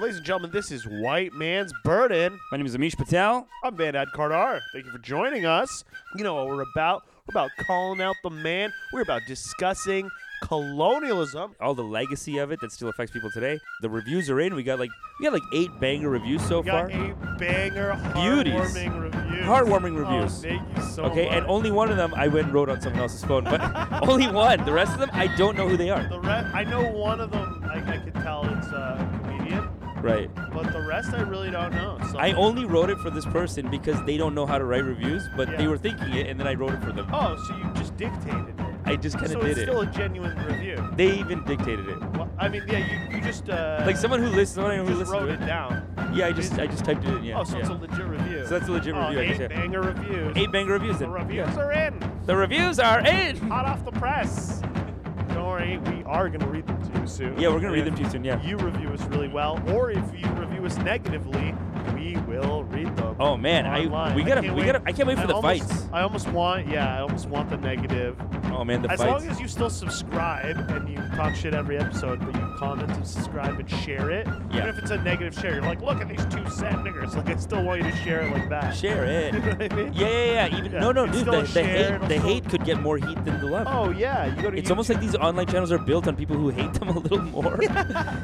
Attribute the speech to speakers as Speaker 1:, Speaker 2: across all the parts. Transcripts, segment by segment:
Speaker 1: Ladies and gentlemen, this is White Man's Burden.
Speaker 2: My name is Amish Patel.
Speaker 1: I'm Van Adkardar. Thank you for joining us. You know what we're about? We're about calling out the man. We're about discussing colonialism.
Speaker 2: All the legacy of it that still affects people today. The reviews are in. We got like we got like eight banger reviews so
Speaker 1: We got
Speaker 2: far.
Speaker 1: a banger,
Speaker 2: Beauties.
Speaker 1: heartwarming review.
Speaker 2: Heartwarming
Speaker 1: Oh,
Speaker 2: reviews.
Speaker 1: thank you so
Speaker 2: Okay,
Speaker 1: much.
Speaker 2: and only one of them I went and wrote on someone else's phone, but only one. The rest of them I don't know who they are.
Speaker 1: the rest. I know one of them. I, I could tell it's uh, a comedian,
Speaker 2: Right.
Speaker 1: but the rest I really don't know. So
Speaker 2: I only wrote it for this person because they don't know how to write reviews, but they
Speaker 1: Yeah.
Speaker 2: were thinking it, and then I wrote it for them.
Speaker 1: oh, so you just dictated it.
Speaker 2: I just kind
Speaker 1: so
Speaker 2: of
Speaker 1: it's
Speaker 2: did it.
Speaker 1: still a genuine review.
Speaker 2: they even dictated it.
Speaker 1: Well, I mean, yeah, you, you just uh,
Speaker 2: Like someone who listens, someone I know who
Speaker 1: just
Speaker 2: listens
Speaker 1: wrote
Speaker 2: to
Speaker 1: it
Speaker 2: it.
Speaker 1: down.
Speaker 2: Yeah, I just I just typed it in. Yeah.
Speaker 1: oh, so
Speaker 2: yeah.
Speaker 1: it's a legit review.
Speaker 2: So that's a legit
Speaker 1: Oh,
Speaker 2: review. I
Speaker 1: Eight
Speaker 2: guess, yeah.
Speaker 1: banger reviews.
Speaker 2: Eight banger reviews.
Speaker 1: the
Speaker 2: Then.
Speaker 1: reviews are in,
Speaker 2: The reviews are in.
Speaker 1: hot off the press. Don't worry, we are gonna read them to you soon.
Speaker 2: Yeah, we're gonna read them to you soon. Yeah.
Speaker 1: You review us really well, or if you review us negatively, we will read them.
Speaker 2: Oh man, I
Speaker 1: online.
Speaker 2: we gotta
Speaker 1: can't
Speaker 2: we
Speaker 1: wait.
Speaker 2: gotta I can't wait for
Speaker 1: I
Speaker 2: the
Speaker 1: almost-
Speaker 2: fights.
Speaker 1: I almost want, yeah, I almost want the negative.
Speaker 2: Oh man, the
Speaker 1: as
Speaker 2: fights.
Speaker 1: long as you still subscribe and you talk shit every episode, but you comment and subscribe and share it.
Speaker 2: Yeah.
Speaker 1: Even if it's a negative share, you're like, look at these two sad niggers. Like, I still want you to share it like that.
Speaker 2: Share it.
Speaker 1: You know what I mean?
Speaker 2: Yeah, yeah, yeah. Even
Speaker 1: Yeah,
Speaker 2: no, no,
Speaker 1: it's
Speaker 2: dude.
Speaker 1: still
Speaker 2: The,
Speaker 1: a
Speaker 2: the
Speaker 1: share,
Speaker 2: hate,
Speaker 1: it'll
Speaker 2: the
Speaker 1: still-
Speaker 2: hate could get more heat than the love.
Speaker 1: Oh yeah, you go to.
Speaker 2: It's almost like these online channels are built on people who hate them a little more.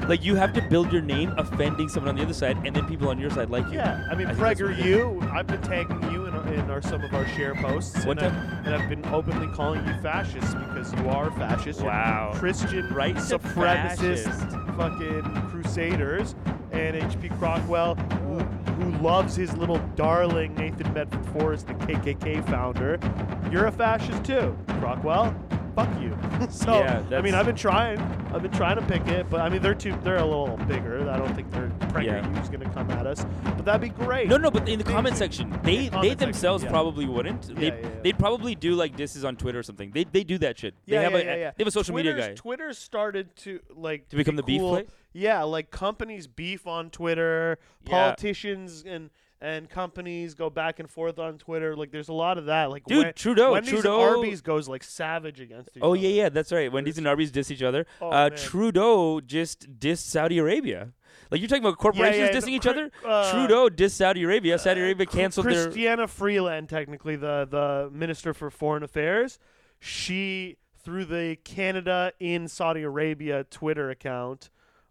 Speaker 2: like you have to build your name offending someone on the other side, and then people on your side like you.
Speaker 1: Yeah, I mean,
Speaker 2: I think that's
Speaker 1: Prager,
Speaker 2: what it
Speaker 1: you. I've been tagging you in, in our, some of our share posts,
Speaker 2: One
Speaker 1: and, I've, and I've been openly calling you fascist because you are fascist. You're
Speaker 2: Wow.
Speaker 1: Christian
Speaker 2: Right to
Speaker 1: supremacist fucking crusaders and H.P. Crockwell, who, who loves his little darling Nathan Bedford Forrest, the KKK founder. You're a fascist too, Crockwell. Fuck you. so I
Speaker 2: Yeah,
Speaker 1: mean,
Speaker 2: that's-
Speaker 1: I've been trying. I've been trying to pick it, but I mean, they're too. They're a little bigger. I don't think they're Prager
Speaker 2: Yeah.
Speaker 1: U's gonna come at us, but that'd be great.
Speaker 2: No, no, but in the comment
Speaker 1: Amazing.
Speaker 2: section, they
Speaker 1: In the
Speaker 2: they
Speaker 1: comment section,
Speaker 2: themselves
Speaker 1: yeah.
Speaker 2: probably wouldn't. they
Speaker 1: yeah, yeah.
Speaker 2: they'd probably do like disses on Twitter or something. They they do that shit.
Speaker 1: Yeah,
Speaker 2: they have
Speaker 1: yeah,
Speaker 2: a
Speaker 1: yeah, yeah.
Speaker 2: they have a social media guy.
Speaker 1: Twitter's- Twitter started to like
Speaker 2: To become
Speaker 1: be
Speaker 2: the beef
Speaker 1: cool.
Speaker 2: place?
Speaker 1: Yeah, like companies beef on Twitter.
Speaker 2: Yeah.
Speaker 1: Politicians and and companies go back and forth on Twitter. Like, there's a lot of that. Like,
Speaker 2: Dude,
Speaker 1: Wen-
Speaker 2: Trudeau-
Speaker 1: Wendy's and
Speaker 2: Trudeau-
Speaker 1: Arby's goes like savage against each
Speaker 2: Oh
Speaker 1: other.
Speaker 2: yeah, yeah, that's right. Wendy's and Arby's diss each other.
Speaker 1: Oh,
Speaker 2: uh,
Speaker 1: man.
Speaker 2: Trudeau just dissed Saudi Arabia. Like you're talking about corporations
Speaker 1: yeah, the
Speaker 2: dissing each
Speaker 1: cri-
Speaker 2: other.
Speaker 1: uh,
Speaker 2: Trudeau dissed Saudi Arabia. Saudi Arabia canceled their.
Speaker 1: Christiana Freeland, technically the the minister for foreign affairs, she through the Canada in Saudi Arabia Twitter account,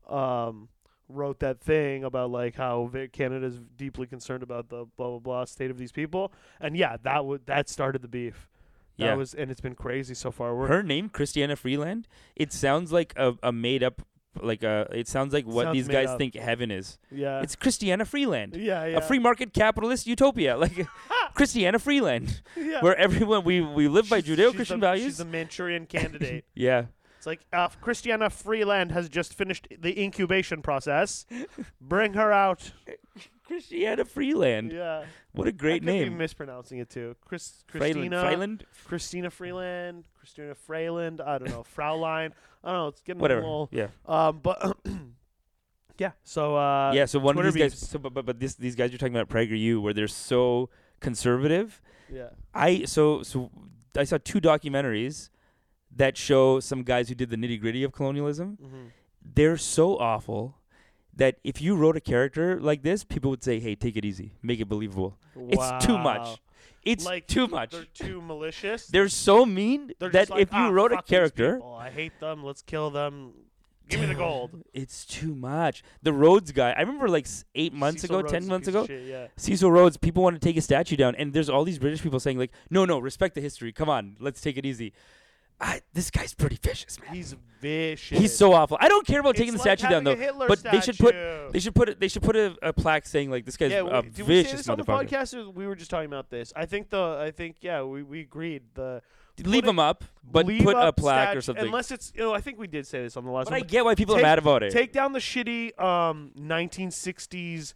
Speaker 1: um, wrote that thing about like how vi- Canada is deeply concerned about the blah blah blah state of these people, and yeah, that would that started the beef. That
Speaker 2: Yeah.
Speaker 1: was and it's been crazy so far. We're
Speaker 2: Her name, Christiana Freeland. It sounds like a, a made up, like a. It sounds like what
Speaker 1: Sounds
Speaker 2: these
Speaker 1: made
Speaker 2: guys
Speaker 1: up.
Speaker 2: think heaven is.
Speaker 1: yeah,
Speaker 2: It's Christiana Freeland,
Speaker 1: yeah, yeah,
Speaker 2: a free market capitalist utopia, like Christiana Freeland,
Speaker 1: yeah.
Speaker 2: where everyone we we live by
Speaker 1: She's- she's
Speaker 2: Judeo-Christian
Speaker 1: the-
Speaker 2: values.
Speaker 1: She's the Manchurian candidate.
Speaker 2: yeah.
Speaker 1: It's like uh, Christiana Freeland has just finished the incubation process. Bring her out.
Speaker 2: Christiana Freeland.
Speaker 1: Yeah,
Speaker 2: What a great
Speaker 1: I could be
Speaker 2: name.
Speaker 1: mispronouncing it too. Chris,
Speaker 2: Freeland.
Speaker 1: Christina,
Speaker 2: Freeland.
Speaker 1: Christina Freeland, Christina Freyland. I don't know, Fraulein. I don't know. It's getting a
Speaker 2: Whatever.
Speaker 1: little.
Speaker 2: Yeah.
Speaker 1: Um, but yeah. So uh,
Speaker 2: yeah, so one
Speaker 1: Twitter
Speaker 2: of these guys,
Speaker 1: beefs.
Speaker 2: so, but, but but this, these guys you're talking about PragerU, where they're so conservative.
Speaker 1: Yeah.
Speaker 2: I so so I saw two documentaries that show some guys who did the nitty gritty of colonialism.
Speaker 1: mhm.
Speaker 2: They're so awful that if you wrote a character like this, people would say, "Hey, take it easy, make it believable." It's too
Speaker 1: Wow.
Speaker 2: much. It's
Speaker 1: Like,
Speaker 2: too much.
Speaker 1: They're too malicious.
Speaker 2: They're so mean
Speaker 1: They're
Speaker 2: that
Speaker 1: just like,
Speaker 2: if you
Speaker 1: "Ah,
Speaker 2: wrote a
Speaker 1: fuck these
Speaker 2: character,
Speaker 1: people. I hate them. Let's kill them. Give me the gold.
Speaker 2: it's too much. The Rhodes guy, I remember like s- eight months
Speaker 1: Cecil
Speaker 2: ago,
Speaker 1: Rhodes
Speaker 2: ten
Speaker 1: is a
Speaker 2: months
Speaker 1: piece of
Speaker 2: ago,
Speaker 1: shit, yeah.
Speaker 2: Cecil Rhodes, people want to take a statue down, and there's all these British people saying like, "No, no, respect the history. Come on, let's take it easy." I, this guy's pretty vicious, man.
Speaker 1: He's vicious.
Speaker 2: He's so awful. I don't care about
Speaker 1: It's
Speaker 2: taking the
Speaker 1: like
Speaker 2: statue down
Speaker 1: having a
Speaker 2: though,
Speaker 1: Hitler
Speaker 2: but they should put
Speaker 1: statue.
Speaker 2: they should put a, they should put a, a plaque saying like, "This guy's
Speaker 1: yeah,
Speaker 2: a
Speaker 1: we, did we say
Speaker 2: vicious
Speaker 1: this on the
Speaker 2: motherfucker."
Speaker 1: podcast? Or we were just talking about this. I think the I think yeah we, we agreed the
Speaker 2: Leave
Speaker 1: put
Speaker 2: him up, but
Speaker 1: leave
Speaker 2: put a
Speaker 1: up
Speaker 2: plaque
Speaker 1: statue-
Speaker 2: or something.
Speaker 1: Unless it's you know, I think we did say this on the last
Speaker 2: but
Speaker 1: one.
Speaker 2: I get why people
Speaker 1: take-
Speaker 2: are mad about it.
Speaker 1: Take down the shitty um 1960s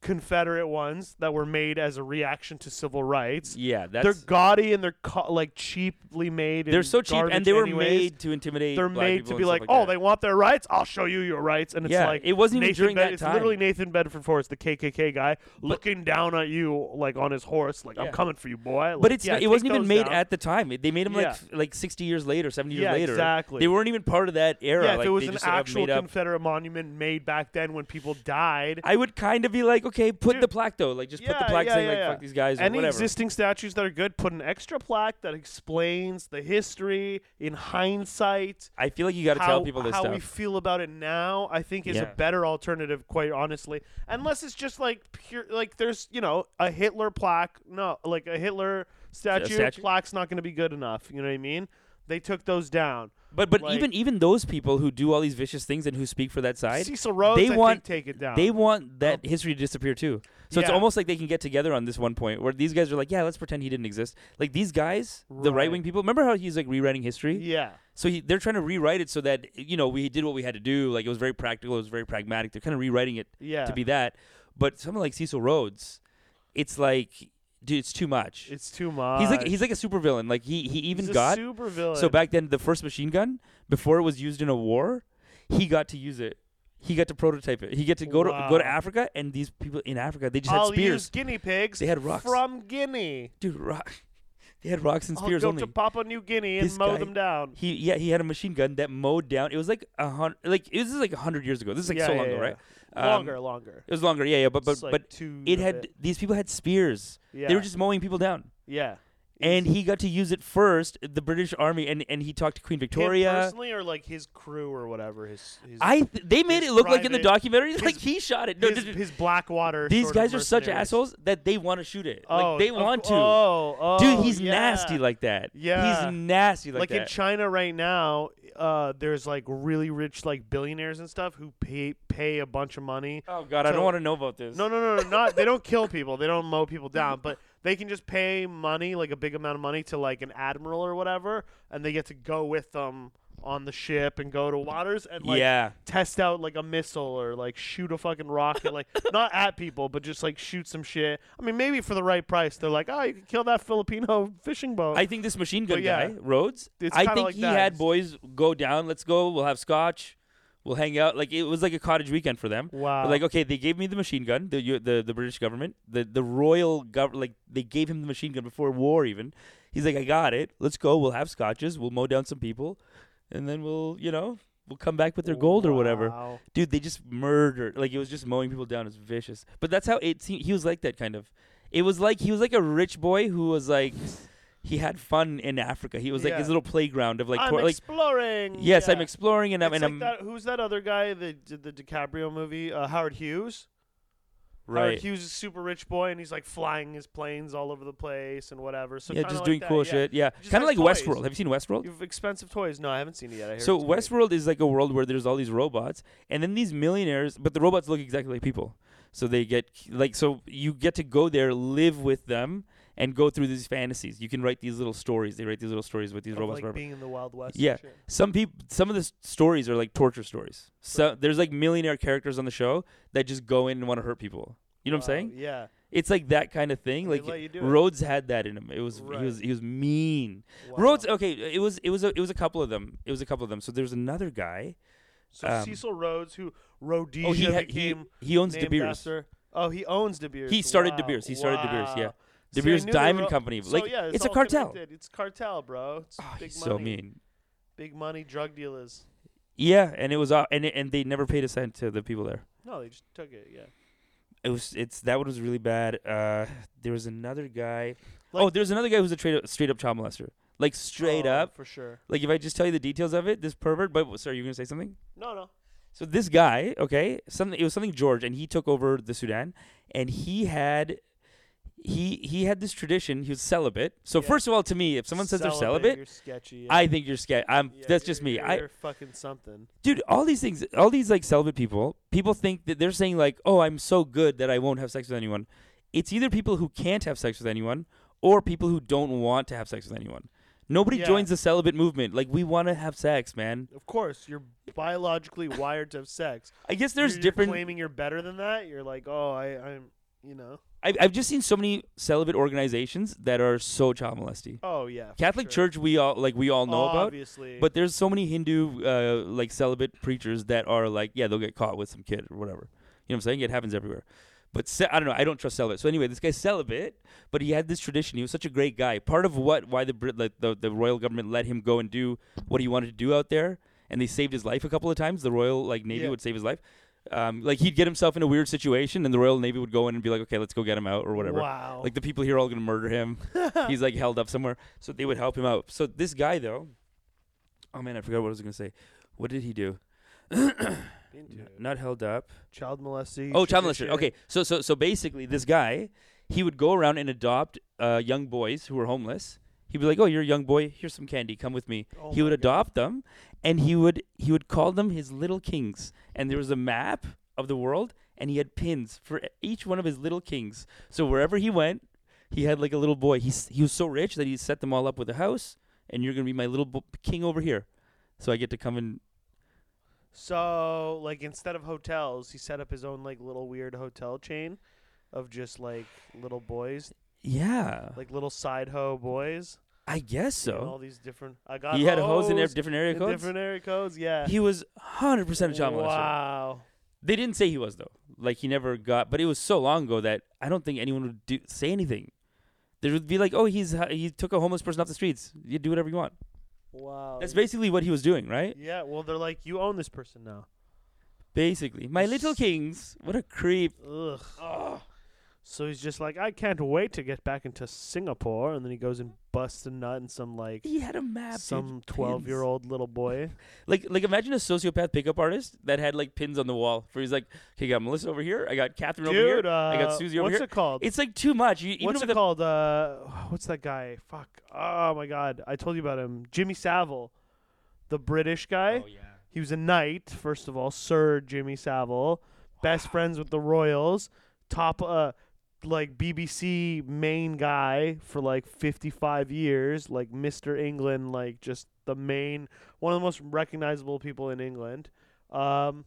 Speaker 1: Confederate ones that were made as a reaction to civil rights.
Speaker 2: Yeah, that's
Speaker 1: they're gaudy and they're co- like cheaply made.
Speaker 2: they're
Speaker 1: and
Speaker 2: so cheap,
Speaker 1: garbage
Speaker 2: and they were
Speaker 1: anyways.
Speaker 2: made to intimidate.
Speaker 1: They're
Speaker 2: black
Speaker 1: made
Speaker 2: people
Speaker 1: to
Speaker 2: and
Speaker 1: be
Speaker 2: stuff
Speaker 1: like,
Speaker 2: like,
Speaker 1: oh,
Speaker 2: that.
Speaker 1: they want their rights. I'll show you your rights. And it's
Speaker 2: Yeah,
Speaker 1: like
Speaker 2: it wasn't even
Speaker 1: Nathan
Speaker 2: during
Speaker 1: Bed-
Speaker 2: that
Speaker 1: It's
Speaker 2: time.
Speaker 1: literally Nathan Bedford Forrest, the KKK guy, looking down at you like on his horse, like
Speaker 2: Yeah.
Speaker 1: I'm coming for you, boy. Like,
Speaker 2: But it's
Speaker 1: yeah,
Speaker 2: not, it
Speaker 1: take
Speaker 2: wasn't even
Speaker 1: those
Speaker 2: made
Speaker 1: down.
Speaker 2: at the time. It- They made them like
Speaker 1: Yeah.
Speaker 2: f- like sixty years later, seventy years
Speaker 1: Yeah,
Speaker 2: later.
Speaker 1: exactly.
Speaker 2: They weren't even part of that era.
Speaker 1: Yeah, if
Speaker 2: like,
Speaker 1: it was
Speaker 2: they
Speaker 1: an
Speaker 2: just sort of
Speaker 1: actual
Speaker 2: made up.
Speaker 1: Confederate monument made back then when people died,
Speaker 2: I would kind of be like, okay, put
Speaker 1: Dude.
Speaker 2: the plaque though. Like, just put
Speaker 1: Yeah,
Speaker 2: the plaque
Speaker 1: yeah,
Speaker 2: saying
Speaker 1: yeah,
Speaker 2: like,
Speaker 1: yeah.
Speaker 2: fuck these guys or
Speaker 1: any
Speaker 2: whatever.
Speaker 1: existing statues that are good, put an extra plaque that explains the history in hindsight.
Speaker 2: I feel like you got to
Speaker 1: how,
Speaker 2: tell people this
Speaker 1: how
Speaker 2: stuff.
Speaker 1: we feel about it now i think is
Speaker 2: Yeah.
Speaker 1: a better alternative quite honestly unless it's just like pure like there's you know a hitler plaque no like a hitler statue,
Speaker 2: statue?
Speaker 1: plaque's not going to be good enough you know what i mean they took those down
Speaker 2: but but
Speaker 1: like-
Speaker 2: even even those people who do all these vicious things and who speak for that side,
Speaker 1: cecil rhodes
Speaker 2: they
Speaker 1: I think,
Speaker 2: want-
Speaker 1: take it down
Speaker 2: they want that history to disappear too. So it's
Speaker 1: uh, Yeah.
Speaker 2: almost like they can get together on this one point where these guys are like, yeah, let's pretend he didn't exist. Like these guys, the
Speaker 1: Right.
Speaker 2: right wing people. Remember how he's like rewriting history?
Speaker 1: yeah
Speaker 2: So he, they're trying to rewrite it so that you know we did what we had to do. Like it was very practical. It was very pragmatic. They're kind of rewriting it
Speaker 1: yeah
Speaker 2: to be that. But someone like Cecil Rhodes, it's like, dude, it's too much.
Speaker 1: it's too much
Speaker 2: he's like he's like a supervillain. Like he he even
Speaker 1: He's a
Speaker 2: got
Speaker 1: super villain
Speaker 2: so back then the first machine gun before it was used in a war, he got to use it. He got to prototype it. He got to go to go to
Speaker 1: Wow.
Speaker 2: Africa, and these people in Africa they just
Speaker 1: I'll
Speaker 2: had spears,
Speaker 1: use guinea pigs
Speaker 2: They had rocks.
Speaker 1: from Guinea.
Speaker 2: dude. Rock. They had rocks and
Speaker 1: I'll
Speaker 2: spears
Speaker 1: go
Speaker 2: only.
Speaker 1: to Papua New Guinea and
Speaker 2: This
Speaker 1: mow
Speaker 2: guy-
Speaker 1: them down.
Speaker 2: He yeah, he had a machine gun that mowed down. It was like a hundred, like it was like a hundred years ago. This is like
Speaker 1: Yeah,
Speaker 2: so
Speaker 1: yeah,
Speaker 2: long ago,
Speaker 1: yeah.
Speaker 2: right? Um,
Speaker 1: Longer, longer.
Speaker 2: It was longer, yeah, yeah. But but
Speaker 1: It's like
Speaker 2: but
Speaker 1: two
Speaker 2: it
Speaker 1: a
Speaker 2: had
Speaker 1: bit.
Speaker 2: these people had spears.
Speaker 1: yeah.
Speaker 2: They were just mowing people down,
Speaker 1: yeah.
Speaker 2: and he got to use it first. The British Army, and and he talked to Queen
Speaker 1: Him
Speaker 2: Victoria.
Speaker 1: personally or like his crew or whatever his his,
Speaker 2: I th- they made
Speaker 1: his
Speaker 2: it look like in the
Speaker 1: private-
Speaker 2: documentary
Speaker 1: his-
Speaker 2: like he shot it. No,
Speaker 1: his,
Speaker 2: dude, dude,
Speaker 1: his Blackwater.
Speaker 2: these
Speaker 1: sort of
Speaker 2: guys are such
Speaker 1: mercenaries.
Speaker 2: assholes that they want to shoot it.
Speaker 1: Oh,
Speaker 2: like they
Speaker 1: of
Speaker 2: want
Speaker 1: cou-
Speaker 2: to.
Speaker 1: Oh, oh,
Speaker 2: dude, he's
Speaker 1: yeah.
Speaker 2: nasty like that.
Speaker 1: Yeah.
Speaker 2: he's nasty like,
Speaker 1: Like
Speaker 2: that.
Speaker 1: in China right now, uh, there's like really rich like billionaires and stuff who pay pay a bunch of money.
Speaker 2: oh God, I
Speaker 1: So-
Speaker 2: don't want to know about this.
Speaker 1: No, no, no, no, not they don't kill people. They don't mow people down, but they can just pay money, like a big amount of money, to like an admiral or whatever, and they get to go with them on the ship and go to waters and like
Speaker 2: yeah,
Speaker 1: test out like a missile or like shoot a fucking rocket, like not at people, but just like shoot some shit. I mean, maybe for the right price, they're like, oh, you can kill that Filipino fishing boat.
Speaker 2: I think this machine gun
Speaker 1: But yeah,
Speaker 2: guy, Rhodes,
Speaker 1: it's
Speaker 2: I
Speaker 1: kinda
Speaker 2: think
Speaker 1: like
Speaker 2: he
Speaker 1: that.
Speaker 2: had boys go down, let's go, we'll have scotch, we'll hang out. Like it was like a cottage weekend for them.
Speaker 1: wow.
Speaker 2: Like okay, they gave me the machine gun, the U- the, the British government, the the royal gov like they gave him the machine gun before war even. He's like I got it. Let's go. We'll have scotches, we'll mow down some people and then we'll, you know, we'll come back with their gold or whatever.
Speaker 1: Wow.
Speaker 2: Dude, they just murdered. Like it was just mowing people down. It's vicious. But that's how it seemed. He was like that kind of. It was like he was like a rich boy who was like, he had fun in Africa. He was like
Speaker 1: Yeah.
Speaker 2: his little playground of like,
Speaker 1: I'm
Speaker 2: tour- like
Speaker 1: exploring.
Speaker 2: yes,
Speaker 1: yeah.
Speaker 2: I'm exploring and I'm,
Speaker 1: It's
Speaker 2: and
Speaker 1: like
Speaker 2: I'm
Speaker 1: that- who's that other guy that did the DiCaprio movie? Uh, Howard Hughes. Howard
Speaker 2: right.
Speaker 1: Hughes is a super rich boy, and he's like flying his planes all over the place and whatever. So
Speaker 2: Yeah,
Speaker 1: kinda
Speaker 2: just
Speaker 1: like
Speaker 2: doing
Speaker 1: that,
Speaker 2: cool
Speaker 1: yeah.
Speaker 2: shit. Yeah,
Speaker 1: Just
Speaker 2: kind of
Speaker 1: has
Speaker 2: like
Speaker 1: toys.
Speaker 2: Westworld. Have you seen Westworld?
Speaker 1: You have expensive toys. No, I haven't seen it yet. I hear
Speaker 2: So
Speaker 1: it's great.
Speaker 2: Westworld is like a world where there's all these robots, and then these millionaires, but the robots look exactly like people. So they get like so you get to go there, live with them, and go through these fantasies. You can write these little stories. They write these little stories with these
Speaker 1: Of,
Speaker 2: robots.
Speaker 1: like
Speaker 2: whatever.
Speaker 1: being in the Wild West. and
Speaker 2: Yeah.
Speaker 1: shit.
Speaker 2: Some people, some of the s- stories are like torture stories. So there's like millionaire characters on the show that just go in and want to hurt people. You know what I'm
Speaker 1: Wow,
Speaker 2: saying?
Speaker 1: Yeah.
Speaker 2: It's like that kind of thing.
Speaker 1: They
Speaker 2: Like
Speaker 1: let you do it.
Speaker 2: Rhodes had that in him. It was
Speaker 1: Right.
Speaker 2: he was he was mean.
Speaker 1: Wow.
Speaker 2: Rhodes, okay, it was it was a, it was a couple of them. It was a couple of them. So there's another guy.
Speaker 1: So
Speaker 2: um,
Speaker 1: Cecil Rhodes, who Rhodesia
Speaker 2: oh, he ha- he,
Speaker 1: became
Speaker 2: he owns De
Speaker 1: named
Speaker 2: Beers.
Speaker 1: after. Oh, he owns De Beers.
Speaker 2: He started De
Speaker 1: Wow,
Speaker 2: Beers. He started De Beers. Yeah,
Speaker 1: wow. See,
Speaker 2: De
Speaker 1: I
Speaker 2: Beers
Speaker 1: knew they
Speaker 2: Diamond
Speaker 1: were-
Speaker 2: Company.
Speaker 1: So,
Speaker 2: like
Speaker 1: yeah,
Speaker 2: it's a
Speaker 1: all
Speaker 2: cartel.
Speaker 1: connected. It's cartel, bro. It's
Speaker 2: Oh,
Speaker 1: big
Speaker 2: he's
Speaker 1: money.
Speaker 2: so mean.
Speaker 1: Big money drug dealers.
Speaker 2: Yeah, and it was uh, and and they never paid a cent to the people there.
Speaker 1: No, they just took it. Yeah.
Speaker 2: it was it's that one was really bad. Uh, there was another guy.
Speaker 1: Like-
Speaker 2: oh, there's another guy who's a straight up, straight up child molester. Like straight
Speaker 1: Oh,
Speaker 2: up.
Speaker 1: for sure.
Speaker 2: Like if I just tell you the details of it, this pervert. But sorry, you gonna say something?
Speaker 1: No, no.
Speaker 2: So this guy, okay, something it was something George, and he took over the Sudan, and he had. He he had this tradition. He was celibate. So
Speaker 1: Yeah.
Speaker 2: first of all, to me, if someone says they're celibate,
Speaker 1: You're sketchy. yeah.
Speaker 2: I think you're scared. I'm.
Speaker 1: Yeah,
Speaker 2: that's
Speaker 1: you're-
Speaker 2: just me.
Speaker 1: You're,
Speaker 2: I
Speaker 1: you're fucking something.
Speaker 2: dude, all these things, all these like celibate people, people think that they're saying like, oh, I'm so good that I won't have sex with anyone. It's either people who can't have sex with anyone or people who don't want to have sex with anyone. Nobody
Speaker 1: Yeah.
Speaker 2: joins the celibate movement. Like we want to have sex, man.
Speaker 1: Of course, you're biologically wired to have sex.
Speaker 2: I guess there's
Speaker 1: You're- you're
Speaker 2: different.
Speaker 1: claiming you're better than that. You're like, oh, I, I'm, you know,
Speaker 2: I, I've just seen so many celibate organizations that are so child molesty.
Speaker 1: oh yeah. for
Speaker 2: Catholic
Speaker 1: sure.
Speaker 2: Church, we all like we all know about.
Speaker 1: obviously,
Speaker 2: But there's so many Hindu uh, like celibate preachers that are like, yeah, they'll get caught with some kid or whatever. You know what I'm saying? It happens everywhere. But ce- I don't know. I don't trust celibate. So anyway, this guy's celibate, but he had this tradition. He was such a great guy. Part of what why the Brit like the, the royal government let him go and do what he wanted to do out there, and they saved his life a couple of times. The royal like navy
Speaker 1: Yeah.
Speaker 2: would save his life. Um, like he'd get himself in a weird situation, and the royal navy would go in and be like, okay, let's go get him out or whatever.
Speaker 1: Wow.
Speaker 2: Like the people here are all gonna murder him. He's like held up somewhere. So they would help him out. So this guy though, oh man, I forgot what I was gonna say. What did he do?
Speaker 1: Into
Speaker 2: N- Not held up.
Speaker 1: child molestation.
Speaker 2: Oh, child molester. Okay, so so so basically, this guy, he would go around and adopt uh, young boys who were homeless. He'd be like, "Oh, you're a young boy. Here's some candy. Come with me."
Speaker 1: Oh
Speaker 2: he would
Speaker 1: my God.
Speaker 2: adopt them, and he would he would call them his little kings. And there was a map of the world, and he had pins for e-, each one of his little kings. So wherever he went, he had like a little boy. He s- he was so rich that he set them all up with a house. And you're gonna be my little bo- king over here, so I get to come and
Speaker 1: So, like, instead of hotels, he set up his own like little weird hotel chain of just like little boys,
Speaker 2: yeah.
Speaker 1: like little side hoe boys.
Speaker 2: I guess
Speaker 1: and
Speaker 2: so.
Speaker 1: all these different. I got.
Speaker 2: He had a hose in
Speaker 1: hoes
Speaker 2: every different area
Speaker 1: oh, in
Speaker 2: codes.
Speaker 1: different area codes. Yeah.
Speaker 2: He was 100% a child molester.
Speaker 1: wow.
Speaker 2: They didn't say he was, though. Like, he never got, but it was so long ago that I don't think anyone would do, say anything. There would be like, oh, he's he took a homeless person off the streets. You do whatever you want.
Speaker 1: Wow.
Speaker 2: That's basically what he was doing, right?
Speaker 1: Yeah. Well, they're like, you own this person now.
Speaker 2: Basically. My little kings. What a creep.
Speaker 1: Ugh. So he's just like, I can't wait to get back into Singapore, and then he goes and busts a nut in some like
Speaker 2: He had a map. dude,
Speaker 1: some
Speaker 2: with
Speaker 1: twelve year
Speaker 2: pins.
Speaker 1: old little boy.
Speaker 2: Like, like imagine a sociopath pickup artist that had like pins on the wall. For he's like, okay, I got Melissa over here. I got Catherine over here.
Speaker 1: Dude, uh,
Speaker 2: I got Susie over
Speaker 1: what's
Speaker 2: here.
Speaker 1: it called?
Speaker 2: It's like too much. You, even
Speaker 1: what's
Speaker 2: with
Speaker 1: it
Speaker 2: the-
Speaker 1: called? Uh, what's that guy? Fuck. Oh my god, I told you about him. Jimmy Savile, the British guy.
Speaker 2: Oh, yeah.
Speaker 1: He was a knight, first of all, Sir Jimmy Savile, best friends with the Royals, top uh like BBC main guy for like 55 years, like Mr. England, like just the main one of the most recognizable people in England. Um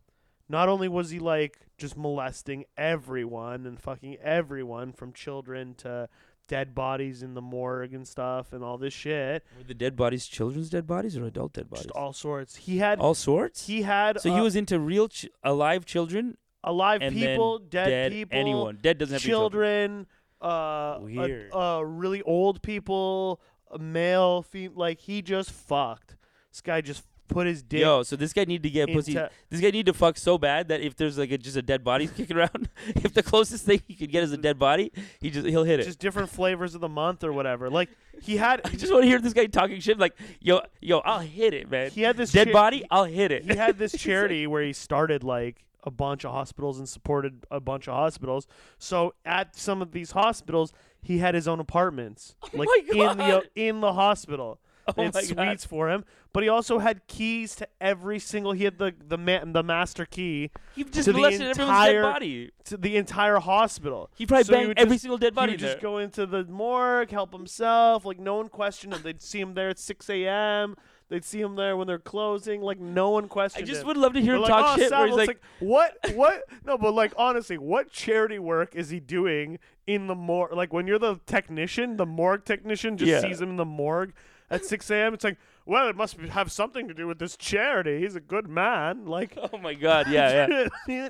Speaker 1: not only was he like just molesting everyone and fucking everyone from children to dead bodies in the morgue and stuff and all this shit,
Speaker 2: Were the dead bodies children's dead bodies or adult dead bodies?
Speaker 1: just
Speaker 2: All,
Speaker 1: all sorts. He had
Speaker 2: sorts?
Speaker 1: he had
Speaker 2: so
Speaker 1: uh,
Speaker 2: he was into real ch- alive children,
Speaker 1: alive
Speaker 2: and then
Speaker 1: people, dead,
Speaker 2: dead
Speaker 1: people,
Speaker 2: anyone. Dead doesn't have to be children.
Speaker 1: children, uh,
Speaker 2: Weird.
Speaker 1: Uh, uh, really old people, uh, male, female. Like he just fucked. This guy just put his dick.
Speaker 2: Yo, so this guy needed to get pussy.
Speaker 1: into-
Speaker 2: This guy needed to fuck so bad that if there's like a, just a dead body kicking around, if the closest thing he could get is a dead body, he just he'll hit it.
Speaker 1: just different flavors of the month or whatever. Like he had,
Speaker 2: I just want to hear this guy talking shit like, yo, yo, I'll hit it, man.
Speaker 1: he had this
Speaker 2: dead
Speaker 1: cha-
Speaker 2: body, I'll hit it.
Speaker 1: He had this charity where he started like a bunch of hospitals and supported a bunch of hospitals. So at some of these hospitals, he had his own apartments, like
Speaker 2: Oh my
Speaker 1: in the
Speaker 2: God.
Speaker 1: in the hospital.
Speaker 2: Oh
Speaker 1: They had
Speaker 2: my God.
Speaker 1: suites for him, but he also had keys to every single. He had the the ma- the master key
Speaker 2: he just
Speaker 1: to the
Speaker 2: molested everyone's dead
Speaker 1: entire-
Speaker 2: body.
Speaker 1: to the entire hospital.
Speaker 2: He probably
Speaker 1: So
Speaker 2: banged
Speaker 1: would
Speaker 2: every
Speaker 1: just-
Speaker 2: single dead
Speaker 1: He
Speaker 2: body
Speaker 1: would
Speaker 2: there.
Speaker 1: just go into the morgue, help himself. Like no one questioned him. They'd see him there at six a.m. They'd see him there when they're closing. Like no one
Speaker 2: I
Speaker 1: questioned.
Speaker 2: just
Speaker 1: him.
Speaker 2: would love to hear
Speaker 1: They're
Speaker 2: him
Speaker 1: like,
Speaker 2: talk
Speaker 1: "Oh,
Speaker 2: shit. Where he's
Speaker 1: Savile's
Speaker 2: like,
Speaker 1: like, what, what? No, but like honestly, what charity work is he doing in the morgue? Like when you're the technician, the morgue technician just
Speaker 2: Yeah.
Speaker 1: sees him in the morgue at 6 a.m. It's like, well, it must be, have something to do with this charity. He's a good man. Like,
Speaker 2: oh my god, yeah,
Speaker 1: yeah.
Speaker 2: yeah.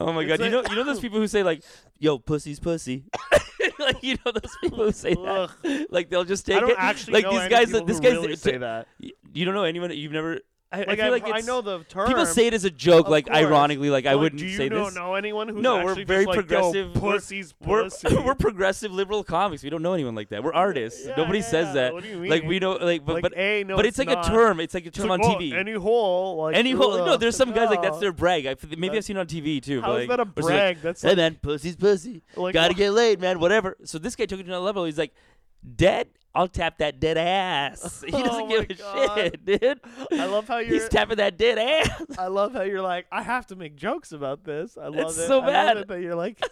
Speaker 2: Oh my
Speaker 1: It's
Speaker 2: god! you know,
Speaker 1: like-
Speaker 2: you know those people who say like, "Yo, pussy's pussy." like you know those people who say that. Like they'll just take
Speaker 1: I don't
Speaker 2: it.
Speaker 1: actually
Speaker 2: like
Speaker 1: know
Speaker 2: these
Speaker 1: any
Speaker 2: guys.
Speaker 1: people
Speaker 2: this
Speaker 1: who
Speaker 2: guy's.
Speaker 1: really say that.
Speaker 2: y- You don't know anyone. that You've never. I, I
Speaker 1: Like,
Speaker 2: feel
Speaker 1: I,
Speaker 2: like
Speaker 1: I
Speaker 2: it's,
Speaker 1: know the term.
Speaker 2: people say it as a joke.
Speaker 1: Of
Speaker 2: Like
Speaker 1: course.
Speaker 2: ironically, like
Speaker 1: but,
Speaker 2: I
Speaker 1: like,
Speaker 2: wouldn't
Speaker 1: do you
Speaker 2: say
Speaker 1: know,
Speaker 2: this.
Speaker 1: know anyone who's
Speaker 2: No, we're
Speaker 1: actually
Speaker 2: very
Speaker 1: just like,
Speaker 2: progressive.
Speaker 1: Yo,
Speaker 2: We're-
Speaker 1: pussy's
Speaker 2: We're,
Speaker 1: pussy.
Speaker 2: we're progressive liberal comics. We don't know anyone like that. We're artists.
Speaker 1: Yeah,
Speaker 2: Nobody
Speaker 1: yeah,
Speaker 2: says
Speaker 1: yeah.
Speaker 2: that.
Speaker 1: What do you
Speaker 2: Like
Speaker 1: mean?
Speaker 2: we don't like, but
Speaker 1: like,
Speaker 2: but,
Speaker 1: a, no,
Speaker 2: but it's, like
Speaker 1: not.
Speaker 2: a term. It's like a term
Speaker 1: It's
Speaker 2: on
Speaker 1: like, oh,
Speaker 2: TV.
Speaker 1: Any hole, like
Speaker 2: Any whole
Speaker 1: ugh.
Speaker 2: no, there's some guys like that's
Speaker 1: No.
Speaker 2: their brag. I, f- maybe I've
Speaker 1: That's-
Speaker 2: seen it on TV too. but,
Speaker 1: How's
Speaker 2: like,
Speaker 1: that a
Speaker 2: or it's like,
Speaker 1: brag? that's
Speaker 2: Hey
Speaker 1: like,
Speaker 2: man, pussy's pussy.
Speaker 1: like
Speaker 2: Gotta
Speaker 1: wha-
Speaker 2: get laid, man. Whatever. So this guy took it to another level. He's like, dead. I'll tap that dead ass. He doesn't
Speaker 1: Oh
Speaker 2: give
Speaker 1: my
Speaker 2: a
Speaker 1: God.
Speaker 2: shit, dude.
Speaker 1: I love how you're.
Speaker 2: He's tapping that dead ass.
Speaker 1: I love how you're like. I have to make jokes about this. I love
Speaker 2: It's
Speaker 1: it.
Speaker 2: so
Speaker 1: I
Speaker 2: bad.
Speaker 1: love it that you're like.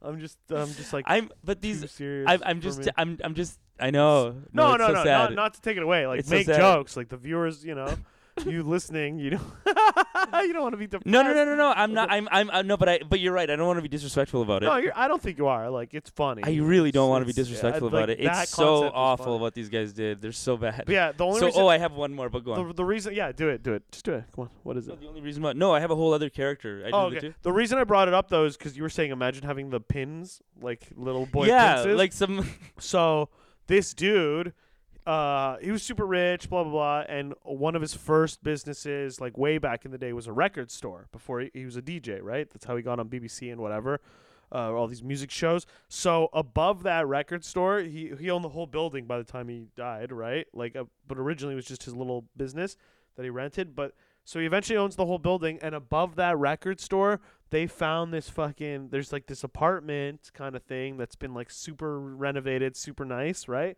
Speaker 1: I'm just. I'm just like.
Speaker 2: I'm, but
Speaker 1: too
Speaker 2: these,
Speaker 1: serious.
Speaker 2: I'm, I'm
Speaker 1: for
Speaker 2: just,
Speaker 1: me.
Speaker 2: I'm, I'm just I know.
Speaker 1: No,
Speaker 2: it's
Speaker 1: no,
Speaker 2: so
Speaker 1: no,
Speaker 2: sad.
Speaker 1: not, not to take it away. Like
Speaker 2: It's so
Speaker 1: make
Speaker 2: sad.
Speaker 1: jokes. Like the viewers, you know, you listening, you don't, you don't want to be depressed.
Speaker 2: no, no, no, no, no. I'm not. I'm. I'm. i no, but I. But you're right. I don't want to be disrespectful about it.
Speaker 1: No, you're, I don't think you are. Like it's funny.
Speaker 2: I really don't
Speaker 1: It's-
Speaker 2: want to be
Speaker 1: it's- yeah,
Speaker 2: disrespectful
Speaker 1: like,
Speaker 2: about it.
Speaker 1: that
Speaker 2: It's so
Speaker 1: concept is
Speaker 2: awful
Speaker 1: funny.
Speaker 2: what these guys did. They're so bad.
Speaker 1: But yeah, the only
Speaker 2: so,
Speaker 1: reason.
Speaker 2: oh, I have one more, but go on.
Speaker 1: the, the reason, yeah, do it, do it, just do it. Come on, what is
Speaker 2: No,
Speaker 1: it?
Speaker 2: the only reason why, no, I have a whole other character. I
Speaker 1: Oh,
Speaker 2: did it
Speaker 1: okay.
Speaker 2: too.
Speaker 1: The reason I brought it up though is because you were saying, imagine having the pins, like little boy
Speaker 2: yeah,
Speaker 1: princes.
Speaker 2: like some.
Speaker 1: So this dude, uh, he was super rich, blah blah blah, and one of his first businesses, like way back in the day, was a record store. Before he, he was a DJ, right? That's how he got on BBC and whatever, uh, all these music shows. So above that record store, he he owned the whole building by the time he died, right? Like, uh, but originally it was just his little business that he rented, but. So he eventually owns the whole building, and above that record store, they found this fucking. There's like this apartment kind of thing that's been like super renovated, super nice, right?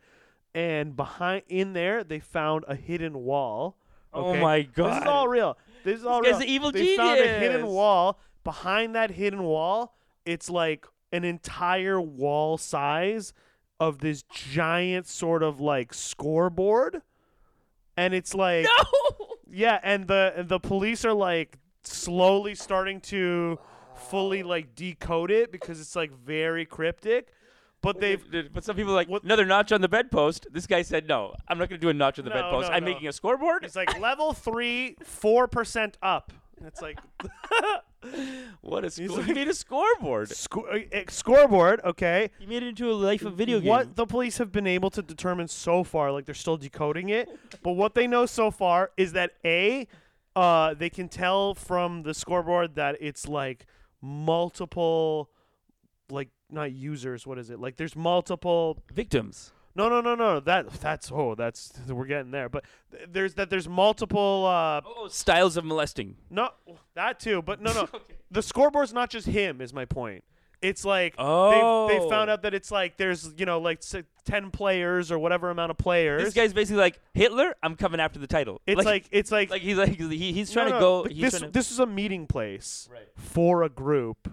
Speaker 1: And behind in there, they found a hidden wall.
Speaker 2: Oh
Speaker 1: okay?
Speaker 2: my god.
Speaker 1: This is all real. This is all
Speaker 2: This
Speaker 1: real.
Speaker 2: guy's an evil
Speaker 1: they found a hidden
Speaker 2: genius.
Speaker 1: wall. Behind that hidden wall, it's like an entire wall size of this giant sort of like scoreboard, and it's like
Speaker 2: No.
Speaker 1: yeah, and the and the police are like slowly starting to fully like decode it because it's like very cryptic. But they've
Speaker 2: But some people are like
Speaker 1: What-
Speaker 2: another notch on the bedpost. This guy said no. I'm not going to do a notch on the
Speaker 1: No,
Speaker 2: bedpost.
Speaker 1: no,
Speaker 2: I'm
Speaker 1: no.
Speaker 2: making a scoreboard.
Speaker 1: it's like level three, four percent up. And it's like
Speaker 2: What a score!
Speaker 1: like-
Speaker 2: he made a scoreboard.
Speaker 1: sco- uh, uh, scoreboard, okay.
Speaker 2: He made it into a life of video game.
Speaker 1: What the police have been able to determine so far, like they're still decoding it, but what they know so far is that a, uh, they can tell from the scoreboard that it's like multiple, like not users. What is it? Like there's multiple
Speaker 2: victims?
Speaker 1: No, no, no, no. That that's oh, that's we're getting there. But th- there's that there's multiple. Uh,
Speaker 2: Oh, styles of molesting.
Speaker 1: no, that too. But no, no. The scoreboard's not just him. Is my point. It's like they they
Speaker 2: Oh.
Speaker 1: found out that it's like there's you know like s- ten players or whatever amount of players.
Speaker 2: This guy's basically like Hitler. I'm coming after the title.
Speaker 1: it's like, it's like,
Speaker 2: like he's like he, he's trying
Speaker 1: no,
Speaker 2: to
Speaker 1: no,
Speaker 2: go.
Speaker 1: like,
Speaker 2: He's
Speaker 1: this
Speaker 2: trying to,
Speaker 1: this is a meeting place
Speaker 2: Right.
Speaker 1: for a group.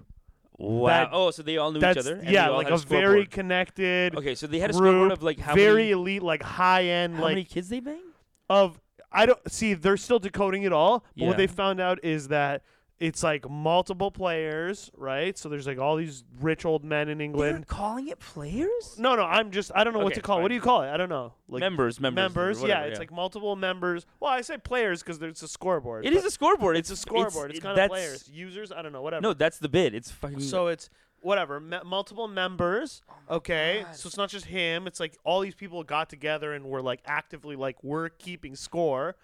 Speaker 2: wow.
Speaker 1: that-
Speaker 2: oh, so they all knew each
Speaker 1: That's
Speaker 2: other. and they
Speaker 1: yeah,
Speaker 2: all
Speaker 1: like
Speaker 2: had
Speaker 1: a, very
Speaker 2: scoreboard.
Speaker 1: connected.
Speaker 2: Okay, so they had a
Speaker 1: group,
Speaker 2: scoreboard of like how
Speaker 1: very
Speaker 2: many,
Speaker 1: elite, like high end,
Speaker 2: how
Speaker 1: like
Speaker 2: many kids they bang?
Speaker 1: of I don't see they're still decoding it all, but what
Speaker 2: Yeah.
Speaker 1: they found out is that it's like multiple players, right? So there's like all these rich old men in
Speaker 2: They were
Speaker 1: England.
Speaker 2: calling it players.
Speaker 1: No, no, I'm just I don't know what
Speaker 2: Okay,
Speaker 1: to call. it. What
Speaker 2: fine.
Speaker 1: do you call it? I don't know. Like
Speaker 2: members, members,
Speaker 1: members,
Speaker 2: or
Speaker 1: yeah,
Speaker 2: whatever,
Speaker 1: it's like multiple members. Well, I say players because there's a scoreboard.
Speaker 2: it is a
Speaker 1: but
Speaker 2: scoreboard. It's,
Speaker 1: it's a scoreboard. It's,
Speaker 2: it-
Speaker 1: kind of
Speaker 2: that's-
Speaker 1: players, users. I don't know, whatever.
Speaker 2: No, that's the bid. It's fucking.
Speaker 1: So it's whatever, me- multiple members. okay,
Speaker 2: God.
Speaker 1: so it's not just him. It's like all these people got together and were like actively like we're keeping score,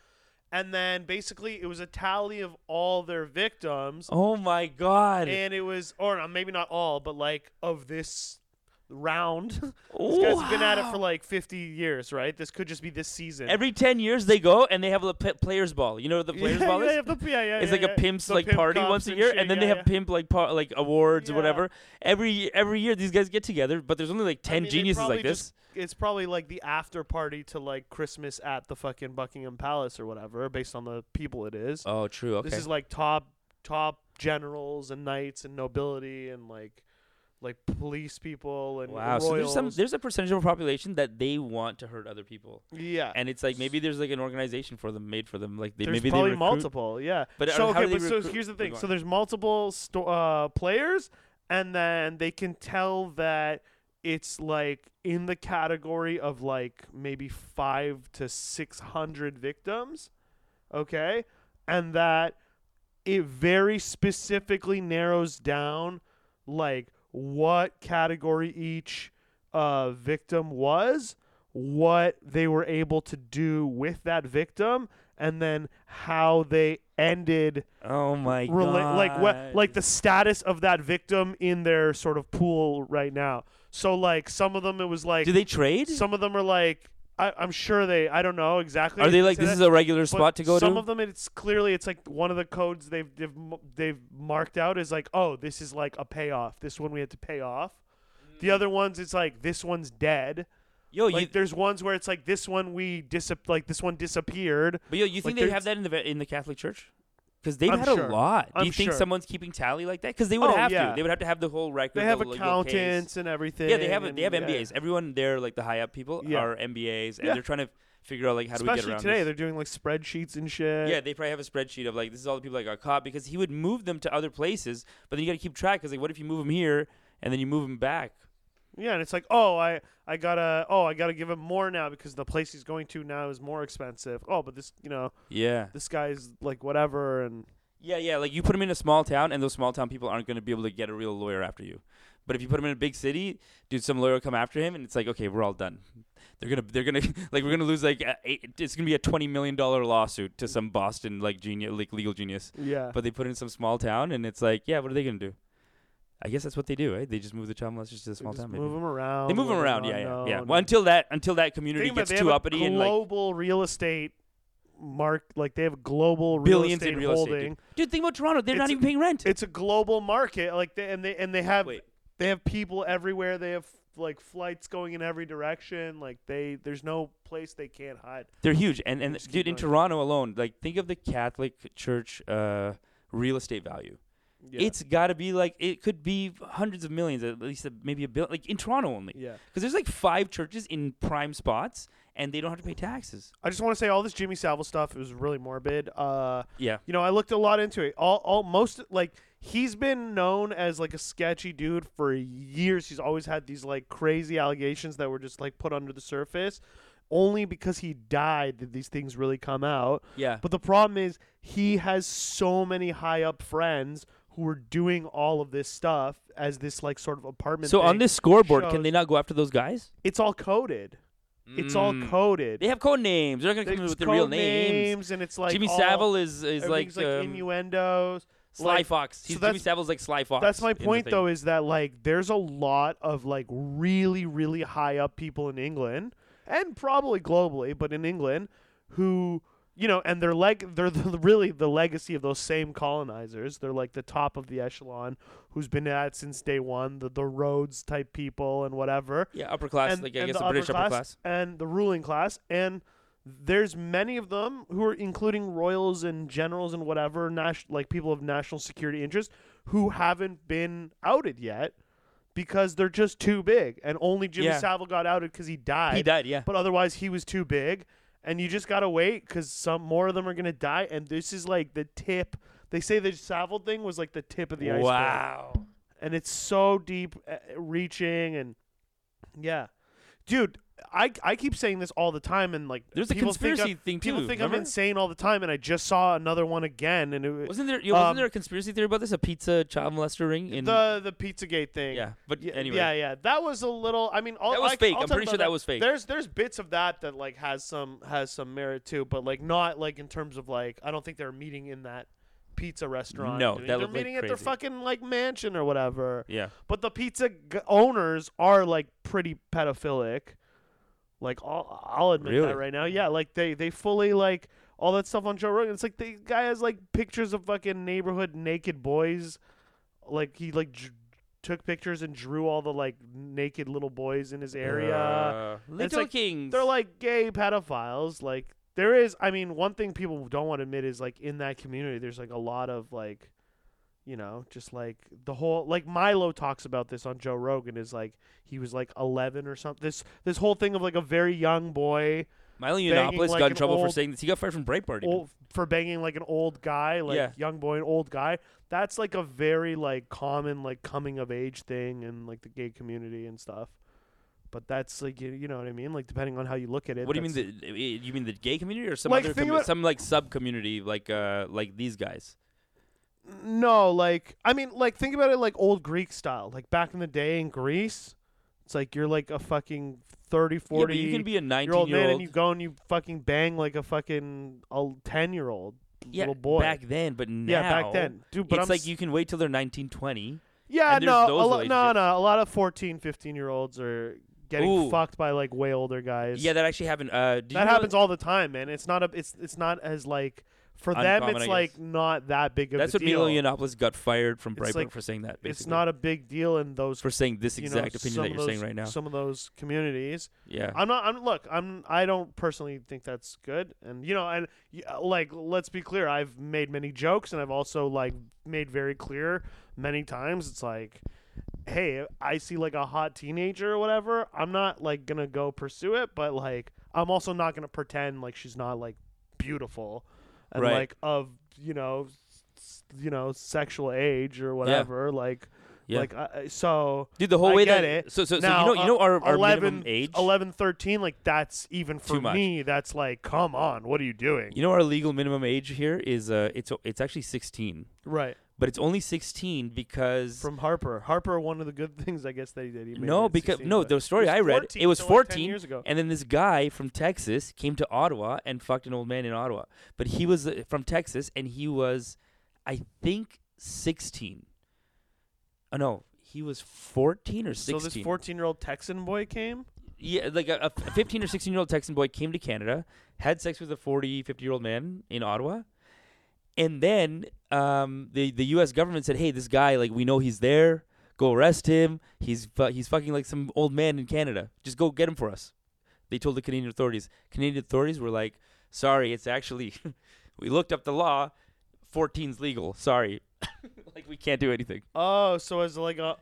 Speaker 1: and then basically it was a tally of all their victims,
Speaker 2: oh my god.
Speaker 1: and it was or no, maybe not all, but like of this round.
Speaker 2: Wow.
Speaker 1: this guy's been at it for like 50 years, right? This could just be this season.
Speaker 2: Every ten years they go and they have a pl- players ball. You know what the players
Speaker 1: yeah,
Speaker 2: ball is?
Speaker 1: yeah, yeah, yeah, yeah,
Speaker 2: It's
Speaker 1: yeah,
Speaker 2: like a
Speaker 1: yeah.
Speaker 2: pimps
Speaker 1: The
Speaker 2: like
Speaker 1: pimp
Speaker 2: party
Speaker 1: cups
Speaker 2: once a year,
Speaker 1: shit,
Speaker 2: and then
Speaker 1: yeah,
Speaker 2: they
Speaker 1: yeah.
Speaker 2: have pimp like par- like awards
Speaker 1: Yeah.
Speaker 2: or whatever. Every every year these guys get together, but there's only like
Speaker 1: I
Speaker 2: ten
Speaker 1: mean, they
Speaker 2: geniuses
Speaker 1: probably
Speaker 2: like
Speaker 1: just-
Speaker 2: this.
Speaker 1: It's probably like the after party to like Christmas at the fucking Buckingham Palace or whatever, based on the people it is.
Speaker 2: Oh, true. Okay.
Speaker 1: This is like top top generals and knights and nobility and like like police people and
Speaker 2: wow. So there's
Speaker 1: royals.
Speaker 2: some there's a percentage of a population that they want to hurt other people,
Speaker 1: yeah.
Speaker 2: and it's like maybe there's like an organization for them made for them. Like they,
Speaker 1: there's
Speaker 2: maybe
Speaker 1: probably
Speaker 2: they recruit-
Speaker 1: multiple, yeah.
Speaker 2: But
Speaker 1: so
Speaker 2: are-
Speaker 1: okay,
Speaker 2: how do they
Speaker 1: but so
Speaker 2: recruit-
Speaker 1: here's the
Speaker 2: Go
Speaker 1: thing.
Speaker 2: on.
Speaker 1: So there's multiple sto- uh, players, and then they can tell that it's like in the category of like maybe five to six hundred victims, okay, and that it very specifically narrows down like what category each uh, victim was, what they were able to do with that victim, and then how they ended
Speaker 2: Oh my
Speaker 1: rela-
Speaker 2: god.
Speaker 1: like what like the status of that victim in their sort of pool right now. So like some of them it was like
Speaker 2: Do they trade?
Speaker 1: some of them are like I, I'm sure they I don't know exactly.
Speaker 2: Are they like
Speaker 1: say
Speaker 2: this
Speaker 1: that.
Speaker 2: is a regular
Speaker 1: But
Speaker 2: spot to go
Speaker 1: some
Speaker 2: to?
Speaker 1: of them it's clearly it's like one of the codes they've they've m- they've marked out is like oh this is like a payoff this one we had to pay off
Speaker 2: Mm.
Speaker 1: the other ones it's like this one's dead
Speaker 2: Yo,
Speaker 1: like
Speaker 2: you,
Speaker 1: there's ones where it's like this one we dis like this one disappeared
Speaker 2: but yo, you
Speaker 1: like
Speaker 2: think they
Speaker 1: there's-
Speaker 2: have that in the ve- in the Catholic Church? Because they've
Speaker 1: I'm
Speaker 2: had
Speaker 1: sure.
Speaker 2: a lot. Do
Speaker 1: I'm
Speaker 2: you think
Speaker 1: sure.
Speaker 2: someone's keeping tally like that? Because they would
Speaker 1: Oh,
Speaker 2: have
Speaker 1: yeah.
Speaker 2: to. They would have to have the whole record.
Speaker 1: They have
Speaker 2: the legal case.
Speaker 1: accountants and everything.
Speaker 2: Yeah, they have. They have
Speaker 1: and- yeah.
Speaker 2: MBAs. Everyone there, like the high up people,
Speaker 1: Yeah.
Speaker 2: are MBAs, and
Speaker 1: Yeah.
Speaker 2: they're trying to figure out like how do we get
Speaker 1: Especially
Speaker 2: around
Speaker 1: today,
Speaker 2: this.
Speaker 1: they're doing like spreadsheets and shit.
Speaker 2: Yeah, they probably have a spreadsheet of like this is all the people that got caught because he would move them to other places, but then you got to keep track because like what if you move them here and then you move them back?
Speaker 1: Yeah, and it's like, oh, I, I gotta, oh, I gotta give him more now because the place he's going to now is more expensive. Oh, but this, you know,
Speaker 2: Yeah,
Speaker 1: this guy's like whatever, and
Speaker 2: yeah, yeah. Like you put them in a small town, and those small town people aren't going to be able to get a real lawyer after you. But if you put them in a big city, dude, some lawyer will come after him, and it's like okay, we're all done. They're gonna, they're gonna, like we're gonna lose like a eight, it's gonna be a twenty million dollar lawsuit to some Boston like genius, like legal genius.
Speaker 1: yeah,
Speaker 2: But they put it in some small town, and it's like, yeah, what are they gonna do? I guess that's what they do, right? They just move the child molesters to the
Speaker 1: They
Speaker 2: small
Speaker 1: just
Speaker 2: town. maybe.
Speaker 1: move him around.
Speaker 2: They move them around, yeah, yeah,
Speaker 1: unknown,
Speaker 2: yeah.
Speaker 1: and-
Speaker 2: Well, until that, until that community
Speaker 1: Think about it,
Speaker 2: gets
Speaker 1: they
Speaker 2: too
Speaker 1: have a
Speaker 2: uppity and like,
Speaker 1: global real estate mark, like they have a global real
Speaker 2: Billions in
Speaker 1: estate
Speaker 2: real estate,
Speaker 1: holding.
Speaker 2: dude, think about Toronto. They're not
Speaker 1: It's-
Speaker 2: even paying rent.
Speaker 1: It's a global market, like they, and they and they have
Speaker 2: Wait.
Speaker 1: they have people everywhere. They have like flights going in every direction. Like they, there's no place they can't hide.
Speaker 2: They're huge, and and
Speaker 1: Just keep
Speaker 2: dude, in
Speaker 1: going.
Speaker 2: Toronto alone, like think of the Catholic Church uh, real estate value.
Speaker 1: Yeah.
Speaker 2: It's got to be like it could be hundreds of millions, at least a, maybe a bill, like in Toronto only, because
Speaker 1: yeah.
Speaker 2: there's like five churches in prime spots, and they don't have to pay taxes.
Speaker 1: I just want to say all this Jimmy Savile stuff it was really morbid. Uh,
Speaker 2: Yeah,
Speaker 1: you know, I looked a lot into it. All, all most like he's been known as like a sketchy dude for years. He's always had these like crazy allegations that were just like put under the surface. Only because he died did these things really come out.
Speaker 2: yeah,
Speaker 1: But the problem is he has so many high up friends who are doing all of this stuff as this like sort of apartment.
Speaker 2: So on
Speaker 1: thing.
Speaker 2: this scoreboard,
Speaker 1: shows-
Speaker 2: can they not go after those guys?
Speaker 1: it's all coded. It's all
Speaker 2: Mm.
Speaker 1: coded.
Speaker 2: They have code names. They're not gonna come in
Speaker 1: It's
Speaker 2: with their real
Speaker 1: code
Speaker 2: names.
Speaker 1: names, and it's like
Speaker 2: Jimmy
Speaker 1: all-
Speaker 2: Savile is is like,
Speaker 1: everything's, like,
Speaker 2: um,
Speaker 1: innuendos.
Speaker 2: Sly
Speaker 1: Like,
Speaker 2: Fox.
Speaker 1: so
Speaker 2: He's, Jimmy
Speaker 1: that's-
Speaker 2: Savile's like Sly Fox.
Speaker 1: That's my
Speaker 2: in the
Speaker 1: point,
Speaker 2: thing.
Speaker 1: though, is that like there's a lot of like really, really high up people in England and probably globally, but in England, who you know, and they're like they're the, really the legacy of those same colonizers. They're like the top of the echelon, who's been at it since day one. The the Rhodes type people and whatever
Speaker 2: Yeah, upper class.
Speaker 1: and,
Speaker 2: like I
Speaker 1: and
Speaker 2: guess
Speaker 1: the
Speaker 2: a British upper class.
Speaker 1: and the ruling class and there's many of them who are including royals and generals and whatever nas- like people of national security interest who haven't been outed yet because they're just too big and only Jimmy
Speaker 2: Yeah.
Speaker 1: Savile got outed because he died
Speaker 2: He died. Yeah.
Speaker 1: but otherwise he was too big and you just gotta wait because some more of them are gonna die and this is like the tip they say the Savile thing was like the tip of the iceberg
Speaker 2: wow.
Speaker 1: and it's so deep uh, reaching and yeah dude I, I keep saying this all the time and like
Speaker 2: There's a
Speaker 1: people think
Speaker 2: conspiracy
Speaker 1: I'm,
Speaker 2: thing too.
Speaker 1: people think
Speaker 2: remember?
Speaker 1: I'm insane all the time and I just saw another one again and it,
Speaker 2: Wasn't there? yeah, Wasn't
Speaker 1: Um,
Speaker 2: there a conspiracy theory about this? A pizza child molester ring in?
Speaker 1: the the Pizzagate thing
Speaker 2: yeah. But
Speaker 1: yeah,
Speaker 2: anyway.
Speaker 1: yeah yeah that was a little I mean all,
Speaker 2: That was
Speaker 1: I,
Speaker 2: fake.
Speaker 1: I'll
Speaker 2: I'm
Speaker 1: talk
Speaker 2: pretty
Speaker 1: about
Speaker 2: sure that was fake.
Speaker 1: there's there's bits of that that like has some has some merit too but like not like in terms of like I don't think they're meeting in that pizza restaurant
Speaker 2: No, that
Speaker 1: they're
Speaker 2: looked like
Speaker 1: meeting at their
Speaker 2: crazy.
Speaker 1: fucking like mansion or whatever
Speaker 2: Yeah.
Speaker 1: But the pizza g- owners are like pretty pedophilic. Like I'll, I'll admit
Speaker 2: Really?
Speaker 1: that right now. Yeah, like they they fully like all that stuff on Joe Rogan. It's like the guy has like pictures of fucking neighborhood naked boys. Like he like j- took pictures and drew all the like naked little boys in his area.
Speaker 2: Uh, Little
Speaker 1: like-
Speaker 2: Kings.
Speaker 1: They're like gay pedophiles. Like there is, I mean, one thing people don't want to admit is like in that community, there's like a lot of like, you know, just like the whole like Milo talks about this on Joe Rogan is like he was like 11 or something. This this whole thing of like a very young boy
Speaker 2: Milo
Speaker 1: banging
Speaker 2: Yiannopoulos
Speaker 1: like
Speaker 2: got in
Speaker 1: an
Speaker 2: trouble for
Speaker 1: old-
Speaker 2: saying this. He got fired from Breitbart. even.
Speaker 1: old, for banging like an old guy, like
Speaker 2: Yeah.
Speaker 1: young boy, an old guy. That's like a very like common like coming of age thing in like the gay community and stuff. But that's like you, you know what I mean. Like depending on how you look at it.
Speaker 2: What do you
Speaker 1: that's-
Speaker 2: mean? The, eh, you mean the gay community or some
Speaker 1: Like,
Speaker 2: other
Speaker 1: think
Speaker 2: commu-
Speaker 1: about-
Speaker 2: some like sub community like uh like these guys?
Speaker 1: No, like I mean, like think about it like old Greek style. Like back in the day in Greece, it's like you're like a fucking 30,
Speaker 2: Yeah, but
Speaker 1: 40
Speaker 2: you can be a 19
Speaker 1: year old man
Speaker 2: year
Speaker 1: and you go and you fucking bang like a fucking a 10 year old
Speaker 2: yeah,
Speaker 1: little boy.
Speaker 2: back then, but now
Speaker 1: yeah, back then. Dude, but
Speaker 2: it's
Speaker 1: I'm
Speaker 2: like
Speaker 1: s-
Speaker 2: you can wait till they're 19, 20.
Speaker 1: Yeah,
Speaker 2: and there's
Speaker 1: no, a
Speaker 2: those
Speaker 1: lo- no,
Speaker 2: relationships.
Speaker 1: no. A lot of 14, 15 year olds are getting
Speaker 2: Ooh.
Speaker 1: fucked by like way older guys.
Speaker 2: Yeah, that actually happened. Uh, did you
Speaker 1: that
Speaker 2: know-
Speaker 1: happens all the time, man. It's not a it's it's not as like for them,
Speaker 2: uncommon,
Speaker 1: it's
Speaker 2: I
Speaker 1: like
Speaker 2: guess.
Speaker 1: not that big of
Speaker 2: That's
Speaker 1: a
Speaker 2: what
Speaker 1: deal.
Speaker 2: Milo Yiannopoulos got fired from
Speaker 1: It's
Speaker 2: Breitbart
Speaker 1: like-
Speaker 2: for saying that. Basically.
Speaker 1: it's not a big deal in those
Speaker 2: for saying this
Speaker 1: you know,
Speaker 2: exact opinion
Speaker 1: some
Speaker 2: that
Speaker 1: of
Speaker 2: you're
Speaker 1: those-
Speaker 2: saying right now.
Speaker 1: Some of those communities.
Speaker 2: yeah,
Speaker 1: I'm not. I'm look. I'm. I don't personally think that's good. And you know, and y- uh, like, let's be clear. I've made many jokes, and I've also like made very clear many times. It's like, hey, I see like a hot teenager or whatever. I'm not like gonna go pursue it, but like, I'm also not gonna pretend like she's not like beautiful and
Speaker 2: Right.
Speaker 1: like of you know, s- you know, sexual age or whatever. Like,
Speaker 2: Yeah.
Speaker 1: like I, I- so.
Speaker 2: dude, the whole
Speaker 1: I
Speaker 2: way
Speaker 1: get
Speaker 2: that
Speaker 1: it.
Speaker 2: so so, so
Speaker 1: Now, uh,
Speaker 2: you know you know our, our
Speaker 1: 11,
Speaker 2: minimum age.
Speaker 1: 11 13 like that's even for
Speaker 2: Too much.
Speaker 1: me that's like come on what are you doing
Speaker 2: You know our legal minimum age here is uh it's it's actually 16,
Speaker 1: right
Speaker 2: but it's only 16 because
Speaker 1: from harper harper one of the good things i guess they did he made it
Speaker 2: no
Speaker 1: at
Speaker 2: because
Speaker 1: 16,
Speaker 2: no
Speaker 1: but-
Speaker 2: the story
Speaker 1: It was
Speaker 2: I read
Speaker 1: 14,
Speaker 2: it was
Speaker 1: so, like, 10
Speaker 2: 14
Speaker 1: years ago
Speaker 2: And then this guy from Texas came to Ottawa and fucked an old man in Ottawa. But he was uh, from Texas and he was, I think, 16. Oh, no. He was 14 or 16.
Speaker 1: so this 14 year old texan boy came
Speaker 2: yeah, like a, a 15 or 16 year old Texan boy came to Canada, had sex with a 40, 50 year old man in Ottawa. And then um, the, the U.S. government said, hey, this guy, like, we know he's there. Go arrest him. He's, fu- he's fucking like some old man in Canada. Just go get him for us they told the Canadian authorities. Canadian authorities were like, "Sorry, it's actually we looked up the law. 14's legal. Sorry, like we can't do anything."
Speaker 1: oh so as like a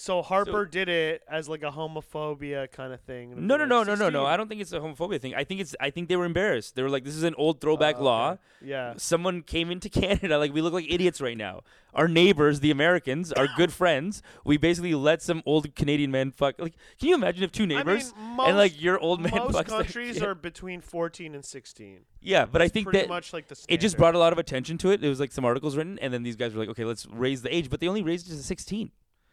Speaker 1: so harper did it as like a homophobia kind of thing
Speaker 2: No, no,
Speaker 1: Like,
Speaker 2: no, no, no,
Speaker 1: 16.
Speaker 2: no. I don't think it's a homophobia thing. I think it's. I think they were embarrassed. They were like, "This is an old throwback
Speaker 1: Oh, okay.
Speaker 2: law.
Speaker 1: yeah
Speaker 2: Someone came into Canada. Like we look like idiots right now. Our neighbors, the Americans, are good friends. We basically let some old Canadian man fuck. Like, can you imagine if two neighbors?"
Speaker 1: I mean, most,
Speaker 2: and like your old man
Speaker 1: most
Speaker 2: fucks their
Speaker 1: countries
Speaker 2: kid?
Speaker 1: are between 14 and 16
Speaker 2: yeah, but I think
Speaker 1: pretty
Speaker 2: that
Speaker 1: much like the
Speaker 2: it just brought a lot of attention to it. There was like some articles written, and then these guys were like, "Okay, let's raise the age," but they only raised it to 16,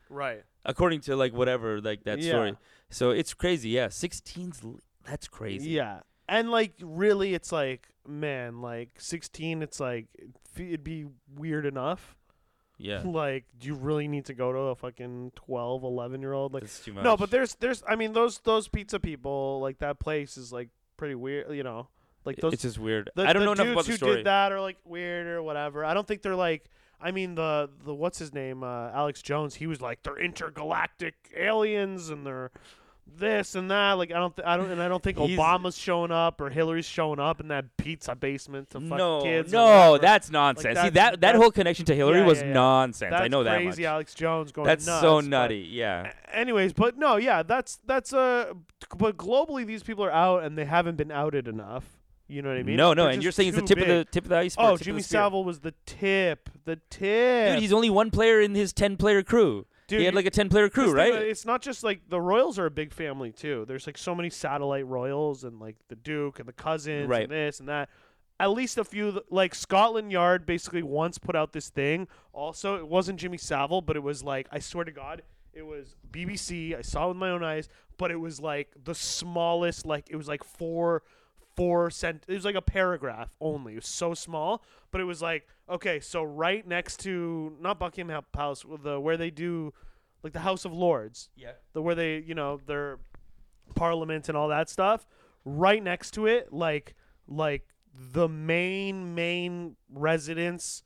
Speaker 1: right
Speaker 2: according to like whatever like that
Speaker 1: Yeah.
Speaker 2: story. So it's crazy. Yeah, 16's l- that's crazy.
Speaker 1: Yeah. And like really it's like man, like 16 it's like f- it'd be weird enough.
Speaker 2: yeah,
Speaker 1: Like do you really need to go to a fucking 12, 11 year old like
Speaker 2: that's too much.
Speaker 1: No, but there's there's I mean those those pizza people like that place is like pretty weird, you know. Like
Speaker 2: It-
Speaker 1: those
Speaker 2: it's just weird.
Speaker 1: the,
Speaker 2: I don't
Speaker 1: the
Speaker 2: know enough
Speaker 1: dudes
Speaker 2: about the
Speaker 1: who
Speaker 2: story.
Speaker 1: did that are like weird or whatever. I don't think they're like. I mean the the what's his name uh, Alex Jones. He was like they're intergalactic aliens and they're this and that. Like I don't th- I don't and I don't think
Speaker 2: He's-
Speaker 1: Obama's showing up or Hillary's showing up in that pizza basement to fuck
Speaker 2: no,
Speaker 1: kids. or
Speaker 2: no,
Speaker 1: whatever.
Speaker 2: that's nonsense. See
Speaker 1: that's-
Speaker 2: that that
Speaker 1: that's-
Speaker 2: whole connection to Hillary
Speaker 1: Yeah,
Speaker 2: was
Speaker 1: yeah, yeah.
Speaker 2: nonsense.
Speaker 1: That's
Speaker 2: I know that
Speaker 1: crazy.
Speaker 2: much.
Speaker 1: Alex Jones going
Speaker 2: That's
Speaker 1: nuts,
Speaker 2: so
Speaker 1: but-
Speaker 2: nutty. Yeah,
Speaker 1: Anyways, but no, yeah, that's that's uh, but globally these people are out and they haven't been outed enough. You know what I mean?
Speaker 2: no, no,
Speaker 1: They're
Speaker 2: and you're
Speaker 1: just
Speaker 2: saying it's the
Speaker 1: too
Speaker 2: tip
Speaker 1: big.
Speaker 2: of the tip of the iceberg.
Speaker 1: Oh,
Speaker 2: tip of
Speaker 1: Jimmy
Speaker 2: the spear.
Speaker 1: Savile was the tip. The tip.
Speaker 2: Dude, he's only one player in his ten-player crew.
Speaker 1: Dude,
Speaker 2: he had
Speaker 1: you-
Speaker 2: like a ten-player crew,
Speaker 1: this thing,
Speaker 2: right?
Speaker 1: uh, It's not just like the Royals are a big family too. There's like so many satellite Royals and like the Duke and the cousins
Speaker 2: Right.
Speaker 1: and this and that. At least a few th- like Scotland Yard basically once put out this thing. Also, it wasn't Jimmy Savile, but it was like I swear to God, it was BBC. I saw it with my own eyes, but it was like the smallest. Like it was like four four cent it was like a paragraph only it was so small but it was like okay so right next to not buckingham palace the where they do like the house of lords
Speaker 2: Yeah.
Speaker 1: the where they you know their parliament and all that stuff right next to it like like the main main residence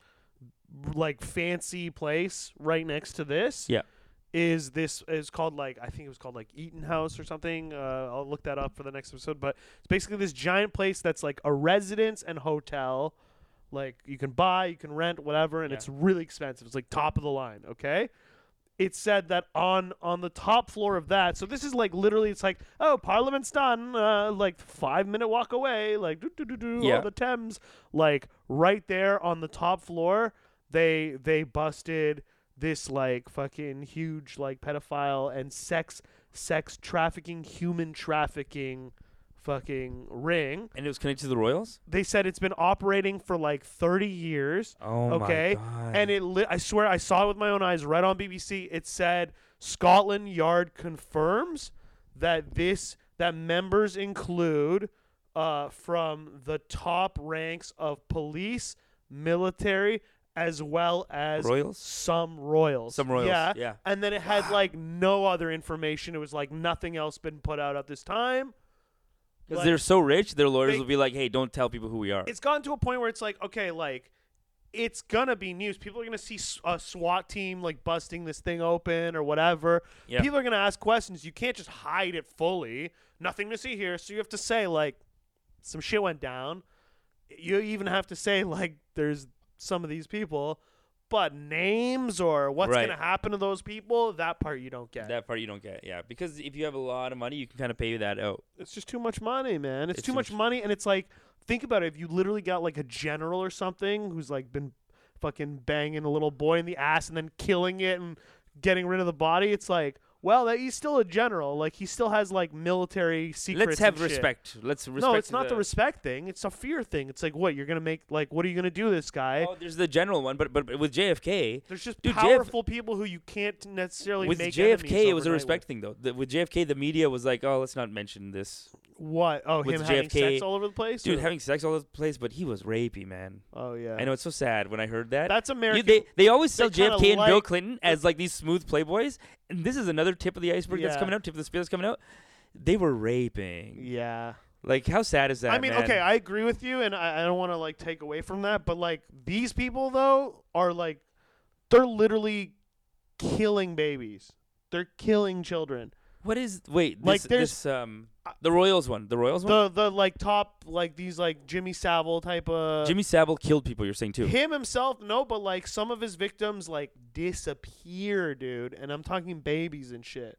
Speaker 1: like fancy place right next to this
Speaker 2: Yeah.
Speaker 1: is this is called like i think it was called like eaton house or something uh, i'll look that up for the next episode but it's basically this giant place that's like a residence and hotel like you can buy you can rent whatever and
Speaker 2: Yeah.
Speaker 1: it's really expensive it's like top of the line okay it said that on on the top floor of that so this is like literally it's like oh parliament's done uh, like five minute walk away like do do do do
Speaker 2: Yeah.
Speaker 1: on the thames like right there on the top floor they they busted this like fucking huge like pedophile and sex sex trafficking human trafficking fucking ring
Speaker 2: And it was connected to the Royals.
Speaker 1: they said it's been operating for like 30 years
Speaker 2: Oh
Speaker 1: okay and it li- i swear i saw it with my own eyes right on bbc it said scotland yard confirms that this that members include uh, from the top ranks of police military as well as
Speaker 2: Royals.
Speaker 1: some royals
Speaker 2: Some Royals.
Speaker 1: yeah
Speaker 2: Yeah.
Speaker 1: and then it had like no other information it was like nothing else been put out at this time
Speaker 2: Because
Speaker 1: Like,
Speaker 2: they're so rich, their lawyers
Speaker 1: they-
Speaker 2: will be like, "Hey, don't tell people who we are."
Speaker 1: it's gotten to a point where it's like, okay, like it's gonna be news. People are gonna see s- a SWAT team like busting this thing open or whatever.
Speaker 2: Yeah.
Speaker 1: People are gonna ask questions. You can't just hide it fully. Nothing to see here. So you have to say like some shit went down. You even have to say like there's some of these people, but names or what's
Speaker 2: Right.
Speaker 1: gonna happen to those people, that part you don't get.
Speaker 2: That part you don't get. Yeah, because if you have a lot of money, you can kind of pay that out.
Speaker 1: it's just too much money, man. It's,
Speaker 2: It's
Speaker 1: too
Speaker 2: too
Speaker 1: much,
Speaker 2: much.
Speaker 1: money, and it's like, think about it. If you literally got like a general or something who's like been fucking banging a little boy in the ass and then killing it and getting rid of the body, it's like, well, that he's still a general. Like he still has like military secrets.
Speaker 2: Let's have
Speaker 1: and shit.
Speaker 2: respect. Let's respect.
Speaker 1: No, it's not the,
Speaker 2: the
Speaker 1: respect thing. It's a fear thing. It's like, what you're gonna make? Like, what are you gonna do to this guy?
Speaker 2: Oh, there's the general one, but but but with JFK,
Speaker 1: There's just
Speaker 2: Dude, JF
Speaker 1: powerful people who you can't necessarily
Speaker 2: with
Speaker 1: make
Speaker 2: JFK,
Speaker 1: enemies
Speaker 2: it was a
Speaker 1: overnight
Speaker 2: respect thing though. The, with JFK, the media was like, "Oh, let's not mention this
Speaker 1: with. What? Oh,
Speaker 2: With
Speaker 1: him having
Speaker 2: JFK
Speaker 1: sex all over the place,
Speaker 2: dude
Speaker 1: Or-
Speaker 2: having sex all over the place." But he was rapey, man.
Speaker 1: oh yeah,
Speaker 2: I know it's so sad when I heard that.
Speaker 1: That's
Speaker 2: You-
Speaker 1: American.
Speaker 2: they they always
Speaker 1: they
Speaker 2: sell
Speaker 1: kinda
Speaker 2: JFK and Bill
Speaker 1: like-
Speaker 2: Clinton as like these smooth playboys, and this is another tip of the iceberg that's
Speaker 1: Yeah.
Speaker 2: coming out. Tip of the spear that's coming out. They were raping.
Speaker 1: yeah.
Speaker 2: Like, how sad is that?
Speaker 1: I mean,
Speaker 2: man?
Speaker 1: okay, I agree with you, and I, I don't want to like take away from that, but like these people though are like they're literally killing babies. They're killing children.
Speaker 2: What is wait? This,
Speaker 1: Like, there's-
Speaker 2: this, um the Royals one. The Royals one.
Speaker 1: The the like top like these like Jimmy Savile type of
Speaker 2: Jimmy Savile killed people. You're saying too.
Speaker 1: him himself no, but like some of his victims like disappear, dude, and I'm talking babies and shit.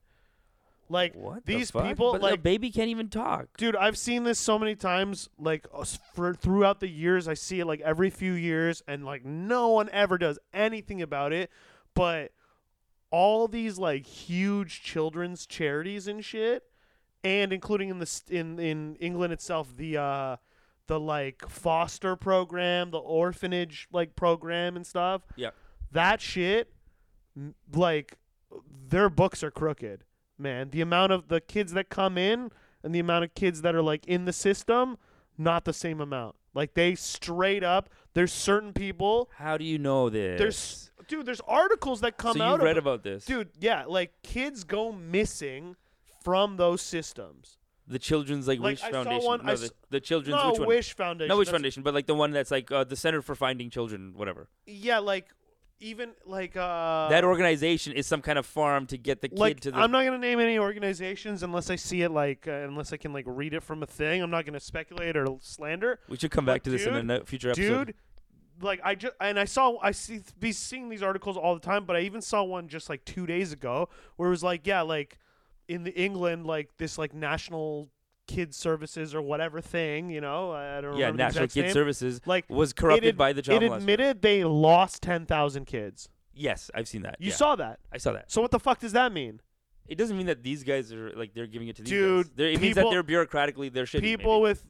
Speaker 1: Like
Speaker 2: What the
Speaker 1: these
Speaker 2: fuck?
Speaker 1: people
Speaker 2: But the
Speaker 1: like
Speaker 2: baby can't even talk.
Speaker 1: dude i've seen this so many times like us- for, throughout the years i see it like every few years and like no one ever does anything about it but all these like huge children's charities and shit and including in the st- in in england itself the uh the like foster program the orphanage like program and stuff
Speaker 2: Yep.
Speaker 1: that shit m- like their books are crooked man the amount of the kids that come in and the amount of kids that are like in the system not the same amount like they straight up there's certain people
Speaker 2: How do you know this?
Speaker 1: there's dude there's articles that come
Speaker 2: so
Speaker 1: out
Speaker 2: you read
Speaker 1: about,
Speaker 2: about this.
Speaker 1: dude yeah like kids go missing from those systems
Speaker 2: the Children's like,
Speaker 1: Like,
Speaker 2: Wish
Speaker 1: I saw
Speaker 2: Foundation.
Speaker 1: one- I
Speaker 2: no,
Speaker 1: s-
Speaker 2: the, the Children's
Speaker 1: no
Speaker 2: which one?
Speaker 1: wish foundation
Speaker 2: no, Wish
Speaker 1: that's-
Speaker 2: Foundation, but like the one that's like uh, the Center for Finding Children, whatever.
Speaker 1: yeah like even like uh
Speaker 2: that organization is some kind of farm to get the kid
Speaker 1: like
Speaker 2: to the.
Speaker 1: I'm not gonna name any organizations unless I see it like uh, unless I can like read it from a thing. I'm not gonna speculate or slander,
Speaker 2: we should come back
Speaker 1: But
Speaker 2: to this in a
Speaker 1: dude-
Speaker 2: no- future episode.
Speaker 1: dude. Like I just and I saw I see be seeing these articles all the time, but I even saw one just like two days ago where it was like yeah like in the England like this like national kid services or whatever thing you know I, I don't
Speaker 2: yeah,
Speaker 1: remember the
Speaker 2: National
Speaker 1: exact
Speaker 2: Kid
Speaker 1: name.
Speaker 2: Services
Speaker 1: like
Speaker 2: was corrupted
Speaker 1: ad-
Speaker 2: by the child
Speaker 1: it
Speaker 2: molester.
Speaker 1: admitted they lost ten thousand kids.
Speaker 2: Yes, I've seen that.
Speaker 1: You
Speaker 2: yeah.
Speaker 1: saw that.
Speaker 2: I saw that.
Speaker 1: So what the fuck does that mean?
Speaker 2: It doesn't mean that these guys are like they're giving it to these
Speaker 1: Dude,
Speaker 2: guys. They're- it means that
Speaker 1: people-
Speaker 2: they're bureaucratically they're shitty.
Speaker 1: People
Speaker 2: maybe.
Speaker 1: with,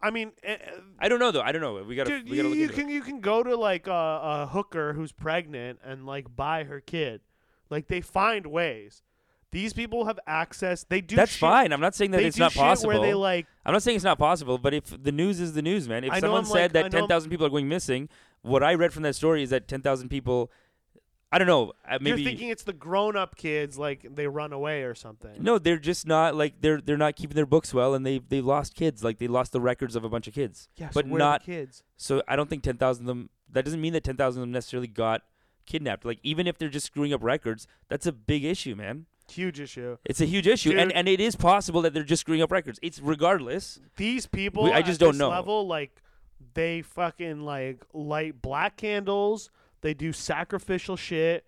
Speaker 1: I mean, eh, eh,
Speaker 2: I don't know though. I don't know. We gotta
Speaker 1: Dude,
Speaker 2: we
Speaker 1: you,
Speaker 2: gotta look
Speaker 1: you
Speaker 2: into it.
Speaker 1: can you can go to like a, a hooker who's pregnant and like buy her kid. Like they find ways. These people have access. They do.
Speaker 2: That's
Speaker 1: shit-
Speaker 2: fine. I'm not saying that
Speaker 1: they
Speaker 2: it's
Speaker 1: do
Speaker 2: not
Speaker 1: shit
Speaker 2: possible.
Speaker 1: Where they like,
Speaker 2: I'm not saying it's not possible, but if the news is the news, man, if
Speaker 1: I know
Speaker 2: someone
Speaker 1: I'm like-
Speaker 2: said
Speaker 1: I
Speaker 2: that
Speaker 1: know I'm-
Speaker 2: 10,000 people are going missing, what I read from that story is that 10,000 people, I don't know, uh, maybe
Speaker 1: you're thinking it's the grown-up kids, like they run away or something.
Speaker 2: no, they're just not like they're they're not keeping their books well, and they they lost kids, like they lost the records of a bunch of kids.
Speaker 1: yeah, so
Speaker 2: but
Speaker 1: where are the
Speaker 2: not-
Speaker 1: kids.
Speaker 2: So I don't think 10,000 of them. That doesn't mean that 10,000 of them necessarily got kidnapped. Like even if they're just screwing up records, that's a big issue, man.
Speaker 1: Huge issue.
Speaker 2: It's a huge issue, and
Speaker 1: Dude.
Speaker 2: and it is possible that they're just screwing up records. It's regardless.
Speaker 1: These people,
Speaker 2: We- I
Speaker 1: at
Speaker 2: just don't
Speaker 1: this
Speaker 2: know.
Speaker 1: Level like they fucking like light black candles. They do sacrificial shit.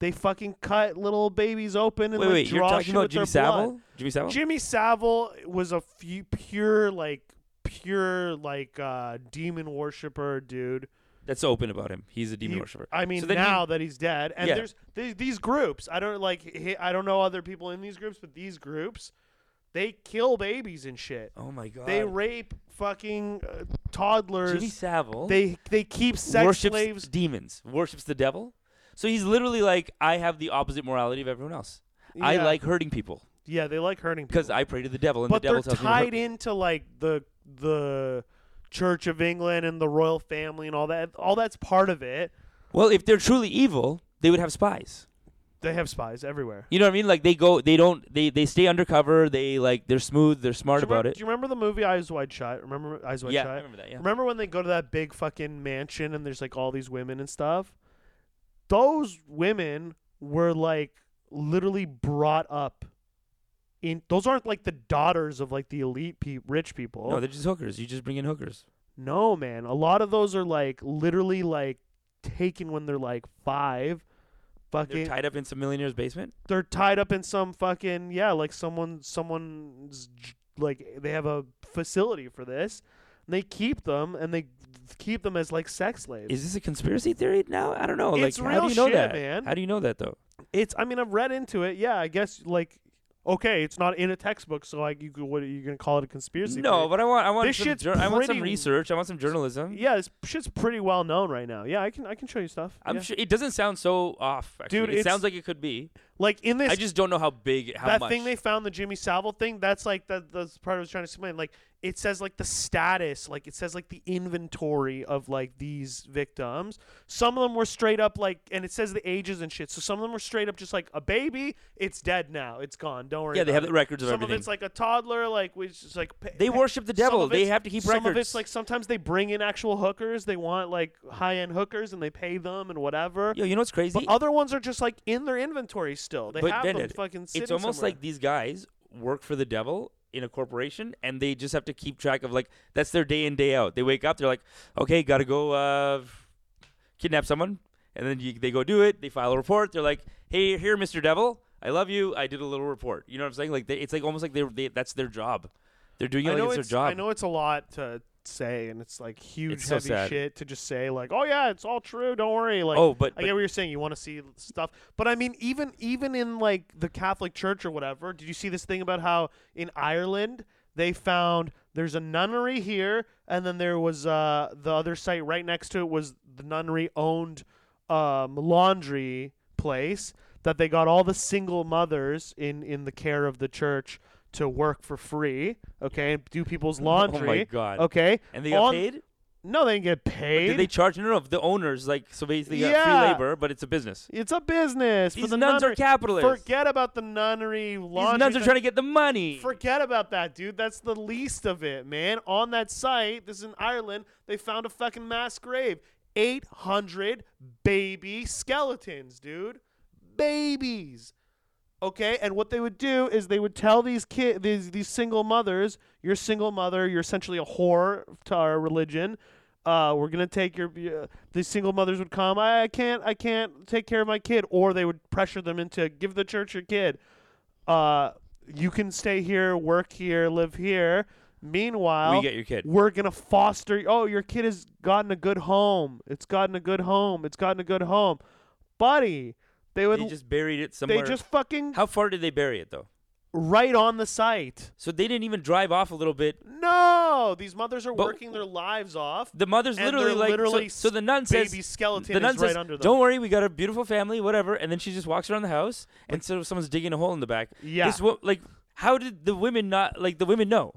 Speaker 1: They fucking cut little babies open and
Speaker 2: Wait,
Speaker 1: like,
Speaker 2: wait, you're
Speaker 1: draw
Speaker 2: talking
Speaker 1: shit
Speaker 2: about
Speaker 1: with
Speaker 2: Jimmy
Speaker 1: their blood.
Speaker 2: Savile? Jimmy Savile?
Speaker 1: Jimmy Savile was a few pure like pure like uh demon worshiper dude.
Speaker 2: That's open about him. He's a demon
Speaker 1: He-
Speaker 2: worshiper.
Speaker 1: I mean
Speaker 2: So then he-
Speaker 1: now that he's dead and
Speaker 2: Yeah.
Speaker 1: there's th- these groups. I don't like he- I don't know other people in these groups but these groups they kill babies and shit.
Speaker 2: Oh my god.
Speaker 1: They rape fucking uh, toddlers.
Speaker 2: Jimmy Savile
Speaker 1: they they keep sex
Speaker 2: worships
Speaker 1: slaves.
Speaker 2: demons, worships the devil. So he's literally like, I have the opposite morality of everyone else. I
Speaker 1: Yeah.
Speaker 2: like hurting people
Speaker 1: Yeah, they like hurting people.
Speaker 2: because I pray to the devil and
Speaker 1: but
Speaker 2: the devil
Speaker 1: they're
Speaker 2: tells me to hurt
Speaker 1: tied into like the the Church of England and the royal family and all that. All that's part of it.
Speaker 2: people. Well, if they're truly evil, they would have spies.
Speaker 1: They have spies everywhere.
Speaker 2: You know what I mean? Like they go, they don't, they they stay undercover. They like they're smooth. They're smart
Speaker 1: do you remember,
Speaker 2: about it.
Speaker 1: Do you remember the movie Eyes Wide Shut? Remember Eyes Wide
Speaker 2: yeah, I
Speaker 1: Shut?
Speaker 2: remember that. Yeah.
Speaker 1: Remember when they go to that big fucking mansion and there's like all these women and stuff? Those women were like literally brought up in those aren't like the daughters of like the elite pe- rich people.
Speaker 2: No, they're just hookers. You just bring in hookers.
Speaker 1: No, man. A lot of those are like literally like taken when they're like 5 fucking
Speaker 2: They're tied up in some millionaire's basement.
Speaker 1: they're tied up in some fucking yeah, like someone someone's j- like they have a facility for this. And they keep them and they keep them as like sex slaves.
Speaker 2: Is this a conspiracy theory now? I don't know.
Speaker 1: It's
Speaker 2: like,
Speaker 1: real
Speaker 2: how do you know
Speaker 1: shit,
Speaker 2: that?
Speaker 1: man.
Speaker 2: How do you know that though?
Speaker 1: It's I mean I've read into it. Yeah, I guess like okay, it's not in a textbook, so like you could- what are you gonna call it a conspiracy?
Speaker 2: No,
Speaker 1: theory?
Speaker 2: but I want I want
Speaker 1: This
Speaker 2: some
Speaker 1: shit's
Speaker 2: jour- I want some
Speaker 1: pretty-
Speaker 2: research. I want some journalism.
Speaker 1: yeah, this shit's pretty well known right now. Yeah, I can I can show you stuff.
Speaker 2: I'm
Speaker 1: Yeah.
Speaker 2: sure it doesn't sound so off. Actually.
Speaker 1: Dude,
Speaker 2: it
Speaker 1: it's-
Speaker 2: sounds like it could be.
Speaker 1: like in this
Speaker 2: I just don't know how big how
Speaker 1: that
Speaker 2: much.
Speaker 1: thing they found the Jimmy Savile thing. That's like that. That's part I was trying to explain. Like it says like the status, like it says like the inventory of like these victims. Some of them were straight up like, and it says the ages and shit. So some of them were straight up just like a baby. It's dead now. It's gone. Don't worry.
Speaker 2: yeah, they
Speaker 1: about
Speaker 2: have the
Speaker 1: it.
Speaker 2: records of
Speaker 1: Some
Speaker 2: everything.
Speaker 1: of it's like a toddler, like which is like pa-
Speaker 2: they
Speaker 1: pa-
Speaker 2: worship the
Speaker 1: some
Speaker 2: devil.
Speaker 1: of
Speaker 2: They
Speaker 1: it's-
Speaker 2: have to keep
Speaker 1: some
Speaker 2: records.
Speaker 1: of it's like sometimes they bring in actual hookers. They want like high end hookers and they pay them and whatever.
Speaker 2: yo, you know what's crazy?
Speaker 1: But other ones are just like in their inventory still. They
Speaker 2: But
Speaker 1: have
Speaker 2: then
Speaker 1: them
Speaker 2: it-
Speaker 1: fucking sitting
Speaker 2: it's almost
Speaker 1: somewhere.
Speaker 2: like these guys work for the devil in a corporation and they just have to keep track of like that's their day in day out they wake up they're like okay gotta go uh kidnap someone and then you, they go do it they file a report they're like hey here mr devil i love you i did a little report you know what i'm saying like they, it's like almost like they, they that's their job they're doing it
Speaker 1: I
Speaker 2: like
Speaker 1: know
Speaker 2: it's,
Speaker 1: it's,
Speaker 2: their job
Speaker 1: I know it's a lot to say, and it's like huge,
Speaker 2: It's so
Speaker 1: heavy
Speaker 2: sad.
Speaker 1: shit to just say like, "Oh yeah, it's all true. Don't worry." Like,
Speaker 2: oh but,
Speaker 1: I
Speaker 2: but
Speaker 1: get what you're saying. You want to see stuff, but I mean, even even in like the Catholic Church or whatever, did you see this thing about how in Ireland they found there's a nunnery here, and then there was uh, the other site right next to it was the nunnery owned um, laundry place that they got all the single mothers in in the care of the church to work for free, okay, and do people's
Speaker 2: oh my
Speaker 1: laundry,
Speaker 2: god
Speaker 1: okay.
Speaker 2: and they got
Speaker 1: on-
Speaker 2: paid
Speaker 1: No, they didn't get paid.
Speaker 2: did they charge no no the owners like so basically they got free
Speaker 1: Yeah.
Speaker 2: labor but it's a business
Speaker 1: it's a business. for
Speaker 2: these
Speaker 1: the
Speaker 2: nuns
Speaker 1: nunnery.
Speaker 2: are capitalists
Speaker 1: Forget about the nunnery laundry.
Speaker 2: These nuns are
Speaker 1: thing.
Speaker 2: trying to get the money.
Speaker 1: Forget about that, dude. That's the least of it, man. On that site, this is in Ireland, they found a fucking mass grave. 800 baby skeletons, dude. Babies. Okay, and what they would do is they would tell these kid these these single mothers, you're a single mother, you're essentially a whore to our religion. Uh, we're gonna take your. Uh, these single mothers would come. I, I can't. I can't take care of my kid. Or they would pressure them into give the church your kid. Uh, you can stay here, work here, live here. Meanwhile,
Speaker 2: we get your kid.
Speaker 1: we're gonna foster. Oh, your kid has gotten a good home. It's gotten a good home. It's gotten a good home, buddy. They would.
Speaker 2: They just buried it
Speaker 1: they
Speaker 2: somewhere.
Speaker 1: just fucking
Speaker 2: How far did they bury it though?
Speaker 1: right on the site.
Speaker 2: So they didn't even drive off a little bit.
Speaker 1: No, these mothers are
Speaker 2: But-
Speaker 1: working their lives off.
Speaker 2: The mother's
Speaker 1: And
Speaker 2: literally
Speaker 1: they're
Speaker 2: like
Speaker 1: literally
Speaker 2: so, so the nun says
Speaker 1: Baby skeleton
Speaker 2: the nun
Speaker 1: is
Speaker 2: says,
Speaker 1: right under them.
Speaker 2: "Don't worry, we got a beautiful family, whatever." And then she just walks around the house and so someone's digging a hole in the back.
Speaker 1: yeah,
Speaker 2: This wo- like how did the women not like the women know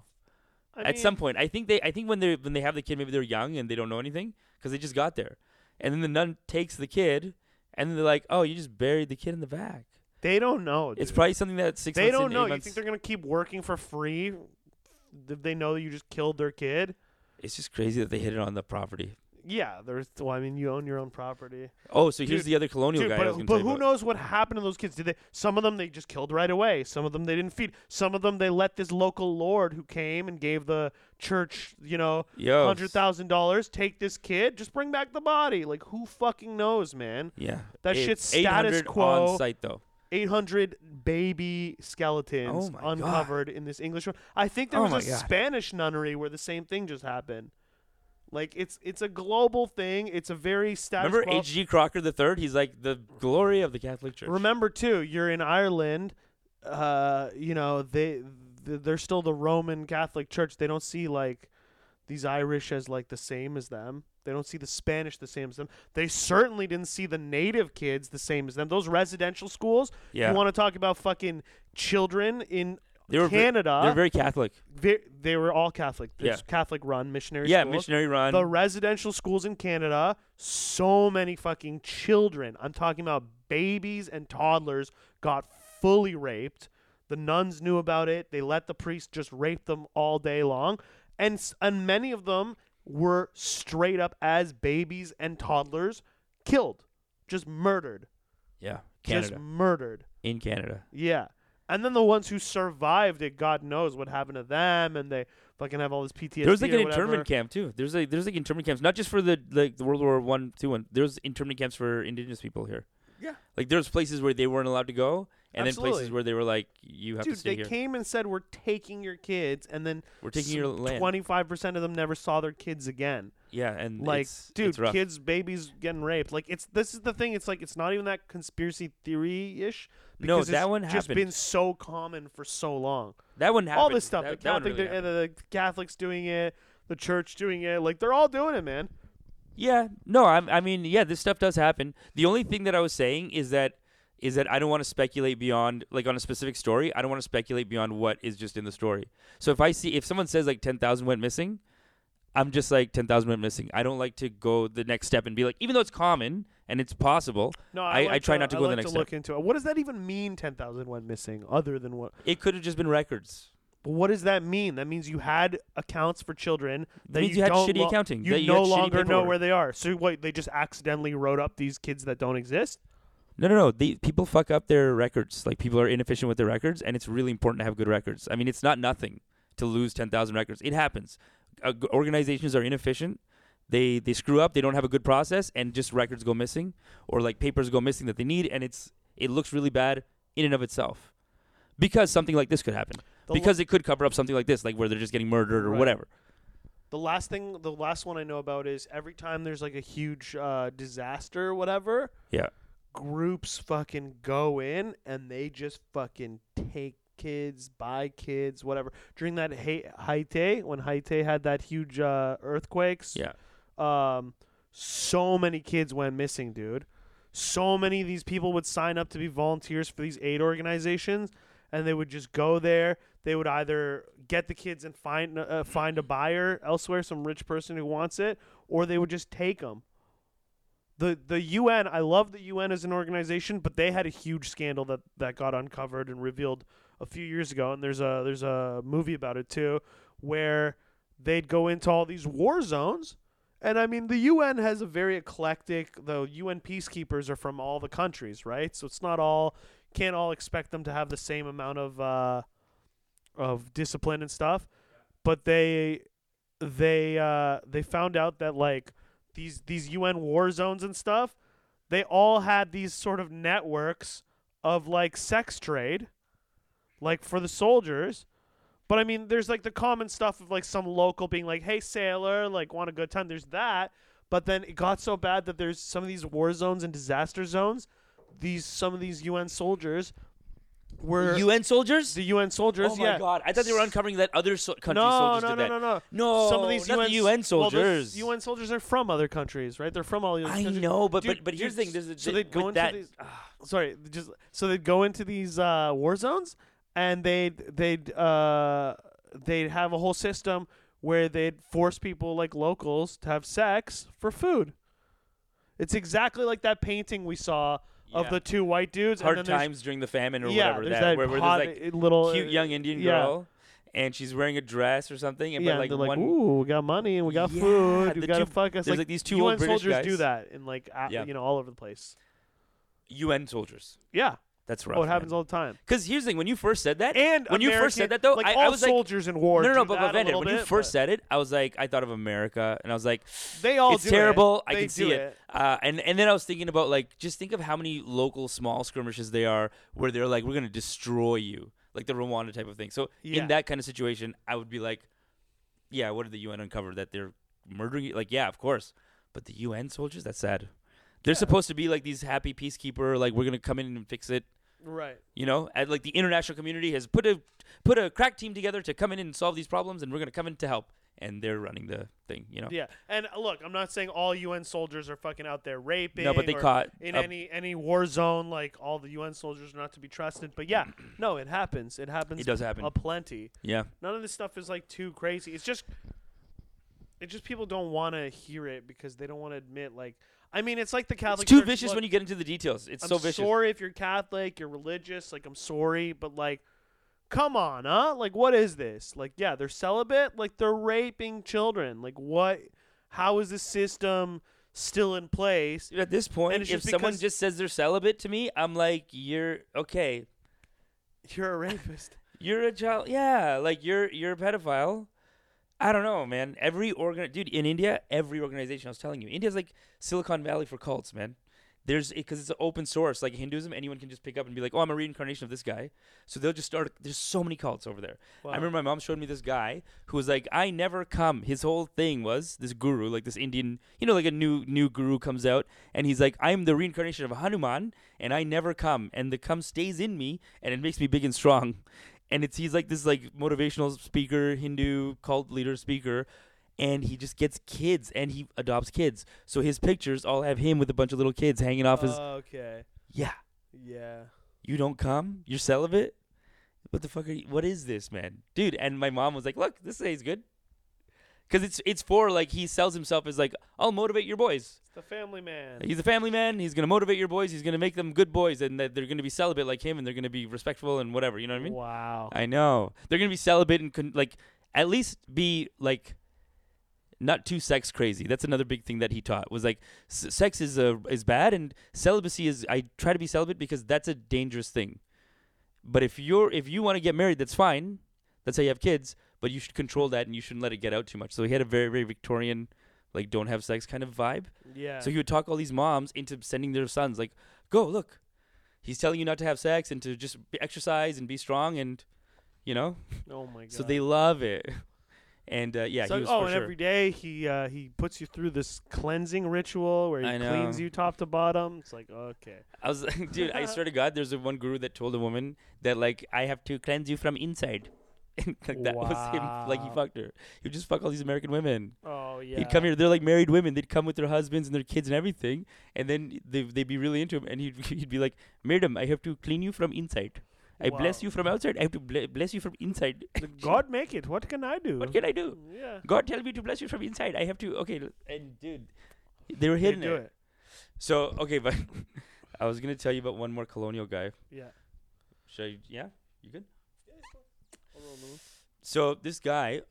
Speaker 1: I
Speaker 2: at
Speaker 1: mean,
Speaker 2: some point? I think they I think when they when they have the kid maybe they're young and they don't know anything cuz they just got there. And then the nun takes the kid and they're like, "Oh, you just buried the kid in the back."
Speaker 1: they don't know.
Speaker 2: It's
Speaker 1: dude.
Speaker 2: probably something that 6
Speaker 1: they
Speaker 2: months
Speaker 1: don't
Speaker 2: in,
Speaker 1: know.
Speaker 2: eight
Speaker 1: You
Speaker 2: months-
Speaker 1: think they're gonna keep working for free? If they know that you just killed their kid,
Speaker 2: It's just crazy that they hit it on the property.
Speaker 1: yeah. There's. Well, I mean, you own your own property,
Speaker 2: Oh, so here's
Speaker 1: Dude-
Speaker 2: the other colonial
Speaker 1: dude.
Speaker 2: guy. I was
Speaker 1: But,
Speaker 2: gonna
Speaker 1: but
Speaker 2: tell you
Speaker 1: who
Speaker 2: about.
Speaker 1: knows what happened to those kids? Did they? Some of them they just killed right away. Some of them they didn't feed. Some of them they let this local lord who came and gave the church, you know,
Speaker 2: Yo,
Speaker 1: hundred thousand dollars. Take this kid. Just bring back the body. Like who fucking knows, man?
Speaker 2: Yeah,
Speaker 1: That
Speaker 2: It's
Speaker 1: shit's status
Speaker 2: 800
Speaker 1: quo.
Speaker 2: on site though.
Speaker 1: Eight hundred baby
Speaker 2: Oh
Speaker 1: skeletons
Speaker 2: my God.
Speaker 1: uncovered in this English. one. I think there
Speaker 2: Oh
Speaker 1: was
Speaker 2: my
Speaker 1: a
Speaker 2: God.
Speaker 1: Spanish nunnery where the same thing just happened. Like it's it's a global thing. It's a very status
Speaker 2: Remember
Speaker 1: quo.
Speaker 2: H.G. Crocker the third? He's like the glory of the Catholic Church.
Speaker 1: Remember too, you're in Ireland. Uh, you know they th- they're still the Roman Catholic Church. They don't see like these Irish as like the same as them. They don't see the Spanish the same as them. They certainly didn't see the native kids the same as them. Those residential schools.
Speaker 2: yeah,
Speaker 1: You want to talk about fucking children in
Speaker 2: they were ve-
Speaker 1: Canada?
Speaker 2: they were very Catholic.
Speaker 1: they, they were all Catholic.
Speaker 2: Yeah.
Speaker 1: It's Catholic run missionary
Speaker 2: Yeah,
Speaker 1: schools.
Speaker 2: missionary run.
Speaker 1: The residential schools in Canada, so many fucking children. I'm talking about babies and toddlers got fully raped. The nuns knew about it. They let the priest just rape them all day long, and s- and many of them were straight up as babies and toddlers killed, just murdered,
Speaker 2: Yeah,
Speaker 1: just
Speaker 2: Canada
Speaker 1: murdered.
Speaker 2: in Canada.
Speaker 1: Yeah. And then the ones who survived it, God knows what happened to them, and they fucking have all this PTSD.
Speaker 2: There was like
Speaker 1: or
Speaker 2: an
Speaker 1: whatever.
Speaker 2: internment camp too. There's like there's like internment camps, not just for the like the World War One, two, and there's internment camps for Indigenous people here.
Speaker 1: Yeah.
Speaker 2: like there's places where they weren't allowed to go, and then places
Speaker 1: Absolutely.
Speaker 2: where they were like, you have
Speaker 1: Dude,
Speaker 2: to stay
Speaker 1: they
Speaker 2: here.
Speaker 1: came and said we're taking your kids, and then
Speaker 2: We're taking your land.
Speaker 1: Twenty-five percent of them never saw their kids again.
Speaker 2: yeah, and
Speaker 1: Like,
Speaker 2: it's,
Speaker 1: dude,
Speaker 2: it's rough.
Speaker 1: kids, babies getting raped. Like, it's this is the thing. It's like it's not even that conspiracy theory ish.
Speaker 2: No, that one
Speaker 1: just
Speaker 2: happened.
Speaker 1: been so common for so long.
Speaker 2: that one happened.
Speaker 1: all this stuff.
Speaker 2: That,
Speaker 1: the,
Speaker 2: that one
Speaker 1: Catholic,
Speaker 2: really happened.
Speaker 1: the, the Catholics doing it, the church doing it. Like they're all doing it, man.
Speaker 2: Yeah, no, I, I mean, yeah, this stuff does happen. The only thing that I was saying is that is that I don't want to speculate beyond like on a specific story. I don't want to speculate beyond what is just in the story. So if I see if someone says like ten thousand went missing, I'm just like ten thousand went missing. I don't like to go the next step and be like, even though it's common and it's possible,
Speaker 1: No,
Speaker 2: I,
Speaker 1: like
Speaker 2: I try not to
Speaker 1: I
Speaker 2: go
Speaker 1: like
Speaker 2: the next
Speaker 1: to look
Speaker 2: step.
Speaker 1: into it. What does that even mean? Ten thousand went missing. Other than what?
Speaker 2: It could have just been records.
Speaker 1: But what does that mean? That means you had accounts for children
Speaker 2: That
Speaker 1: that
Speaker 2: means you had
Speaker 1: don't
Speaker 2: shitty
Speaker 1: lo-
Speaker 2: accounting,
Speaker 1: You
Speaker 2: that you
Speaker 1: no
Speaker 2: had shitty
Speaker 1: longer know
Speaker 2: paperwork.
Speaker 1: where they are. So what? They just accidentally wrote up these kids that don't exist.
Speaker 2: No, no, no. The, people fuck up their records. Like people are inefficient with their records, and it's really important to have good records. I mean, it's not nothing to lose ten thousand records. It happens. Uh, g- organizations are inefficient. They they screw up. They don't have a good process, and just records go missing, or like papers go missing that they need, and it's it looks really bad in and of itself, because something like this could happen.
Speaker 1: The lo-
Speaker 2: because it could cover up something like this, like where they're just getting murdered or
Speaker 1: Right.
Speaker 2: whatever.
Speaker 1: The last thing, the last one I know about is every time there's like a huge uh, disaster or whatever,
Speaker 2: Yeah.
Speaker 1: groups fucking go in and they just fucking take kids, buy kids, whatever. During that Hai- Haiti, when Haiti had that huge uh, earthquakes,
Speaker 2: Yeah.
Speaker 1: um, so many kids went missing, dude. So many of these people would sign up to be volunteers for these aid organizations, and they would just go there. They would either get the kids and find uh, find a buyer elsewhere, some rich person who wants it, or they would just take them. The the UN, I love the UN as an organization, but they had a huge scandal that that got uncovered and revealed a few years ago, and there's a there's a movie about it too, where they'd go into all these war zones and I mean, the UN has a very eclectic. The UN peacekeepers are from all the countries, right? So it's not all can't all expect them to have the same amount of uh, of discipline and stuff. But they they uh, they found out that like these these UN war zones and stuff, they all had these sort of networks of like sex trade, like for the soldiers. But I mean, there's like the common stuff of like some local being like, "Hey, sailor, like want a good time." There's that, but then it got so bad that there's some of these war zones and disaster zones. These some of these UN soldiers were
Speaker 2: UN soldiers?
Speaker 1: the UN soldiers.
Speaker 2: oh my
Speaker 1: yeah.
Speaker 2: god! I thought they were uncovering that other so- country
Speaker 1: no,
Speaker 2: soldiers
Speaker 1: no,
Speaker 2: did
Speaker 1: no,
Speaker 2: that.
Speaker 1: no, no,
Speaker 2: No,
Speaker 1: Some of these
Speaker 2: not the UN
Speaker 1: well, those
Speaker 2: soldiers.
Speaker 1: UN soldiers are from other countries, right? They're from all these.
Speaker 2: I
Speaker 1: countries.
Speaker 2: know, but
Speaker 1: Dude,
Speaker 2: but, but here's the
Speaker 1: dude,
Speaker 2: thing. There's a,
Speaker 1: so
Speaker 2: di-
Speaker 1: they'd go
Speaker 2: with
Speaker 1: into
Speaker 2: that,
Speaker 1: these. Sorry, just so they'd go into these uh, war zones and they'd they'd uh, they'd have a whole system where they'd force people like locals to have sex for food. It's exactly like that painting we saw of
Speaker 2: Yeah.
Speaker 1: the two white dudes.
Speaker 2: hard
Speaker 1: and then there's-
Speaker 2: times during the famine or
Speaker 1: Yeah,
Speaker 2: whatever
Speaker 1: there's
Speaker 2: that,
Speaker 1: that
Speaker 2: where, where
Speaker 1: hot
Speaker 2: there's
Speaker 1: uh, little
Speaker 2: like cute
Speaker 1: uh,
Speaker 2: young Indian
Speaker 1: yeah.
Speaker 2: girl and she's wearing a dress or something and
Speaker 1: yeah,
Speaker 2: but
Speaker 1: and
Speaker 2: like
Speaker 1: they're like,
Speaker 2: one
Speaker 1: ooh, we got money and we got
Speaker 2: Yeah,
Speaker 1: food. You
Speaker 2: the
Speaker 1: gotta
Speaker 2: two-
Speaker 1: fuck us.
Speaker 2: there's
Speaker 1: Like,
Speaker 2: like these two
Speaker 1: UN
Speaker 2: old British
Speaker 1: soldiers do
Speaker 2: guys.
Speaker 1: that in like a-
Speaker 2: Yeah.
Speaker 1: you know all over the place.
Speaker 2: UN soldiers.
Speaker 1: Yeah,
Speaker 2: That's right.
Speaker 1: oh, it happens all the time.
Speaker 2: Because here's the thing: when you first said that,
Speaker 1: And
Speaker 2: when you
Speaker 1: American-
Speaker 2: first said that though,
Speaker 1: like
Speaker 2: I,
Speaker 1: all
Speaker 2: I was like,
Speaker 1: soldiers in war.
Speaker 2: no, no,
Speaker 1: do
Speaker 2: no. But,
Speaker 1: that
Speaker 2: but
Speaker 1: a
Speaker 2: Vander,
Speaker 1: little
Speaker 2: when you
Speaker 1: bit,
Speaker 2: first
Speaker 1: but
Speaker 2: said it, I was like, I thought of America, and I was like,
Speaker 1: they all
Speaker 2: it's
Speaker 1: do
Speaker 2: terrible.
Speaker 1: It.
Speaker 2: I
Speaker 1: They
Speaker 2: can
Speaker 1: do
Speaker 2: see it. Uh, and and then I was thinking about like just think of how many local small skirmishes they are where they're like we're gonna destroy you like the Rwanda type of thing. So
Speaker 1: Yeah.
Speaker 2: in that kind of situation, I would be like, yeah, what did the UN uncover that they're murdering? you? Like yeah, of course, but the UN soldiers, that's sad. They're supposed to be like these happy peacekeeper, like we're gonna come in and fix it.
Speaker 1: Right.
Speaker 2: You know, and like the international community has put a put a crack team together to come in and solve these problems, and we're gonna come in to help. And they're running the thing, you know.
Speaker 1: Yeah. And uh, look, I'm not saying all UN soldiers are fucking out there raping.
Speaker 2: No, but they
Speaker 1: or
Speaker 2: caught
Speaker 1: in
Speaker 2: a-
Speaker 1: any any war zone. Like all the UN soldiers are not to be trusted. But yeah, no, it happens. It happens.
Speaker 2: It does happen.
Speaker 1: A plenty.
Speaker 2: Yeah.
Speaker 1: None of this stuff is like too crazy. It's just, it's just people don't want to hear it because they don't want to admit. Like I mean, it's like the Catholic.
Speaker 2: it's too
Speaker 1: Church.
Speaker 2: vicious
Speaker 1: Look,
Speaker 2: when you get into the details. It's
Speaker 1: I'm
Speaker 2: so vicious.
Speaker 1: sorry if you're Catholic, you're religious. Like, I'm sorry, but like, come on, huh? Like, what is this? Like, yeah, they're celibate. Like, they're raping children. Like, what? How is this system still in place?
Speaker 2: Dude, At this point,
Speaker 1: And
Speaker 2: if
Speaker 1: it's just
Speaker 2: someone
Speaker 1: because-
Speaker 2: just says they're celibate to me, I'm like, you're okay.
Speaker 1: You're a rapist.
Speaker 2: You're a child. Yeah, like you're you're a pedophile. I don't know, man. Every organ, dude, in India, every organization. I was telling you, India's like Silicon Valley for cults, man. There's because it's open source, like Hinduism. Anyone can just pick up and be like, "Oh, I'm a reincarnation of this guy." So they'll just start. There's so many cults over there.
Speaker 1: Wow.
Speaker 2: I remember my mom showed me this guy who was like, "I never come." His whole thing was this guru, like this Indian, you know, like a new new guru comes out, and he's like, "I'm the reincarnation of Hanuman, and I never come, and the come stays in me, and it makes me big and strong." And it's he's like this like motivational speaker, Hindu cult leader speaker, and he just gets kids and he adopts kids. So his pictures all have him with a bunch of little kids hanging off his.
Speaker 1: okay.
Speaker 2: Yeah,
Speaker 1: Yeah.
Speaker 2: you don't come. You're celibate. What the fuck are you? What is this, man, dude? And my mom was like, "Look, this tastes good," because it's it's for like he sells himself as like, "I'll motivate your boys."
Speaker 1: It's the family man.
Speaker 2: He's a family man. He's gonna motivate your boys. He's gonna make them good boys, and that they're gonna be celibate like him, and they're gonna be respectful and whatever. You know what I mean?
Speaker 1: Wow.
Speaker 2: I know they're gonna be celibate and con- like at least be like not too sex crazy. That's another big thing that he taught was like s- sex is a is bad and celibacy is. I try to be celibate because that's a dangerous thing. But if you're if you want to get married, that's fine. That's how you have kids. But you should control that and you shouldn't let it get out too much. So he had a very very Victorian like don't have sex kind of vibe.
Speaker 1: yeah.
Speaker 2: So he would talk all these moms into sending their sons like, "Go look, he's telling you not to have sex and to just be- exercise and be strong and, you know."
Speaker 1: oh my god.
Speaker 2: So they love it, and uh, yeah,
Speaker 1: So-
Speaker 2: he was
Speaker 1: oh,
Speaker 2: for
Speaker 1: and
Speaker 2: sure.
Speaker 1: every day he uh, he puts you through this cleansing ritual where he
Speaker 2: I know.
Speaker 1: cleans you top to bottom. It's like okay,
Speaker 2: I was like, dude, I swear to God, there's a one guru that told a woman that like I have to cleanse you from inside. And like, that was him. Like he
Speaker 1: Wow.
Speaker 2: fucked her. He would just fuck all these American women.
Speaker 1: oh yeah.
Speaker 2: He'd come here. They're like married women. They'd come with their husbands and their kids and everything. And then they they'd be really into him. And he'd he'd be like, "Madam, I have to clean you from inside. I bless
Speaker 1: Wow.
Speaker 2: you from outside. I have to ble- bless you from inside.
Speaker 1: God make it. What can I do? Mm,
Speaker 2: what can I do?
Speaker 1: Yeah.
Speaker 2: God tell me to bless you from inside. I have to. Okay, l- and dude, they were
Speaker 1: They
Speaker 2: hidden
Speaker 1: do
Speaker 2: it.
Speaker 1: it.
Speaker 2: So okay, but I was gonna tell you about one more colonial guy.
Speaker 1: Yeah.
Speaker 2: Should I, yeah, you good? So this guy,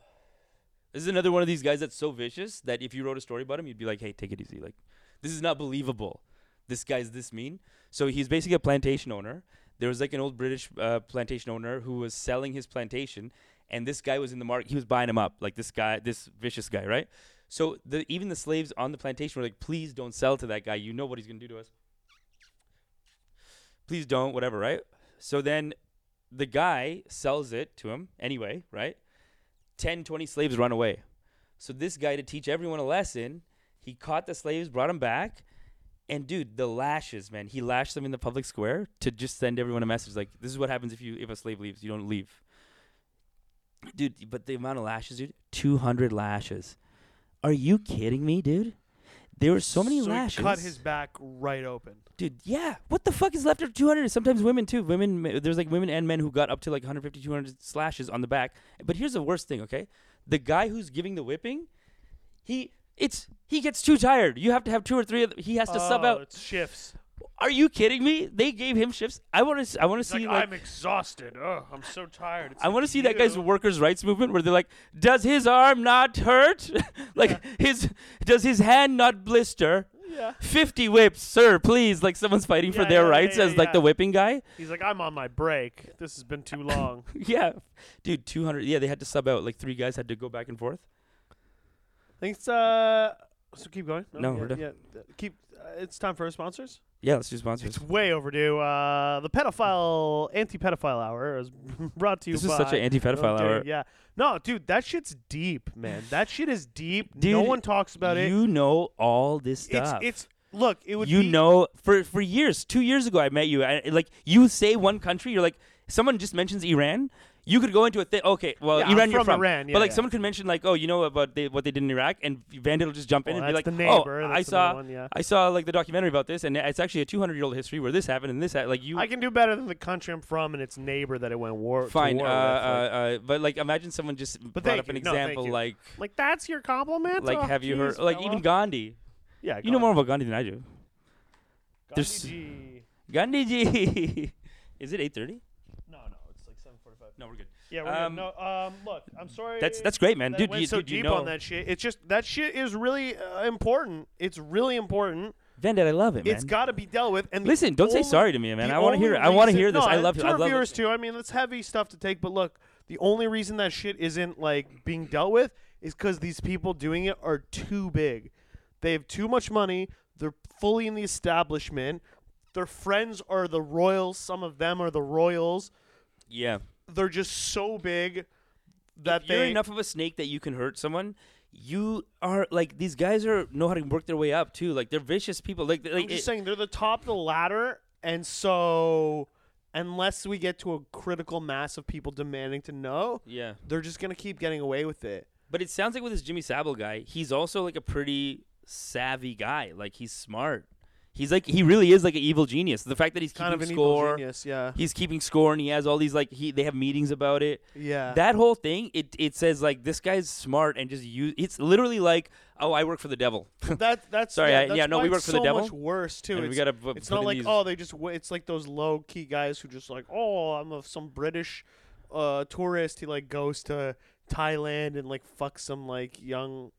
Speaker 2: this is another one of these guys that's so vicious that if you wrote a story about him, you'd be like, "Hey, take it easy. Like, this is not believable. This guy's this mean." So he's basically a plantation owner. There was like an old British uh, plantation owner who was selling his plantation, and this guy was in the market. He was buying him up, like this guy, this vicious guy, right? So the even the slaves on the plantation were like, "Please don't sell to that guy. You know what he's gonna do to us. Please don't, whatever, right?" So then the guy sells it to him anyway, right? 10, 20 slaves run away. So this guy, to teach everyone a lesson, he caught the slaves, brought them back, and dude, the lashes, man. He lashed them in the public square to just send everyone a message like, this is what happens if you if a slave leaves, you don't leave. Dude, but the amount of lashes, dude, 200 lashes. Are you kidding me, dude? There were so many
Speaker 1: so
Speaker 2: lashes
Speaker 1: He cut his back right open.
Speaker 2: dude yeah what the fuck is left after 200 sometimes women too women ma- there's like women and men who got up to like 150 200 slashes on the back but here's the worst thing okay the guy who's giving the whipping he it's he gets too tired you have to have two or three of th- he has to sub
Speaker 1: Oh,
Speaker 2: out
Speaker 1: It's shifts.
Speaker 2: are you kidding me they gave him shifts i want to i want to
Speaker 1: It's Oh. like,
Speaker 2: see like,
Speaker 1: I'm exhausted. Oh, I'm so tired. It's
Speaker 2: I
Speaker 1: like,
Speaker 2: want to see that guy's
Speaker 1: you-
Speaker 2: workers' rights movement where they're like, does his arm not hurt? like his does his hand not blister?
Speaker 1: Yeah.
Speaker 2: 50 whips, sir, please. Like someone's fighting for
Speaker 1: Yeah,
Speaker 2: their
Speaker 1: yeah, yeah,
Speaker 2: rights
Speaker 1: yeah,
Speaker 2: as like the
Speaker 1: yeah.
Speaker 2: whipping guy.
Speaker 1: He's like, I'm on my break. This has been too long.
Speaker 2: yeah, dude, two hundred. Yeah, they had to sub out. Like three guys had to go back and forth.
Speaker 1: I think it's uh. So keep going.
Speaker 2: No,
Speaker 1: yeah,
Speaker 2: we're done.
Speaker 1: yeah. Th- Keep. Uh, it's time for our sponsors.
Speaker 2: Yeah, let's do sponsors.
Speaker 1: It's way overdue. Uh, the pedophile, anti-pedophile hour is brought to you
Speaker 2: This
Speaker 1: by.
Speaker 2: is such an
Speaker 1: Oh,
Speaker 2: anti-pedophile
Speaker 1: dude,
Speaker 2: hour.
Speaker 1: Yeah. No, dude, that shit's deep, man. That shit is deep. no
Speaker 2: Dude,
Speaker 1: one talks about it.
Speaker 2: you know all this
Speaker 1: It's
Speaker 2: stuff.
Speaker 1: it's look. It would.
Speaker 2: you
Speaker 1: be,
Speaker 2: know for for years. Two years ago, I met you. I, like you say one country, you're like someone just mentions Iran. You could go into a thing. Okay, well,
Speaker 1: Yeah, I'm
Speaker 2: Iran, you're
Speaker 1: from
Speaker 2: from
Speaker 1: Iran, yeah,
Speaker 2: but like
Speaker 1: yeah.
Speaker 2: someone could mention like, oh, you know about they, what they did in Iraq, and Vandit will just jump
Speaker 1: Well,
Speaker 2: in and
Speaker 1: that's
Speaker 2: be like,
Speaker 1: the neighbor.
Speaker 2: oh,
Speaker 1: that's another
Speaker 2: I saw.
Speaker 1: One, yeah.
Speaker 2: I saw like the documentary about this, and it's actually a 200 year old history where this happened and this happened. Like you,
Speaker 1: I can do better than the country I'm from and its neighbor that it went war. to
Speaker 2: Fine, uh,
Speaker 1: war
Speaker 2: uh,
Speaker 1: with. Like,
Speaker 2: uh, but like, imagine someone just brought
Speaker 1: thank
Speaker 2: up an
Speaker 1: you. No, thank
Speaker 2: example
Speaker 1: you.
Speaker 2: like,
Speaker 1: like, that's your compliment.
Speaker 2: like,
Speaker 1: Oh,
Speaker 2: have you
Speaker 1: jeez,
Speaker 2: heard? Like,
Speaker 1: fella.
Speaker 2: even Gandhi.
Speaker 1: Yeah,
Speaker 2: You know
Speaker 1: Gandhi-
Speaker 2: more about Gandhi than I do. there's-
Speaker 1: Gandhiji.
Speaker 2: Gandhi ji. Is it 8:30?
Speaker 1: No, no, it's like 7:45.
Speaker 2: No, we're good.
Speaker 1: Yeah, we're good.
Speaker 2: Um,
Speaker 1: no. Um, look, I'm sorry.
Speaker 2: That's that's great, man.
Speaker 1: that
Speaker 2: dude,
Speaker 1: went
Speaker 2: you,
Speaker 1: so
Speaker 2: dude,
Speaker 1: deep
Speaker 2: you know.
Speaker 1: on that shit. It's just that shit is really uh, important. It's really important.
Speaker 2: Vendette, I love it, man.
Speaker 1: It's got to be dealt with. And the
Speaker 2: Listen, don't say
Speaker 1: only-
Speaker 2: sorry to me, man.
Speaker 1: the
Speaker 2: I want to hear.
Speaker 1: only
Speaker 2: I want to
Speaker 1: reason-
Speaker 2: hear this.
Speaker 1: No,
Speaker 2: I
Speaker 1: and
Speaker 2: love.
Speaker 1: to
Speaker 2: I
Speaker 1: our
Speaker 2: love
Speaker 1: viewers
Speaker 2: it.
Speaker 1: too. I mean, it's heavy stuff to take, but look, the only reason that shit isn't like being dealt with is because these people doing it are too big. They have too much money. They're fully in the establishment. Their friends are the royals. Some of them are the royals.
Speaker 2: Yeah.
Speaker 1: They're just so big that
Speaker 2: if you're
Speaker 1: they
Speaker 2: enough of a snake that you can hurt someone. You are like these guys are know how to work their way up too. Like they're vicious people. Like, they- like
Speaker 1: I'm just
Speaker 2: it-
Speaker 1: saying they're the top of the ladder, and so unless we get to a critical mass of people demanding to know,
Speaker 2: yeah.
Speaker 1: they're just gonna keep getting away with it.
Speaker 2: But it sounds like with this Jimmy Savile guy, he's also like a pretty savvy guy. Like he's smart. He's like he really is like an evil genius. The fact that he's keeping
Speaker 1: Kind of an evil
Speaker 2: score,
Speaker 1: genius, yeah,
Speaker 2: he's keeping score, and he has all these like he they have meetings about it.
Speaker 1: yeah.
Speaker 2: That whole thing, it it says like this guy's smart and just use. It's literally like oh I work for the devil.
Speaker 1: that that's
Speaker 2: Sorry,
Speaker 1: yeah,
Speaker 2: I-
Speaker 1: that's
Speaker 2: yeah, no,
Speaker 1: why
Speaker 2: we
Speaker 1: it's
Speaker 2: work for the
Speaker 1: so
Speaker 2: devil,
Speaker 1: Much worse too.
Speaker 2: and we
Speaker 1: It's,
Speaker 2: gotta bu-
Speaker 1: it's
Speaker 2: put
Speaker 1: not
Speaker 2: in
Speaker 1: like
Speaker 2: these-
Speaker 1: oh they just w- it's like those low key guys who just like oh I'm a, some British uh, tourist. He like goes to Thailand and like fucks some like young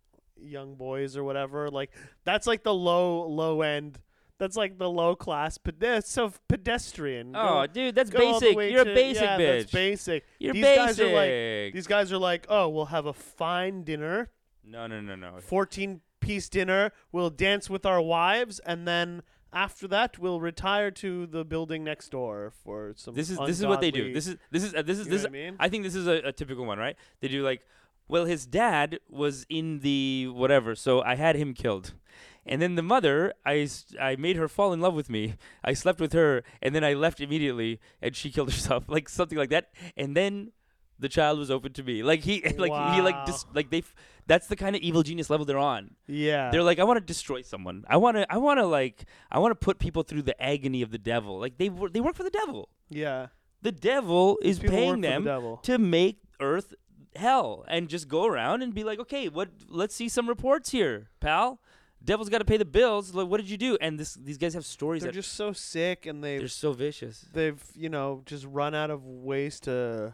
Speaker 1: young boys or whatever. Like that's like the low low end. That's like the low class pedes- of pedestrian.
Speaker 2: oh
Speaker 1: Go-
Speaker 2: dude, that's
Speaker 1: go all the
Speaker 2: basic.
Speaker 1: way
Speaker 2: You're
Speaker 1: to-
Speaker 2: a basic
Speaker 1: yeah,
Speaker 2: bitch.
Speaker 1: That's basic.
Speaker 2: You're
Speaker 1: These
Speaker 2: basic.
Speaker 1: guys are like these guys are like oh we'll have a fine dinner.
Speaker 2: no no no no.
Speaker 1: 14 piece dinner. We'll dance with our wives, and then after that, we'll retire to the building next door for some.
Speaker 2: This is this is what they do.
Speaker 1: ungodly-
Speaker 2: This is this is uh, this is
Speaker 1: You know
Speaker 2: this.
Speaker 1: what I mean?
Speaker 2: think this is a, a typical one, right? They do like, well, his dad was in the whatever, so I had him killed, and then the mother, I s- I made her fall in love with me. I slept with her, and then I left immediately, and she killed herself, like something like that, and then. The child was open to me. Like he, like he, like
Speaker 1: Wow.
Speaker 2: dis- like they. F- that's the kind of evil genius level they're on.
Speaker 1: yeah.
Speaker 2: They're like, I want to destroy someone. I want to, I want to like, I want to put people through the agony of the devil. Like they, wor- they work for the devil.
Speaker 1: yeah.
Speaker 2: The devil is
Speaker 1: People work
Speaker 2: paying
Speaker 1: for the
Speaker 2: them
Speaker 1: devil.
Speaker 2: to make Earth hell and just go around and be like, okay, what? Let's see some reports here, pal. Devil's got to pay the bills. Like, what did you do? And this, these guys have stories
Speaker 1: They're
Speaker 2: that
Speaker 1: just so sick, and
Speaker 2: they're
Speaker 1: they've
Speaker 2: so vicious.
Speaker 1: they've you know just run out of ways to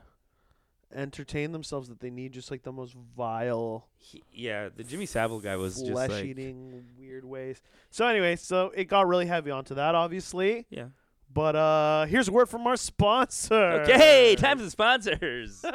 Speaker 1: entertain themselves that they need just like the most vile
Speaker 2: He- yeah, the Jimmy Savile guy was just
Speaker 1: flesh
Speaker 2: like,
Speaker 1: eating weird ways so anyway so it got really heavy onto that obviously
Speaker 2: yeah.
Speaker 1: but uh here's a word from our sponsor
Speaker 2: Okay, time for the sponsors.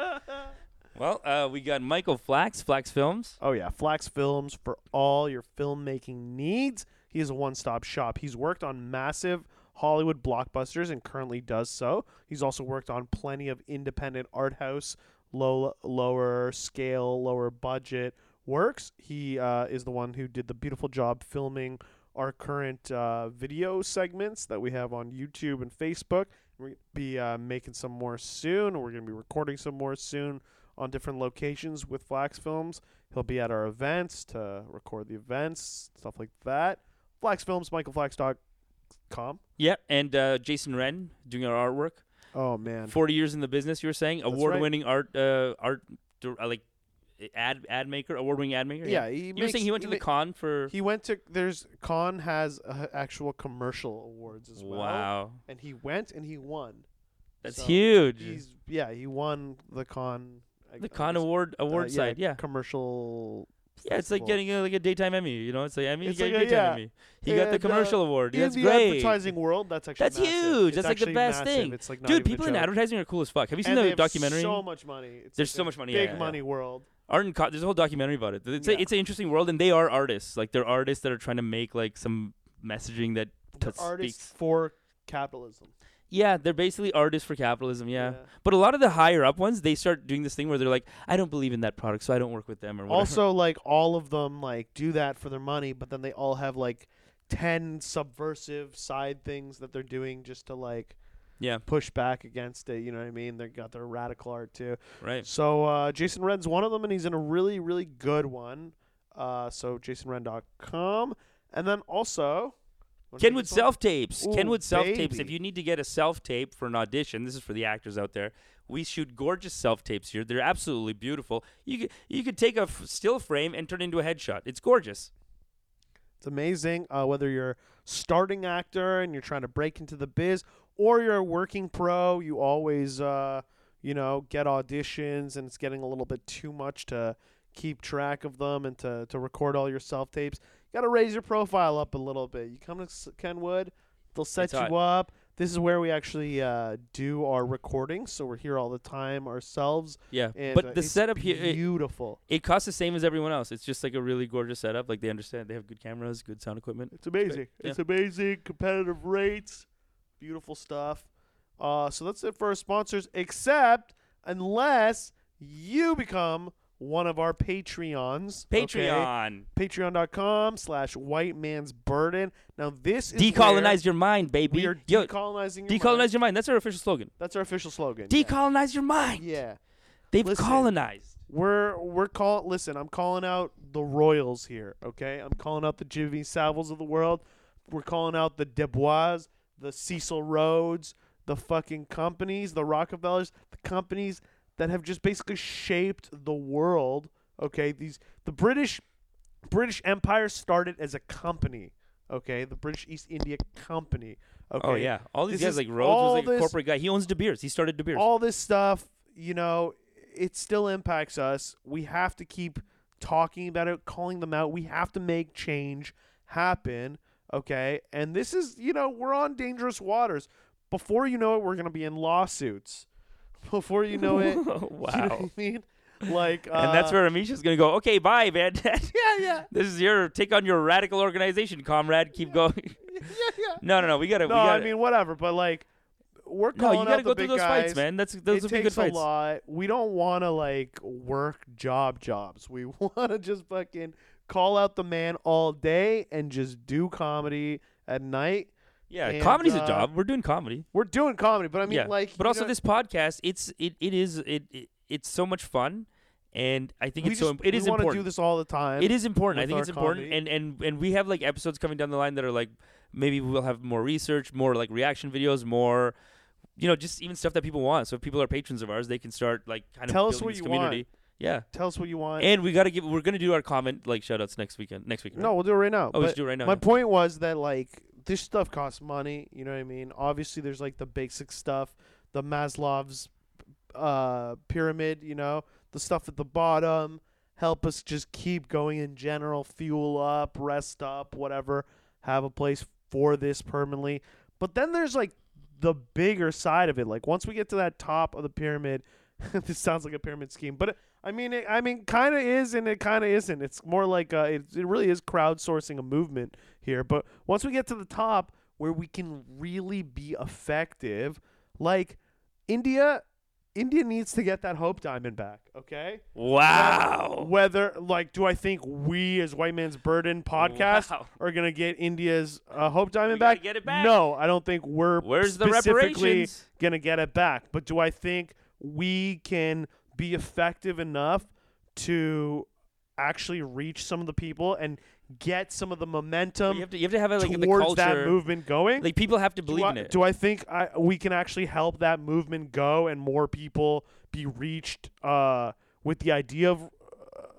Speaker 2: well, uh, we got Michael Flax, Flax Films.
Speaker 1: Oh yeah, Flax Films for all your filmmaking needs. He is a one-stop shop. He's worked on massive Hollywood blockbusters and currently does so. He's also worked on plenty of independent art house, low lower scale, lower budget works. He uh, is the one who did the beautiful job filming our current uh, video segments that we have on YouTube and Facebook. We're gonna be uh, making some more soon. We're gonna be recording some more soon on different locations with Flax Films. He'll be at our events to record the events, stuff like that. Flax Films, michaelflax.com.
Speaker 2: Yeah, and uh, Jason Wren doing our artwork.
Speaker 1: Oh, man.
Speaker 2: 40 years in the business you were saying
Speaker 1: right.
Speaker 2: award-winning art uh, art dir- uh, like ad ad maker award-winning ad maker
Speaker 1: Yeah, he
Speaker 2: you were saying he went to the con for
Speaker 1: He went to there's Con has uh, actual commercial awards as well.
Speaker 2: wow
Speaker 1: And he went and he won.
Speaker 2: that's
Speaker 1: So
Speaker 2: huge
Speaker 1: He's yeah, he won the Con I-
Speaker 2: the
Speaker 1: I
Speaker 2: con
Speaker 1: guess,
Speaker 2: award
Speaker 1: uh,
Speaker 2: award side yeah
Speaker 1: Commercial
Speaker 2: yeah it's like
Speaker 1: festival.
Speaker 2: getting a, like a daytime Emmy you know it's like Emmy
Speaker 1: It's
Speaker 2: you get
Speaker 1: like
Speaker 2: a
Speaker 1: a-
Speaker 2: daytime
Speaker 1: yeah.
Speaker 2: Emmy he got the
Speaker 1: And, uh,
Speaker 2: commercial award
Speaker 1: in
Speaker 2: that's
Speaker 1: the
Speaker 2: great
Speaker 1: advertising world, that's actually
Speaker 2: That's
Speaker 1: massive.
Speaker 2: huge.
Speaker 1: It's
Speaker 2: That's like the
Speaker 1: actually
Speaker 2: best
Speaker 1: massive.
Speaker 2: thing.
Speaker 1: It's like not
Speaker 2: dude
Speaker 1: even a
Speaker 2: people in
Speaker 1: joke.
Speaker 2: advertising are cool as fuck have you seen
Speaker 1: And they
Speaker 2: the
Speaker 1: have
Speaker 2: documentary
Speaker 1: So much money. It's
Speaker 2: There's
Speaker 1: like
Speaker 2: so
Speaker 1: a
Speaker 2: much money, yeah,
Speaker 1: Big
Speaker 2: yeah, yeah.
Speaker 1: money world.
Speaker 2: art and co- there's a whole documentary about it it's,
Speaker 1: Yeah.
Speaker 2: a, it's an interesting world and they are artists like they're artists that are trying to make like some messaging that
Speaker 1: They're
Speaker 2: that
Speaker 1: artists
Speaker 2: speaks
Speaker 1: for capitalism.
Speaker 2: yeah they're basically artists for capitalism yeah. But a lot of the higher up ones, they start doing this thing where they're like, I don't believe in that product, so I don't work with them or whatever.
Speaker 1: Also, like all of them, like do that for their money, but then they all have like ten subversive side things that they're doing just to like
Speaker 2: yeah,
Speaker 1: push back against it. You know what I mean? They got their radical art too.
Speaker 2: right.
Speaker 1: So uh, Jason Wren's one of them, and he's in a really, really good one. Uh, so jasonwren.com, and then also wanna take
Speaker 2: Kenwood
Speaker 1: this one?
Speaker 2: self tapes.
Speaker 1: Ooh,
Speaker 2: Kenwood self tapes. If
Speaker 1: baby.
Speaker 2: you need to get a self tape for an audition, this is for the actors out there. We shoot gorgeous self tapes here. They're absolutely beautiful. You could, you could take a f- still frame and turn it into a headshot. It's gorgeous.
Speaker 1: It's amazing uh, whether you're starting actor and you're trying to break into the biz, or you're a working pro. You always, uh, you know, get auditions, and it's getting a little bit too much to keep track of them and to, to record all your self tapes. You got to raise your profile up a little bit. You come to S- Kenwood, they'll set
Speaker 2: It's
Speaker 1: you
Speaker 2: hot.
Speaker 1: up. This is where we actually uh, do our recording, so we're here all the time ourselves.
Speaker 2: Yeah,
Speaker 1: And,
Speaker 2: but
Speaker 1: uh,
Speaker 2: the
Speaker 1: it's
Speaker 2: setup here it,
Speaker 1: beautiful.
Speaker 2: it costs the same as everyone else. It's just like a really gorgeous setup. Like they understand they have good cameras, good sound equipment.
Speaker 1: It's amazing.
Speaker 2: Yeah.
Speaker 1: It's amazing. Competitive rates, beautiful stuff. Uh, so that's it for our sponsors, except unless you become one of our Patreons. okay?
Speaker 2: Patreon,
Speaker 1: Patreon.com slash white man's burden. Now, this is. where
Speaker 2: decolonize your mind, baby.
Speaker 1: We are
Speaker 2: Yo,
Speaker 1: decolonizing. your
Speaker 2: decolonize
Speaker 1: mind.
Speaker 2: your mind. That's our official slogan.
Speaker 1: That's our official slogan. yeah.
Speaker 2: Decolonize your mind.
Speaker 1: Yeah.
Speaker 2: They've
Speaker 1: Listen.
Speaker 2: colonized.
Speaker 1: We're we're call listen, I'm calling out the Royals here, okay? I'm calling out the Jimmy Savills of the world. We're calling out the Dubois, the Cecil Rhodes, the fucking companies, the Rockefellers, the companies that have just basically shaped the world, okay? These the British British Empire started as a company, okay? The British East India Company, okay?
Speaker 2: Oh yeah, all these
Speaker 1: This
Speaker 2: guys
Speaker 1: is
Speaker 2: like Rhodes
Speaker 1: all
Speaker 2: was like a
Speaker 1: this-
Speaker 2: corporate guy. He owns De Beers. He started De Beers.
Speaker 1: all this stuff, you know, it still impacts us. We have to keep talking about it, calling them out. We have to make change happen. Okay. And this is, you know, we're on dangerous waters. Before you know it, we're going to be in lawsuits. Before you know it,
Speaker 2: wow.
Speaker 1: you know what I mean? Like, uh,
Speaker 2: and that's where Amisha's gonna go. Okay, bye, man.
Speaker 1: yeah, yeah,
Speaker 2: this is your take on your radical organization, comrade. Keep going.
Speaker 1: yeah, yeah.
Speaker 2: no, no, no. We gotta.
Speaker 1: No,
Speaker 2: we gotta
Speaker 1: I mean, whatever. But like, we're
Speaker 2: no,
Speaker 1: calling
Speaker 2: you gotta
Speaker 1: out the
Speaker 2: go through
Speaker 1: big
Speaker 2: those
Speaker 1: guys.
Speaker 2: fights, man. That's those
Speaker 1: it
Speaker 2: would be good
Speaker 1: takes
Speaker 2: fights.
Speaker 1: a lot. We don't want to like work job jobs. We want to just fucking call out the man all day and just do comedy at night.
Speaker 2: Yeah,
Speaker 1: And,
Speaker 2: comedy's
Speaker 1: uh,
Speaker 2: a job. We're doing comedy.
Speaker 1: We're doing comedy, but I mean,
Speaker 2: yeah,
Speaker 1: like,
Speaker 2: but
Speaker 1: you
Speaker 2: also
Speaker 1: know,
Speaker 2: this podcast. It's it it is it, it it's so much fun, and I think
Speaker 1: we
Speaker 2: it's so
Speaker 1: just-
Speaker 2: imp- it
Speaker 1: we
Speaker 2: is
Speaker 1: wanna
Speaker 2: important.
Speaker 1: do this all the time.
Speaker 2: It is important. I
Speaker 1: with
Speaker 2: think
Speaker 1: our
Speaker 2: it's important,
Speaker 1: comedy.
Speaker 2: and and and we have like episodes coming down the line that are like maybe we'll have more research, more like reaction videos, more, you know, just even stuff that people want. So if people are patrons of ours, they can start like kind of
Speaker 1: Tell us
Speaker 2: building
Speaker 1: what
Speaker 2: this
Speaker 1: you want. Uh,
Speaker 2: community. Yeah,
Speaker 1: Tell us what you want.
Speaker 2: and we gotta give. We're gonna do our comment like shout outs next weekend. Next weekend.
Speaker 1: no, we'll do it right now.
Speaker 2: oh, we
Speaker 1: but
Speaker 2: should do it right now.
Speaker 1: my
Speaker 2: yeah.
Speaker 1: point was that like this stuff costs money. You know what I mean? Obviously, there's like the basic stuff, the Maslow's uh, pyramid. You know, the stuff at the bottom help us just keep going in general. Fuel up, rest up, whatever. Have a place for this permanently. But then there's like the bigger side of it. Like once we get to that top of the pyramid, this sounds like a pyramid scheme, but I mean, it, I mean, kind of is and it kind of isn't. It's more like uh, it, it really is crowdsourcing a movement here. But once we get to the top where we can really be effective, like India, India needs to get that Hope Diamond back. Okay.
Speaker 2: wow.
Speaker 1: Whether like, do I think we as White Man's Burden podcast
Speaker 2: Wow.
Speaker 1: are gonna get India's uh, Hope Diamond
Speaker 2: We gotta
Speaker 1: back?
Speaker 2: get it back.
Speaker 1: No, I don't think we're
Speaker 2: Where's the
Speaker 1: specifically
Speaker 2: reparations?
Speaker 1: gonna get it back. But do I think we can be effective enough to actually reach some of the people and get some of the momentum
Speaker 2: You have to you have to have like the
Speaker 1: towards
Speaker 2: culture.
Speaker 1: that movement going?
Speaker 2: Like people have to
Speaker 1: do
Speaker 2: believe
Speaker 1: I,
Speaker 2: in it.
Speaker 1: do I think I, we can actually help that movement go and more people be reached uh, with the idea of uh,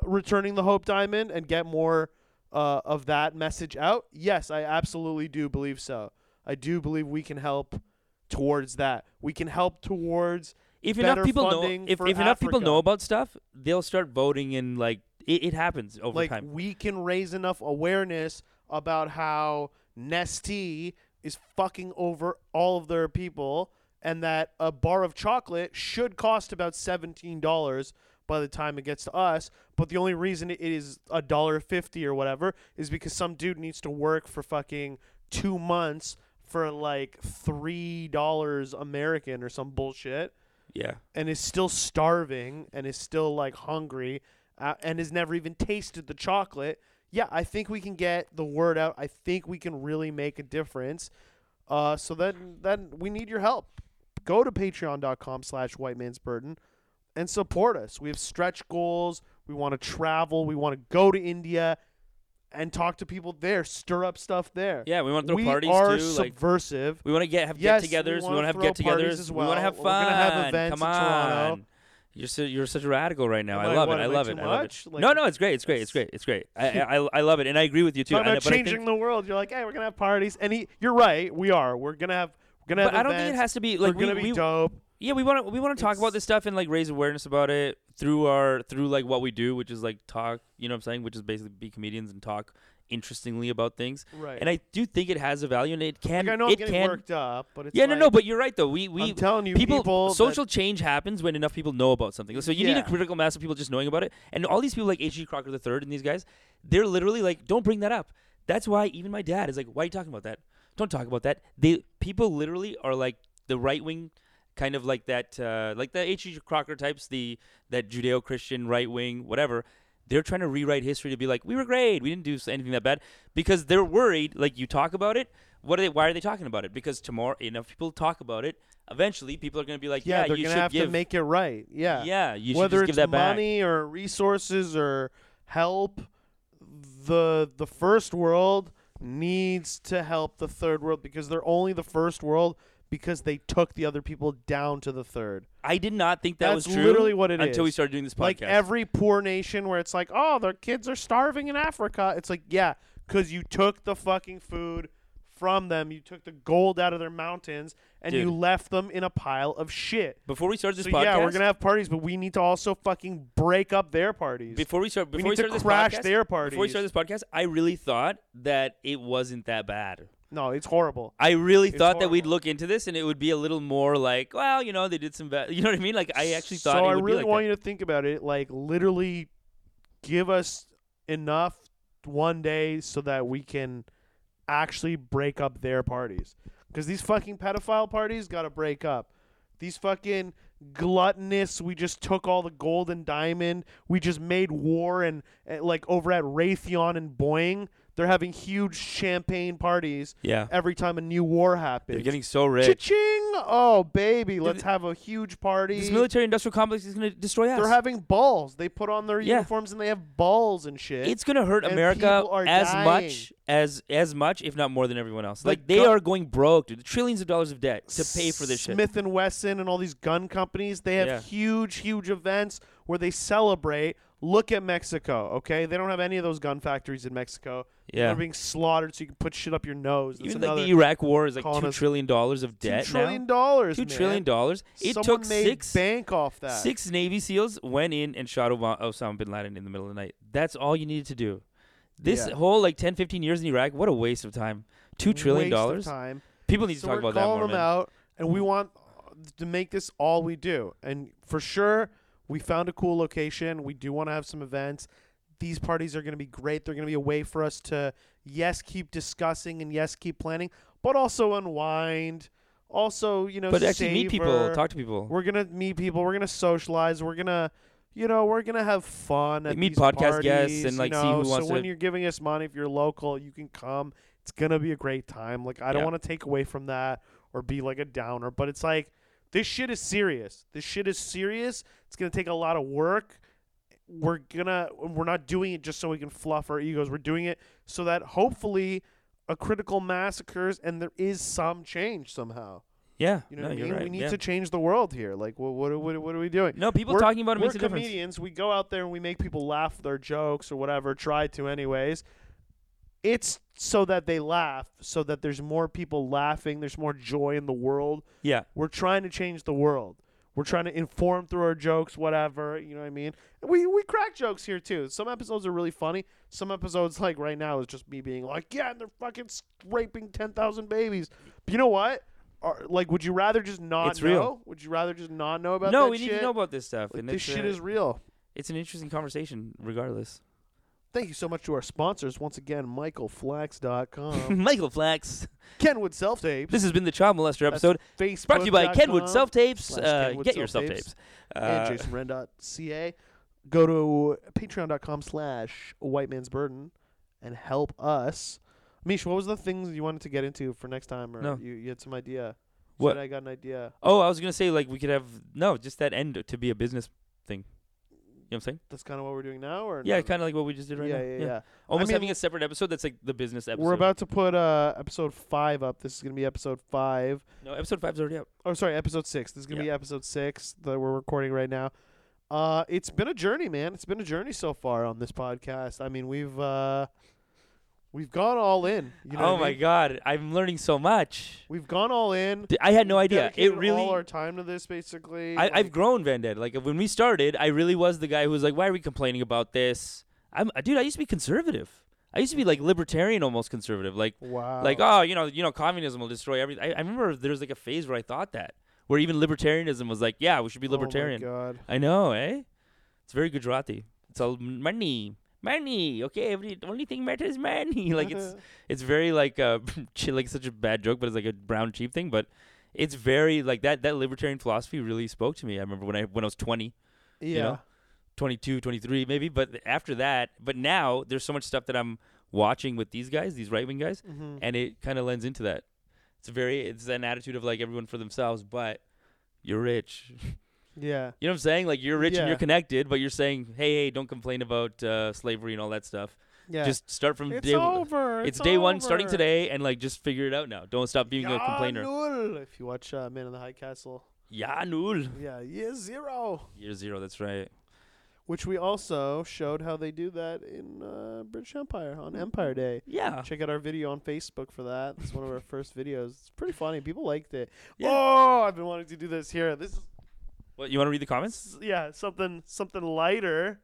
Speaker 1: returning the Hope Diamond and get more uh, of that message out? Yes, I absolutely do believe so. I do believe we can help towards that. We can help towards
Speaker 2: if enough
Speaker 1: better
Speaker 2: people know
Speaker 1: funding
Speaker 2: if, if
Speaker 1: for
Speaker 2: enough people
Speaker 1: Africa.
Speaker 2: know about stuff, they'll start voting and like it, it happens over
Speaker 1: like
Speaker 2: time.
Speaker 1: we can raise enough awareness about how Nestle is fucking over all of their people and that a bar of chocolate should cost about $17 by the time it gets to us but the only reason it is a dollar 50 or whatever is because some dude needs to work for fucking 2 months for like $3 American or some bullshit
Speaker 2: Yeah.
Speaker 1: and is still starving and is still like hungry uh, and has never even tasted the chocolate yeah i think we can get the word out i think we can really make a difference uh, so then then we need your help go to patreon.com slash white man's burden and support us we have stretch goals we want to travel we want to go to india and talk to people there stir up stuff there
Speaker 2: Yeah, we want to throw
Speaker 1: we
Speaker 2: parties
Speaker 1: are
Speaker 2: too. like
Speaker 1: subversive
Speaker 2: we want to get have
Speaker 1: Yes, we
Speaker 2: get-togethers. We
Speaker 1: wanna
Speaker 2: want to have
Speaker 1: throw parties
Speaker 2: get-togethers.
Speaker 1: as
Speaker 2: We want
Speaker 1: well.
Speaker 2: to have
Speaker 1: We're
Speaker 2: fun.
Speaker 1: gonna have events
Speaker 2: Come
Speaker 1: in
Speaker 2: on.
Speaker 1: Toronto.
Speaker 2: You're so, you're such a radical right now.
Speaker 1: Am
Speaker 2: I
Speaker 1: I-
Speaker 2: love
Speaker 1: what,
Speaker 2: it. I
Speaker 1: am I
Speaker 2: love
Speaker 1: too
Speaker 2: it. I love it.
Speaker 1: much? Like-
Speaker 2: no, no, it's great. It's great. It's great. It's great. I, I I love it, and I agree with you too.
Speaker 1: Talking
Speaker 2: And-
Speaker 1: about
Speaker 2: but I think-
Speaker 1: changing the world. You're like, hey, we're gonna have parties, and he, you're right. We are. We're gonna have. We're gonna
Speaker 2: but
Speaker 1: have.
Speaker 2: I don't think it
Speaker 1: events.
Speaker 2: has to be
Speaker 1: We're
Speaker 2: like we,
Speaker 1: gonna be
Speaker 2: we
Speaker 1: dope.
Speaker 2: yeah we want to we want to talk about
Speaker 1: It's-
Speaker 2: this stuff and like raise awareness about it through our through like what we do, which is like talk. You know what I'm saying? Which is basically be comedians and talk interestingly about things.
Speaker 1: Right.
Speaker 2: And I do think it has a value, and it can
Speaker 1: like, I know I'm
Speaker 2: it
Speaker 1: getting
Speaker 2: can
Speaker 1: worked up, but it's
Speaker 2: yeah no no.
Speaker 1: like,
Speaker 2: But you're right though. We we
Speaker 1: I'm telling you,
Speaker 2: people,
Speaker 1: people,
Speaker 2: social change happens when enough people know about something. So you need
Speaker 1: Yeah.
Speaker 2: a critical mass of people just knowing about it. And all these people like H.G. Crocker III and these guys, they're literally like, don't bring that up. That's why even my dad is like, why are you talking about that? Don't talk about that. They people literally are like the right wing kind of like that uh, like the H.G. Crocker types, the that Judeo Christian right wing, whatever. They're trying to rewrite history to be like, we were great, we didn't do anything that bad, because they're worried. Like you talk about it, what are they? Why are they talking about it? Because tomorrow enough people talk about it, eventually people are going to be like,
Speaker 1: yeah,
Speaker 2: yeah,
Speaker 1: they're
Speaker 2: you
Speaker 1: gonna
Speaker 2: should
Speaker 1: have
Speaker 2: give,
Speaker 1: to make it right. Yeah.
Speaker 2: yeah, you should
Speaker 1: Whether
Speaker 2: just give
Speaker 1: it's
Speaker 2: that back.
Speaker 1: money or resources or help, the the first world needs to help the third world because they're only the first world because they took the other people down to the third.
Speaker 2: I did not think that
Speaker 1: That's
Speaker 2: was true
Speaker 1: literally what it
Speaker 2: until we
Speaker 1: is.
Speaker 2: started doing this podcast.
Speaker 1: Like every poor nation where it's like, oh, their kids are starving in Africa. It's like, yeah, because you took the fucking food from them, you took the gold out of their mountains, and you
Speaker 2: Dude.
Speaker 1: left them in a pile of shit.
Speaker 2: before we started this
Speaker 1: So
Speaker 2: podcast,
Speaker 1: yeah, we're gonna have parties, but we need to also fucking break up their parties.
Speaker 2: before we start,
Speaker 1: need
Speaker 2: before
Speaker 1: to
Speaker 2: started this
Speaker 1: crash
Speaker 2: podcast,
Speaker 1: their
Speaker 2: Before we
Speaker 1: parties.
Speaker 2: started this podcast, I really thought that it wasn't that bad.
Speaker 1: no, it's horrible.
Speaker 2: I really
Speaker 1: It's
Speaker 2: thought that we'd
Speaker 1: horrible.
Speaker 2: look into this and it would be a little more like, well, you know, they did some, va- you know what I mean? Like, I actually thought
Speaker 1: So
Speaker 2: it
Speaker 1: I
Speaker 2: would
Speaker 1: really
Speaker 2: be like
Speaker 1: want
Speaker 2: that.
Speaker 1: you to think about it. Like literally, give us enough one day so that we can actually break up their parties. Because these fucking pedophile parties got to break up. These fucking gluttonous. We just took all the gold and diamond. We just made war and, and like over at Raytheon and Boeing, they're having huge champagne parties
Speaker 2: yeah,
Speaker 1: every time a new war happens.
Speaker 2: they're getting so rich.
Speaker 1: Cha-ching! Oh baby, let's
Speaker 2: th-
Speaker 1: have a huge party.
Speaker 2: This military-industrial complex is going to destroy us.
Speaker 1: They're having balls. They put on their
Speaker 2: Yeah.
Speaker 1: uniforms and they have balls and shit.
Speaker 2: it's going to hurt
Speaker 1: and
Speaker 2: America
Speaker 1: people are
Speaker 2: as
Speaker 1: dying.
Speaker 2: much as as much, if not more than everyone else.
Speaker 1: The
Speaker 2: Like they
Speaker 1: gov-
Speaker 2: are going broke, dude. Trillions of dollars of debt to pay for this shit.
Speaker 1: Smith and Wesson and all these gun companies. They have
Speaker 2: Yeah.
Speaker 1: huge, huge events where they celebrate. Look at Mexico, okay? They don't have any of those gun factories in Mexico.
Speaker 2: Yeah,
Speaker 1: They're being slaughtered, so you can put shit up your nose. That's
Speaker 2: even like the
Speaker 1: another
Speaker 2: Iraq War is like two
Speaker 1: colonist-
Speaker 2: trillion dollars of debt
Speaker 1: two
Speaker 2: now.
Speaker 1: trillion dollars.
Speaker 2: Two
Speaker 1: man.
Speaker 2: trillion dollars. It
Speaker 1: Someone
Speaker 2: took
Speaker 1: made
Speaker 2: six
Speaker 1: bank off that.
Speaker 2: Six Navy SEALs went in and shot Obama, Osama bin Laden in the middle of the night. That's all you needed to do. This
Speaker 1: Yeah.
Speaker 2: whole like 10, 15 years in Iraq, what a waste of time. Two trillion
Speaker 1: Waste of
Speaker 2: dollars.
Speaker 1: Time.
Speaker 2: People need to
Speaker 1: so
Speaker 2: talk
Speaker 1: we're
Speaker 2: about that
Speaker 1: calling
Speaker 2: more.
Speaker 1: them
Speaker 2: man.
Speaker 1: out, and we want to make this all we do. And for sure, we found a cool location. We do want to have some events. These parties are going to be great. They're going to be a way for us to yes, keep discussing and yes, keep planning, but also unwind. Also, you know,
Speaker 2: But actually, meet people,
Speaker 1: savor.
Speaker 2: talk to people.
Speaker 1: We're gonna meet people. We're gonna socialize. We're gonna, you know, we're gonna have fun. At
Speaker 2: Like, meet
Speaker 1: these
Speaker 2: podcast guests
Speaker 1: parties,
Speaker 2: and,
Speaker 1: you
Speaker 2: like, see
Speaker 1: know?
Speaker 2: who wants
Speaker 1: So when
Speaker 2: to-
Speaker 1: you're giving us money, if you're local, you can come. It's gonna be a great time. Like I don't
Speaker 2: Yeah.
Speaker 1: want to take away from that or be like a downer, but it's like this shit is serious. This shit is serious. It's gonna take a lot of work. We're gonna we're not doing it just so we can fluff our egos. We're doing it so that hopefully a critical mass occurs and there is some change somehow.
Speaker 2: Yeah,
Speaker 1: You know
Speaker 2: no,
Speaker 1: what I
Speaker 2: you're
Speaker 1: mean?
Speaker 2: right.
Speaker 1: We need
Speaker 2: yeah.
Speaker 1: to change the world here. Like, what, what, what, what are we doing?
Speaker 2: no, people
Speaker 1: we're-
Speaker 2: talking about it
Speaker 1: We're
Speaker 2: makes a difference.
Speaker 1: comedians. We go out there and we make people laugh with our jokes or whatever. Try to, anyways. It's so that they laugh, so that there's more people laughing. There's more joy in the world.
Speaker 2: Yeah,
Speaker 1: We're trying to change the world. We're trying to inform through our jokes, whatever. You know what I mean? We we crack jokes here too. Some episodes are really funny. Some episodes, like right now, is just me being like, "Yeah, and they're fucking raping ten thousand babies." But you know what? Are, like, would you rather just not
Speaker 2: It's
Speaker 1: know?
Speaker 2: real.
Speaker 1: Would you rather just not know about
Speaker 2: no,
Speaker 1: that
Speaker 2: we need
Speaker 1: shit?
Speaker 2: to know about this stuff.
Speaker 1: Like,
Speaker 2: and
Speaker 1: this
Speaker 2: it's,
Speaker 1: shit
Speaker 2: uh,
Speaker 1: is real.
Speaker 2: it's an interesting conversation, regardless.
Speaker 1: Thank you so much to our sponsors once again, MichaelFlax.com,
Speaker 2: Michael Flax.
Speaker 1: Kenwood Self Tapes,
Speaker 2: This has been the Child Molester
Speaker 1: That's
Speaker 2: episode,
Speaker 1: Facebook.
Speaker 2: brought to you by Kenwood Self Tapes.
Speaker 1: slash
Speaker 2: Uh,
Speaker 1: Kenwood
Speaker 2: get your self
Speaker 1: self-tapes.
Speaker 2: tapes. Uh,
Speaker 1: and jasonren.ca. Go to patreon.com slash white man's burden and help us. Mish, what was the things you wanted to get into for next time? Or
Speaker 2: No.
Speaker 1: you, you had some idea. You
Speaker 2: What-
Speaker 1: said I got an idea.
Speaker 2: Oh, I was gonna say like we could have no, just that end to be a business thing. You know what I'm saying?
Speaker 1: That's kind of what we're doing now? or
Speaker 2: Yeah,
Speaker 1: no?
Speaker 2: kind of like what we just did right
Speaker 1: yeah,
Speaker 2: now.
Speaker 1: yeah, yeah.
Speaker 2: Almost
Speaker 1: mean-
Speaker 2: having a separate episode that's like the business episode.
Speaker 1: We're about to put uh, episode five up. This is going to be episode five.
Speaker 2: no episode five's already up.
Speaker 1: Oh, sorry, episode six. This is gonna
Speaker 2: Yeah.
Speaker 1: be episode six that we're recording right now. Uh, it's been a journey, man. It's been a journey so far on this podcast. I mean, we've uh, we've gone all in. You know
Speaker 2: oh
Speaker 1: what I
Speaker 2: my
Speaker 1: mean?
Speaker 2: God, I'm learning so much.
Speaker 1: We've gone all in.
Speaker 2: D- I had no idea.
Speaker 1: Dedicated
Speaker 2: It really.
Speaker 1: all our time to this basically.
Speaker 2: I, I've
Speaker 1: Like,
Speaker 2: grown, Van Dad. Like when we started, I really was the guy who was like, "Why are we complaining about this?" I'm, uh, dude. I used to be conservative. I used to be like libertarian, almost conservative. Like,
Speaker 1: wow.
Speaker 2: like oh, you know, you know, communism will destroy everything. I, I remember there was like a phase where I thought that, where even libertarianism was like, "Yeah, we should be libertarian."
Speaker 1: Oh my god.
Speaker 2: I know, eh? It's very Gujarati. It's all money, money. Okay, every only thing matters money. like
Speaker 1: Uh,
Speaker 2: it's it's very like uh chi- like such a bad joke, but it's like a brown cheap thing. But it's very like that that libertarian philosophy really spoke to me. I remember when I when I was 20,
Speaker 1: yeah.
Speaker 2: know, 22, 23 maybe. But after that, but now there's so much stuff that I'm watching with these guys, these right wing guys,
Speaker 1: Mhm.
Speaker 2: and it kind of lends into that. It's a very it's an attitude of like everyone for themselves, but you're rich.
Speaker 1: yeah.
Speaker 2: You know what I'm saying? Like you're rich and
Speaker 1: Yeah.
Speaker 2: you're connected, but you're saying, hey, hey, don't complain about uh, slavery and all that stuff.
Speaker 1: Yeah.
Speaker 2: Just start from
Speaker 1: it's
Speaker 2: day one.
Speaker 1: over.
Speaker 2: It's, day one, starting
Speaker 1: over.
Speaker 2: today, and like just figure it out now. Don't stop being a
Speaker 1: Yeah,
Speaker 2: complainer.
Speaker 1: null. If you watch uh, Man in the High Castle,
Speaker 2: Yeah, nul.
Speaker 1: yeah, year zero,
Speaker 2: Year zero. That's right.
Speaker 1: which we also showed how they do that in uh, British Empire
Speaker 2: Mm-hmm.
Speaker 1: on Empire Day.
Speaker 2: Yeah.
Speaker 1: Check out our video on Facebook for that. It's one of our first videos. It's pretty funny. People liked it.
Speaker 2: Yeah.
Speaker 1: Oh, I've been wanting to do this here. This
Speaker 2: What you want to read the comments?
Speaker 1: is yeah, something something lighter,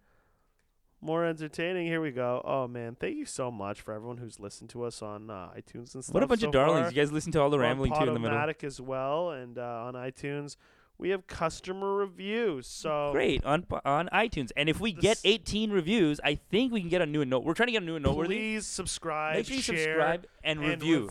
Speaker 1: more entertaining. Here we go. Oh man, thank you so much for everyone who's listened to us on uh, iTunes and stuff.
Speaker 2: What a bunch
Speaker 1: so
Speaker 2: of darlings!
Speaker 1: far.
Speaker 2: You guys listen to all the
Speaker 1: We're
Speaker 2: rambling
Speaker 1: on
Speaker 2: too in the middle.
Speaker 1: Podomatic as well, and uh, on iTunes, we have customer reviews. So
Speaker 2: Great on po- on iTunes, and if we get
Speaker 1: This-
Speaker 2: 18 reviews, I think we can get a new and note. We're trying to get a new and noteworthy.
Speaker 1: please subscribe,
Speaker 2: Make sure you
Speaker 1: share,
Speaker 2: subscribe and,
Speaker 1: and
Speaker 2: review.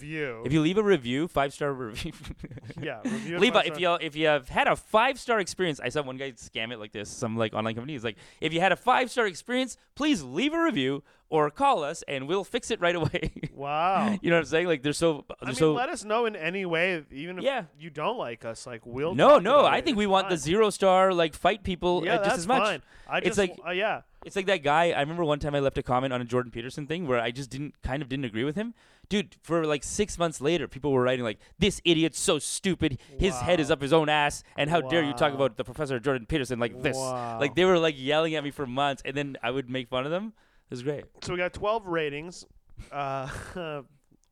Speaker 2: If you leave a review, five star review.
Speaker 1: yeah, review and
Speaker 2: Leave a,
Speaker 1: five
Speaker 2: if
Speaker 1: star-
Speaker 2: you if you have had a five star experience, I saw one guy scam it like this. Some like online company is like, if you had a five star experience, please leave a review or call us, and we'll fix it right away.
Speaker 1: Wow.
Speaker 2: you know what I'm saying? Like they're so they're
Speaker 1: I mean,
Speaker 2: so.
Speaker 1: let us know in any way, even if
Speaker 2: Yeah.
Speaker 1: you don't like us. Like, we'll
Speaker 2: no,
Speaker 1: talk
Speaker 2: no,
Speaker 1: about
Speaker 2: I
Speaker 1: it.
Speaker 2: think we
Speaker 1: It's
Speaker 2: want the
Speaker 1: fine.
Speaker 2: zero star like fight people
Speaker 1: yeah,
Speaker 2: uh, just
Speaker 1: that's
Speaker 2: as much.
Speaker 1: Fine. I
Speaker 2: It's
Speaker 1: just
Speaker 2: like-
Speaker 1: uh, yeah,
Speaker 2: It's like that guy. I remember one time I left a comment on a Jordan Peterson thing where I just didn't kind of didn't agree with him. Dude, for like six months later, people were writing like, "This idiot's so stupid. His head is
Speaker 1: Wow.
Speaker 2: up his own ass, and how dare you talk
Speaker 1: Wow.
Speaker 2: about the professor Jordan Peterson like this?"
Speaker 1: Wow.
Speaker 2: Like they were like yelling at me for months, and then I would make fun of them. It was great.
Speaker 1: so we got 12 ratings uh,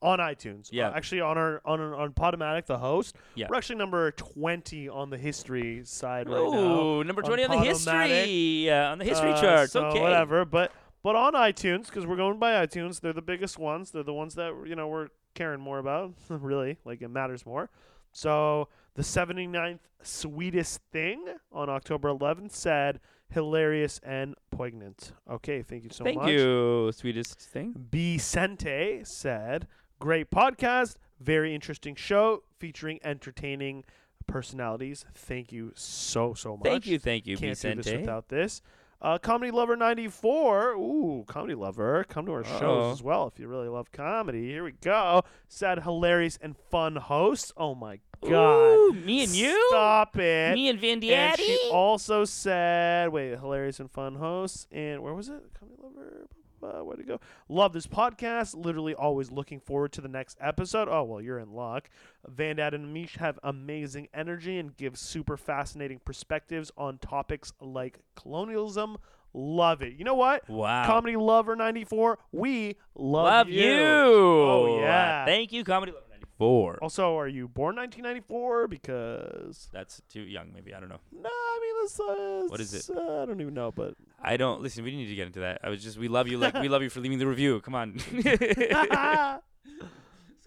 Speaker 1: on iTunes.
Speaker 2: Yeah.
Speaker 1: Uh, actually, on our on our- on Podomatic, the host.
Speaker 2: Yeah.
Speaker 1: We're actually number 20 on the history side right now.
Speaker 2: Ooh, number
Speaker 1: on
Speaker 2: twenty on, the history uh, on the history
Speaker 1: Uh,
Speaker 2: charts.
Speaker 1: so
Speaker 2: okay,
Speaker 1: whatever. But but on iTunes, because we're going by iTunes, they're the biggest ones. They're the ones that you know we're caring more about. really, like it matters more. So the 79th sweetest thing on October 11th said hilarious and poignant. Okay, thank you so
Speaker 2: Thank
Speaker 1: much.
Speaker 2: you, sweetest thing.
Speaker 1: Vicente said, "Great podcast, very interesting show featuring entertaining personalities. Thank you so so much.
Speaker 2: Thank you, thank you,
Speaker 1: Can't
Speaker 2: Vicente.
Speaker 1: do this without this." Uh, comedy Lover 94. Ooh, Comedy Lover. Come to our
Speaker 2: Uh-oh.
Speaker 1: shows as well if you really love comedy. Here we go. Said hilarious and fun hosts. Oh my god.
Speaker 2: Ooh, me and you,
Speaker 1: Stop it.
Speaker 2: me and Van
Speaker 1: And she
Speaker 2: Dietti?
Speaker 1: also said, "Wait, hilarious and fun hosts." And where was it? Comedy lover. Uh, where to go? Love this podcast. Literally always looking forward to the next episode. Oh well, you're in luck. Van Dad and Mish have amazing energy and give super fascinating perspectives on topics like colonialism. Love it. You know what?
Speaker 2: Wow.
Speaker 1: Comedy Lover ninety four. We love,
Speaker 2: Love you. Oh
Speaker 1: yeah.
Speaker 2: thank you, Comedy Lover 94.
Speaker 1: Also, are you born nineteen ninety four? Because
Speaker 2: That's too young, maybe. I don't know.
Speaker 1: no, I mean that's uh,
Speaker 2: What is it?
Speaker 1: it's, Uh, I don't even know, but
Speaker 2: I don't listen. We need to get into that. I was just we love you, like we love you for leaving the review. Come on,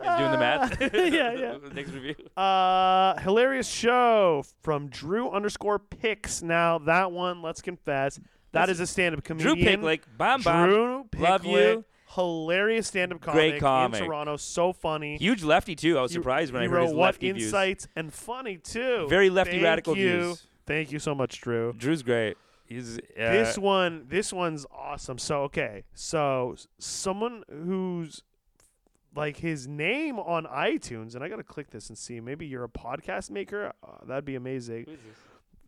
Speaker 2: Guys doing the math.
Speaker 1: yeah, yeah.
Speaker 2: Next review.
Speaker 1: Uh, hilarious show from Drew underscore Picks. Now that one, let's confess, that
Speaker 2: That's-
Speaker 1: is a stand-up
Speaker 2: Drew
Speaker 1: comedian.
Speaker 2: Picklick, bomb bomb,
Speaker 1: Drew Picklick,
Speaker 2: love you.
Speaker 1: hilarious stand-up comic,
Speaker 2: Great comic.
Speaker 1: in Toronto. So funny.
Speaker 2: huge lefty too. I was
Speaker 1: You-
Speaker 2: surprised when
Speaker 1: he
Speaker 2: I heard
Speaker 1: wrote
Speaker 2: his
Speaker 1: what
Speaker 2: lefty views.
Speaker 1: insights and funny too.
Speaker 2: Very lefty
Speaker 1: Thank
Speaker 2: radical
Speaker 1: you.
Speaker 2: views.
Speaker 1: Thank you so much, Drew.
Speaker 2: Drew's great. He's uh,
Speaker 1: this one this one's awesome so okay so s- someone who's like his name on itunes and i gotta click this and see maybe you're a podcast maker uh, that'd be amazing
Speaker 2: who is this?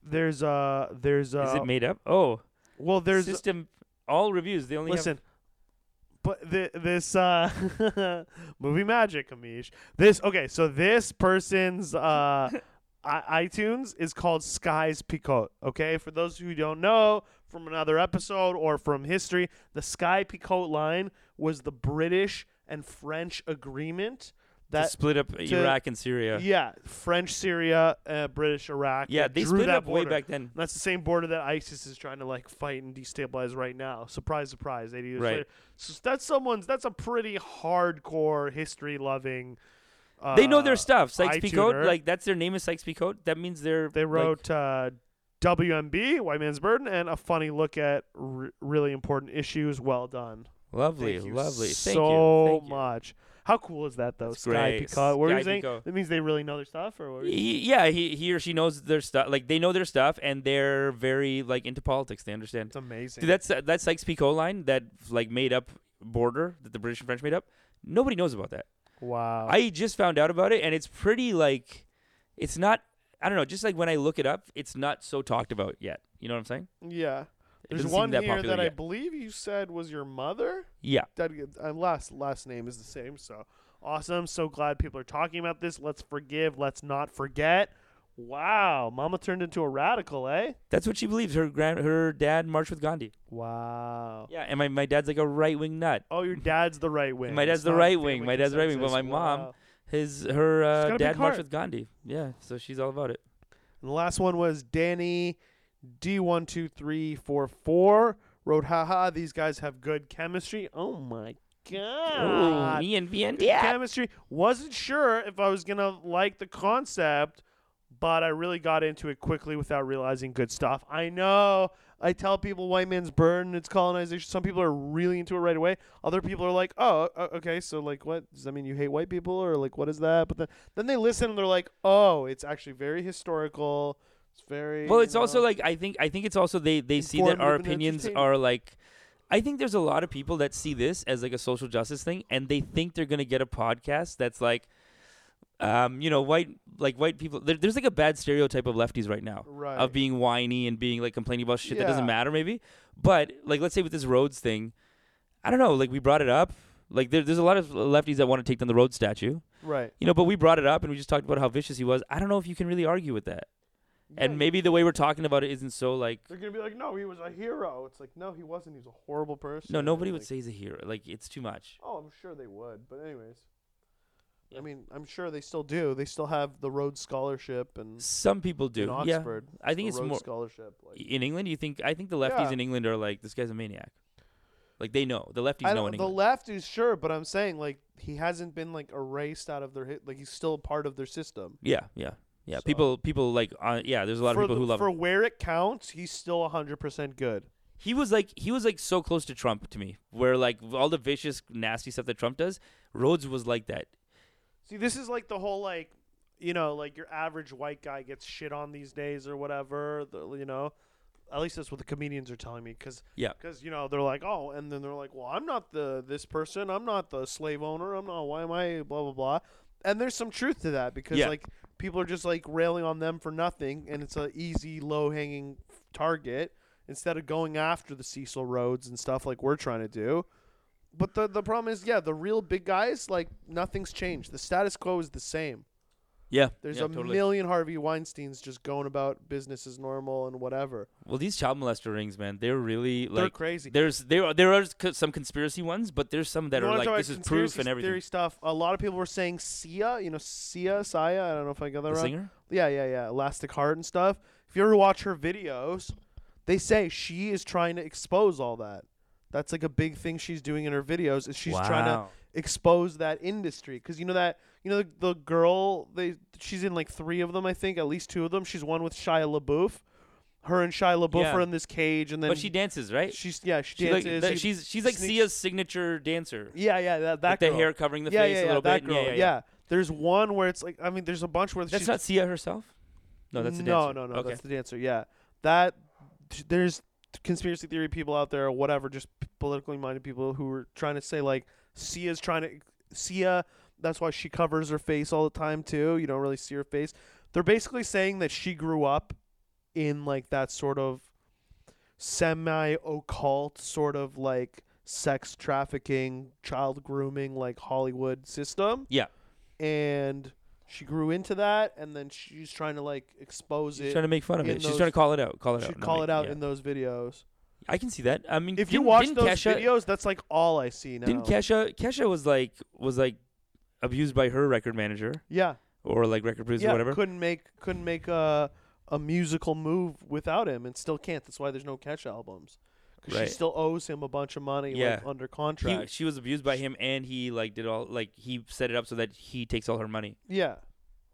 Speaker 1: there's uh there's uh
Speaker 2: Is it made up? Oh,
Speaker 1: well there's
Speaker 2: system. all reviews. They only
Speaker 1: listen but th- this uh movie magic amish this okay so this person's uh I- iTunes is called Sky's Picot. Okay, for those who don't know from another episode or from history, the Sky Picot line was the British and French agreement
Speaker 2: to
Speaker 1: that
Speaker 2: split up Iraq and Syria.
Speaker 1: yeah,
Speaker 2: Yeah,
Speaker 1: French Syria, uh, British Iraq. that
Speaker 2: they
Speaker 1: drew
Speaker 2: split
Speaker 1: that
Speaker 2: up way
Speaker 1: border.
Speaker 2: back then.
Speaker 1: And That's the same border that ISIS is trying to like fight and destabilize right now. Surprise, surprise. Eighty years
Speaker 2: Right.
Speaker 1: later. So that's someone's. That's a pretty hardcore history loving. Uh,
Speaker 2: They know their stuff. Sykes
Speaker 1: iTuner.
Speaker 2: Picot, like that's their name is Sykes Picot. That means they're
Speaker 1: They
Speaker 2: like,
Speaker 1: wrote uh, WMB, White Man's Burden, and a funny look at r- really important issues. Well done.
Speaker 2: lovely,
Speaker 1: Thank you
Speaker 2: lovely. Thank you.
Speaker 1: so
Speaker 2: Thank you.
Speaker 1: much. How cool is that though?
Speaker 2: That's
Speaker 1: Sky
Speaker 2: great.
Speaker 1: Picot. What were you
Speaker 2: Sky
Speaker 1: saying?
Speaker 2: Picot.
Speaker 1: That means they really know their stuff, or what were you-
Speaker 2: He, yeah, he he or she knows their stuff. Like they know their stuff, and they're very like into politics. They understand.
Speaker 1: it's amazing.
Speaker 2: Dude, that's that Sykes-Picot line that like made up border that the British and French made up. Nobody knows about that.
Speaker 1: wow.
Speaker 2: I just found out about it, and it's pretty like, it's not. I don't know. Just like when I look it up, it's not so talked about yet. You know what I'm saying?
Speaker 1: yeah.
Speaker 2: It
Speaker 1: There's
Speaker 2: doesn't seem
Speaker 1: one
Speaker 2: that
Speaker 1: here
Speaker 2: popular
Speaker 1: that I
Speaker 2: yet.
Speaker 1: believe you said was your mother.
Speaker 2: yeah.
Speaker 1: that uh, last last name is the same. So awesome! So glad people are talking about this. Let's forgive. Let's not forget. Wow, Mama turned into a radical, eh?
Speaker 2: That's what she believes. Her grand, her dad marched with Gandhi.
Speaker 1: Wow.
Speaker 2: Yeah, and my, my dad's like a right wing nut.
Speaker 1: Oh, your dad's the right wing.
Speaker 2: My dad's
Speaker 1: It's
Speaker 2: the
Speaker 1: not
Speaker 2: right
Speaker 1: family
Speaker 2: wing. My dad's the right wing, but
Speaker 1: consensus.
Speaker 2: my mom-
Speaker 1: Wow.
Speaker 2: His her
Speaker 1: She's got
Speaker 2: uh,
Speaker 1: a big
Speaker 2: dad
Speaker 1: heart.
Speaker 2: marched with Gandhi. Yeah, so she's all about it.
Speaker 1: And the last one was Danny D one two three four four wrote, haha, these guys have good chemistry. Oh my
Speaker 2: Oh,
Speaker 1: god.
Speaker 2: me and
Speaker 1: good
Speaker 2: Viendia.
Speaker 1: chemistry. Wasn't sure if I was gonna like the concept, but I really got into it quickly without realizing good stuff. I know I tell people white man's burden, it's colonization. Some people are really into it right away. Other people are like, oh, o- okay, so like, what does that mean? You hate white people, or like, what is that? But then then they listen and they're like, oh, it's actually very historical. It's very
Speaker 2: Well, it's
Speaker 1: you
Speaker 2: also
Speaker 1: know,
Speaker 2: like I think I think it's also they they see that
Speaker 1: Informed
Speaker 2: our
Speaker 1: and
Speaker 2: opinions
Speaker 1: entertaining.
Speaker 2: are like. I think there's a lot of people that see this as like a social justice thing, and they think they're gonna get a podcast that's like, um, you know, white like white people. There, there's like a bad stereotype of lefties right now.
Speaker 1: right.
Speaker 2: of being whiny and being like complaining about shit that doesn't
Speaker 1: Yeah.
Speaker 2: matter maybe but like let's say with this roads thing i don't know like we brought it up like there, there's a lot of lefties that want to take down the Rhodes statue
Speaker 1: right.
Speaker 2: you know but we brought it up and we just talked about how vicious he was i don't know if you can really argue with that
Speaker 1: Yeah,
Speaker 2: and maybe the way we're talking about it isn't so like
Speaker 1: they're gonna be like, no, he was a hero. It's like, no, he wasn't. He was a horrible person.
Speaker 2: no
Speaker 1: and,
Speaker 2: nobody would
Speaker 1: like,
Speaker 2: say he's a hero like it's too much
Speaker 1: Oh, I'm sure they would. But anyways,
Speaker 2: Yeah.
Speaker 1: I mean, I'm sure they still do. They still have the Rhodes Scholarship and
Speaker 2: some people do
Speaker 1: in
Speaker 2: yeah
Speaker 1: Oxford.
Speaker 2: i think
Speaker 1: the
Speaker 2: it's
Speaker 1: Rhodes
Speaker 2: more
Speaker 1: scholarship. Like,
Speaker 2: in england you think i think the lefties
Speaker 1: Yeah.
Speaker 2: in england are like this guy's a maniac like they know the lefties
Speaker 1: I
Speaker 2: know
Speaker 1: don't,
Speaker 2: in
Speaker 1: the
Speaker 2: england
Speaker 1: left is sure, but I'm saying like he hasn't been like erased out of their hit. Like he's still part of their system.
Speaker 2: yeah yeah yeah
Speaker 1: So-
Speaker 2: people people like uh, yeah there's a lot
Speaker 1: for
Speaker 2: of people
Speaker 1: the-
Speaker 2: who love him.
Speaker 1: for where it counts, he's still 100 percent good.
Speaker 2: He was like he was like so close to Trump to me, where like all the vicious, nasty stuff that Trump does, Rhodes was like that.
Speaker 1: See, this is like the whole like, you know, like your average white guy gets shit on these days or whatever. The, you know, at least that's what the comedians are telling me. Because
Speaker 2: Yeah.
Speaker 1: because you know they're like, oh, and then they're like, well, I'm not the this person. I'm not the slave owner. I'm not. Why am I? Blah blah blah. And there's some truth to that because
Speaker 2: Yeah.
Speaker 1: like people are just like railing on them for nothing, and it's a easy low hanging target instead of going after the Cecil Rhodes and stuff like we're trying to do. But the the problem is, yeah, the real big guys like nothing's changed. The status quo is the same.
Speaker 2: Yeah,
Speaker 1: There's
Speaker 2: yeah,
Speaker 1: a million Harvey Weinstein's just going about business as normal and whatever.
Speaker 2: well, these child molester rings, man, they're really
Speaker 1: They're
Speaker 2: like
Speaker 1: crazy.
Speaker 2: there's there are there are co- some conspiracy ones, but there's some that
Speaker 1: You
Speaker 2: are
Speaker 1: wanna
Speaker 2: like
Speaker 1: talk
Speaker 2: this is
Speaker 1: about
Speaker 2: proof and
Speaker 1: conspiracy
Speaker 2: everything.
Speaker 1: Theory stuff. A lot of people were saying Sia, you know, Sia, Sia. I don't know if I got that
Speaker 2: The
Speaker 1: right.
Speaker 2: singer,
Speaker 1: Yeah, yeah, yeah. Elastic Heart and stuff. If you ever watch her videos, they say she is trying to expose all that. That's like a big thing she's doing in her videos is she's trying to
Speaker 2: Wow.
Speaker 1: expose that industry because you know that you know the, the girl they she's in like three of them I think at least two of them she's one with Shia LaBeouf, her and Shia LaBeouf
Speaker 2: Yeah.
Speaker 1: are in this cage and then
Speaker 2: but she dances right.
Speaker 1: she's yeah she,
Speaker 2: She like,
Speaker 1: dances
Speaker 2: that-
Speaker 1: she-
Speaker 2: she's she's like
Speaker 1: sneaks-
Speaker 2: Sia's signature dancer.
Speaker 1: yeah yeah that
Speaker 2: Like
Speaker 1: that
Speaker 2: the
Speaker 1: girl.
Speaker 2: hair covering the
Speaker 1: yeah,
Speaker 2: face
Speaker 1: yeah,
Speaker 2: a little
Speaker 1: yeah, that
Speaker 2: bit.
Speaker 1: girl
Speaker 2: yeah, yeah,
Speaker 1: there's one where it's like I mean there's a bunch where
Speaker 2: That's
Speaker 1: she's
Speaker 2: not Sia herself. No, that's a dancer.
Speaker 1: Mm, no, no, no,
Speaker 2: Okay.
Speaker 1: That's the dancer. Yeah, that there's conspiracy theory people out there, or whatever, just p- politically minded people who are trying to say like Sia's trying to Sia. That's why she covers her face all the time too. You don't really see her face. They're basically saying that she grew up in like that sort of semi occult sort of like sex trafficking, child grooming, like Hollywood system.
Speaker 2: Yeah.
Speaker 1: and she grew into that, and then she's trying to like expose
Speaker 2: She's
Speaker 1: it.
Speaker 2: trying to make fun of
Speaker 1: in
Speaker 2: it. She's
Speaker 1: those-
Speaker 2: trying to call it out. Call it
Speaker 1: she
Speaker 2: out. not
Speaker 1: call
Speaker 2: make-
Speaker 1: it out
Speaker 2: yeah.
Speaker 1: in those videos.
Speaker 2: I can see that. I mean,
Speaker 1: If you
Speaker 2: didn't-
Speaker 1: watch
Speaker 2: didn't
Speaker 1: those
Speaker 2: Kesha,
Speaker 1: videos, that's like all I see now.
Speaker 2: didn't Kesha? Kesha was like was like abused by her record manager
Speaker 1: yeah,
Speaker 2: or like record producer,
Speaker 1: yeah,
Speaker 2: or whatever.
Speaker 1: couldn't make couldn't make a a musical move without him, and still can't. That's why there's no Kesha albums. 'Cause
Speaker 2: Right.
Speaker 1: She still owes him a bunch of money
Speaker 2: Yeah.
Speaker 1: like, under
Speaker 2: He-
Speaker 1: contract.
Speaker 2: she was abused by him, and he like did all like he set it up so that he takes all her money.
Speaker 1: yeah,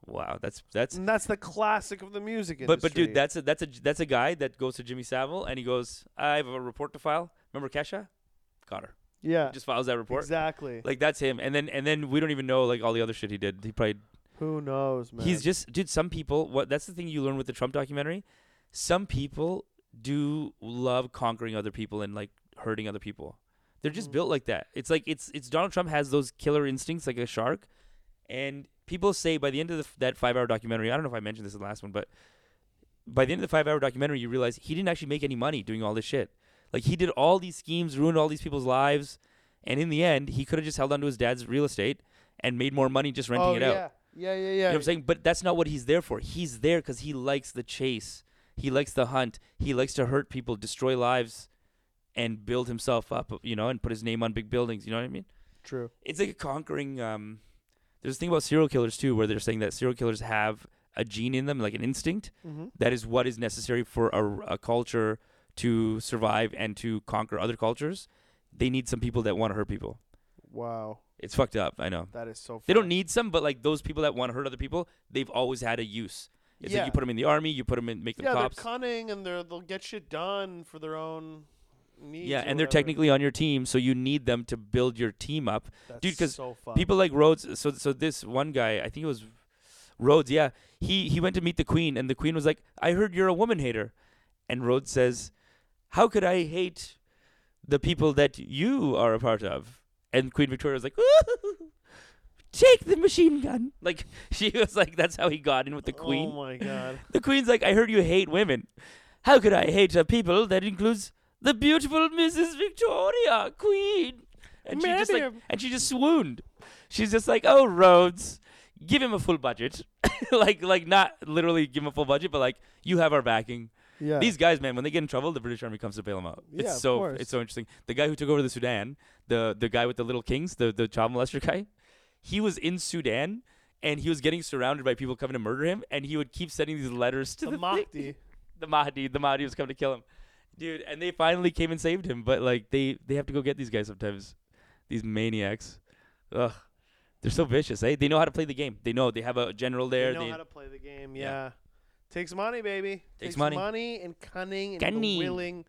Speaker 2: Wow, that's that's.
Speaker 1: and that's the classic of the music industry.
Speaker 2: But but dude, that's a that's a that's a guy that goes to Jimmy Savile and he goes, I have a report to file. Remember Kesha? Got her.
Speaker 1: yeah,
Speaker 2: Just files that report.
Speaker 1: exactly.
Speaker 2: Like that's him. And then and then we don't even know like all the other shit he did. He probably
Speaker 1: Who knows, man?
Speaker 2: He's just dude. Some people. What that's the thing you learn with the Trump documentary. Some people do love conquering other people and like hurting other people. They're just
Speaker 1: Mm.
Speaker 2: built like that. It's like it's it's Donald Trump has those killer instincts like a shark, and people say by the end of the, that five hour documentary, I don't know if I mentioned this in the last one, but by the end of the five hour documentary, you realize he didn't actually make any money doing all this shit. Like he did all these schemes, ruined all these people's lives, and in the end, he could have just held onto his dad's real estate and made more money just renting
Speaker 1: oh,
Speaker 2: it
Speaker 1: yeah.
Speaker 2: out.
Speaker 1: Yeah, yeah, yeah.
Speaker 2: You know what I'm saying? But that's not what he's there for. He's there because he likes the chase. He likes the hunt. He likes to hurt people, destroy lives, and build himself up, you know, and put his name on big buildings. You know what I mean?
Speaker 1: True.
Speaker 2: It's like a conquering. Um, there's a thing about serial killers, too, where they're saying that serial killers have a gene in them, like an instinct,
Speaker 1: Mm-hmm.
Speaker 2: that is what is necessary for a, a culture to survive and to conquer other cultures. They need some people that want to hurt people.
Speaker 1: Wow,
Speaker 2: It's fucked up, I know.
Speaker 1: that is so.
Speaker 2: They don't
Speaker 1: fun.
Speaker 2: need some, but like those people that want to hurt other people, they've always had a use. It's like
Speaker 1: Yeah.
Speaker 2: you put them in the army, you put them in, make them
Speaker 1: Yeah,
Speaker 2: cops.
Speaker 1: they're cunning and they're they'll get shit done for their own needs.
Speaker 2: yeah,
Speaker 1: or
Speaker 2: and they're
Speaker 1: whatever.
Speaker 2: technically on your team, so you need them to build your team up.
Speaker 1: That's
Speaker 2: dude, 'cause
Speaker 1: so fun.
Speaker 2: People like Rhodes. So, so this one guy, I think it was Rhodes. Yeah, he he went to meet the Queen, and the Queen was like, "I heard you're a woman hater," and Rhodes says, "How could I hate the people that you are a part of?" And Queen Victoria was like, "Take the machine gun!" Like she was like, "That's how he got in with the Queen."
Speaker 1: Oh my god.
Speaker 2: The queen's like, I heard you hate women. How could I hate a people that includes the beautiful Mrs. Victoria, queen? And she just like,
Speaker 1: Madam.
Speaker 2: and she just swooned. She's just like, oh Rhodes, give him a full budget, like like not literally give him a full budget, but like you have our backing.
Speaker 1: Yeah.
Speaker 2: These guys, man, when they get in trouble, the British army comes to bail them out.
Speaker 1: Yeah,
Speaker 2: it's
Speaker 1: of
Speaker 2: so
Speaker 1: course.
Speaker 2: it's so interesting. The guy who took over the Sudan, the the guy with the little kings, the the child molester guy, he was in Sudan and he was getting surrounded by people coming to murder him, and he would keep sending these letters to
Speaker 1: the
Speaker 2: the, thing-
Speaker 1: Mahdi.
Speaker 2: the Mahdi, the Mahdi was coming to kill him, dude. And they finally came and saved him, but like they they have to go get these guys sometimes, these maniacs. Ugh, they're so vicious, eh? They know how to play the game. They know they have a general there.
Speaker 1: They know
Speaker 2: they-
Speaker 1: how to play the game. Yeah.
Speaker 2: Yeah.
Speaker 1: Takes money, baby.
Speaker 2: Takes money.
Speaker 1: and cunning and
Speaker 2: Cunning.
Speaker 1: the willing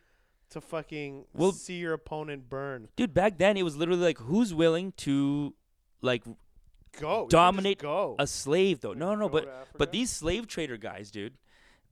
Speaker 1: to fucking
Speaker 2: Well-
Speaker 1: see your opponent burn.
Speaker 2: dude, back then it was literally like, who's willing to like
Speaker 1: Go. You can just
Speaker 2: Dominate
Speaker 1: Go.
Speaker 2: a slave though? No, no,
Speaker 1: Go to
Speaker 2: but
Speaker 1: Africa.
Speaker 2: but these slave trader guys, dude.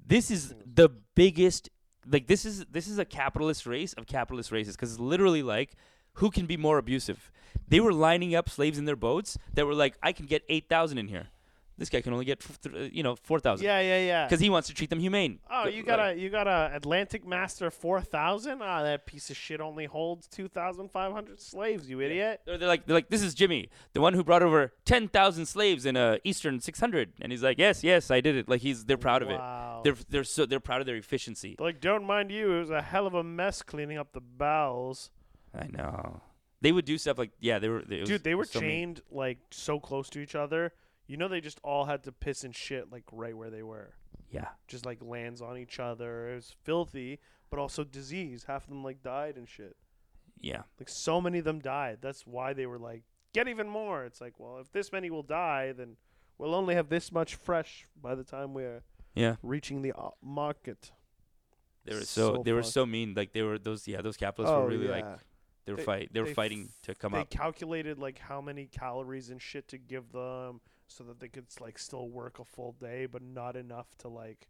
Speaker 2: This is
Speaker 1: Hmm.
Speaker 2: the biggest. Like this is this is a capitalist race of capitalist races because literally like who can be more abusive? They were lining up slaves in their boats that were like, I can get eight thousand in here. This guy can only get f- th- uh, you know four thousand
Speaker 1: Yeah, yeah, yeah.
Speaker 2: because he wants to treat them humane.
Speaker 1: Oh,
Speaker 2: Th-
Speaker 1: you
Speaker 2: like-
Speaker 1: got a you got a Atlantic Master four thousand. Ah, that piece of shit only holds two thousand five hundred slaves. You idiot.
Speaker 2: They're, they're like, they're like, this is Jimmy, the one who brought over ten thousand slaves in a Eastern six hundred, and he's like, yes, yes, I did it. Like he's, they're proud of it.
Speaker 1: Wow.
Speaker 2: They're, they're so, they're proud of their efficiency.
Speaker 1: They're like, don't mind you. It was a hell of a mess cleaning up the bowels.
Speaker 2: I know. They would do stuff like, yeah, they were, they, it was-
Speaker 1: Dude, they
Speaker 2: it
Speaker 1: were
Speaker 2: was so mean.
Speaker 1: chained like so close to each other. You know, they just all had to piss and shit like right where they were.
Speaker 2: Yeah,
Speaker 1: Just like lands on each other. It was filthy, but also disease. Half of them like died and shit.
Speaker 2: yeah.
Speaker 1: Like so many of them died. That's why they were like, get even more. It's like, well, if this many will die, then we'll only have this much fresh by the time we're
Speaker 2: Yeah,
Speaker 1: reaching the uh, market.
Speaker 2: they were so,
Speaker 1: So
Speaker 2: they were
Speaker 1: fucked.
Speaker 2: so mean. Like they were those, yeah, those capitalists
Speaker 1: Oh,
Speaker 2: were really like they were
Speaker 1: They-
Speaker 2: fight, they were
Speaker 1: they
Speaker 2: fighting
Speaker 1: f-
Speaker 2: to come
Speaker 1: they
Speaker 2: up.
Speaker 1: calculated like how many calories and shit to give them so that they could like still work a full day but not enough to like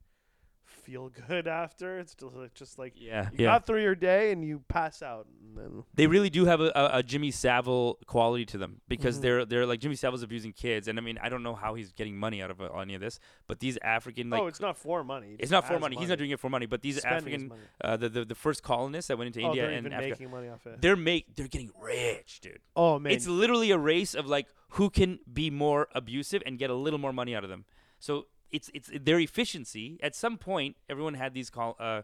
Speaker 1: feel good after. It's just like, just like
Speaker 2: Yeah,
Speaker 1: you
Speaker 2: yeah.
Speaker 1: got through your day and you pass out. And then oh,
Speaker 2: They really do have a, a, a Jimmy Savile quality to them because
Speaker 1: Mhm.
Speaker 2: they're they're like Jimmy Savile's abusing kids, and I mean I don't know how he's getting money out of uh, any of this, but these African like
Speaker 1: oh, it's not for money.
Speaker 2: it's not for money. He's not doing it for money, but these African
Speaker 1: money.
Speaker 2: uh, the, the the first colonists that went into
Speaker 1: oh,
Speaker 2: India
Speaker 1: they're
Speaker 2: and
Speaker 1: even
Speaker 2: Africa,
Speaker 1: making money off it.
Speaker 2: they're make they're getting rich, dude.
Speaker 1: Oh man,
Speaker 2: It's literally a race of like who can be more abusive and get a little more money out of them. So it's it's their efficiency. At some point, everyone had these call uh,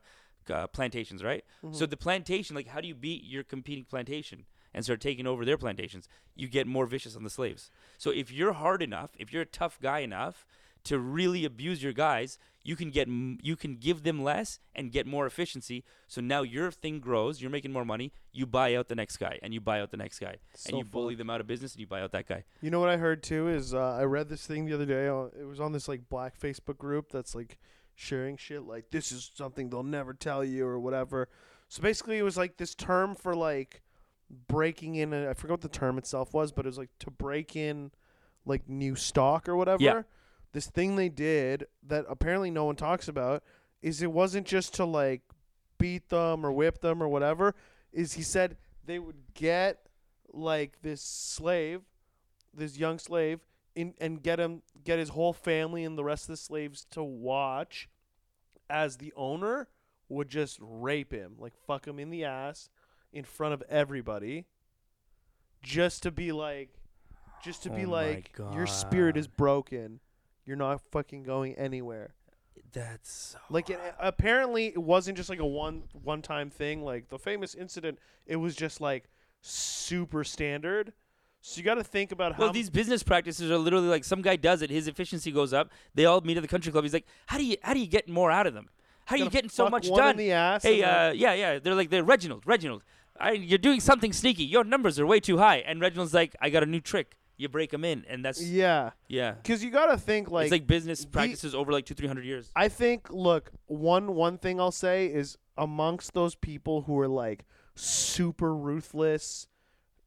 Speaker 2: uh, plantations, right? So the plantation, like, how do you beat your competing plantation and start taking over their plantations? You get more vicious on the slaves. So if you're hard enough, if you're a tough guy enough to really abuse your guys, you can get m- you can give them less and get more efficiency. So now your thing grows. You're making more money. You buy out the next guy, and you buy out the next guy,
Speaker 1: So
Speaker 2: and you bully them out of business, and you buy out that guy.
Speaker 1: You know what I heard too is uh, I read this thing the other day. uh, It was on this like black Facebook group that's like sharing shit like this is something they'll never tell you or whatever. So basically, it was like this term for like breaking in. A, I forgot what the term itself was, but it was like to break in like new stock or whatever. This thing they did that apparently no one talks about is it wasn't just to like beat them or whip them or whatever. Is he said they would get like this slave this young slave in, and get him get his whole family and the rest of the slaves to watch as the owner would just rape him like fuck him in the ass in front of everybody just to be like just to be
Speaker 2: Oh my
Speaker 1: like your spirit is
Speaker 2: God.
Speaker 1: broken you're not fucking going anywhere
Speaker 2: That's
Speaker 1: like it, apparently it wasn't just like a one one time thing like the famous incident it was just like super standard so you got to think about how
Speaker 2: Well, these business practices are literally like some guy does it, his efficiency goes up. They all meet at the country club. He's like, "How do you how do you get more out of them? How are you
Speaker 1: Gotta
Speaker 2: getting so
Speaker 1: fuck
Speaker 2: much
Speaker 1: one
Speaker 2: done?"
Speaker 1: In the ass
Speaker 2: hey,
Speaker 1: and then-
Speaker 2: uh, yeah, yeah. They're like, "They're Reginald, Reginald. I, you're doing something sneaky. Your numbers are way too high." And Reginald's like, "I got a new trick. You break them in, and that's
Speaker 1: yeah,
Speaker 2: yeah."
Speaker 1: because you gotta think like,
Speaker 2: it's like business
Speaker 1: the-
Speaker 2: practices over like two three hundred years.
Speaker 1: I think. Look, one one thing I'll say is amongst those people who are like super ruthless,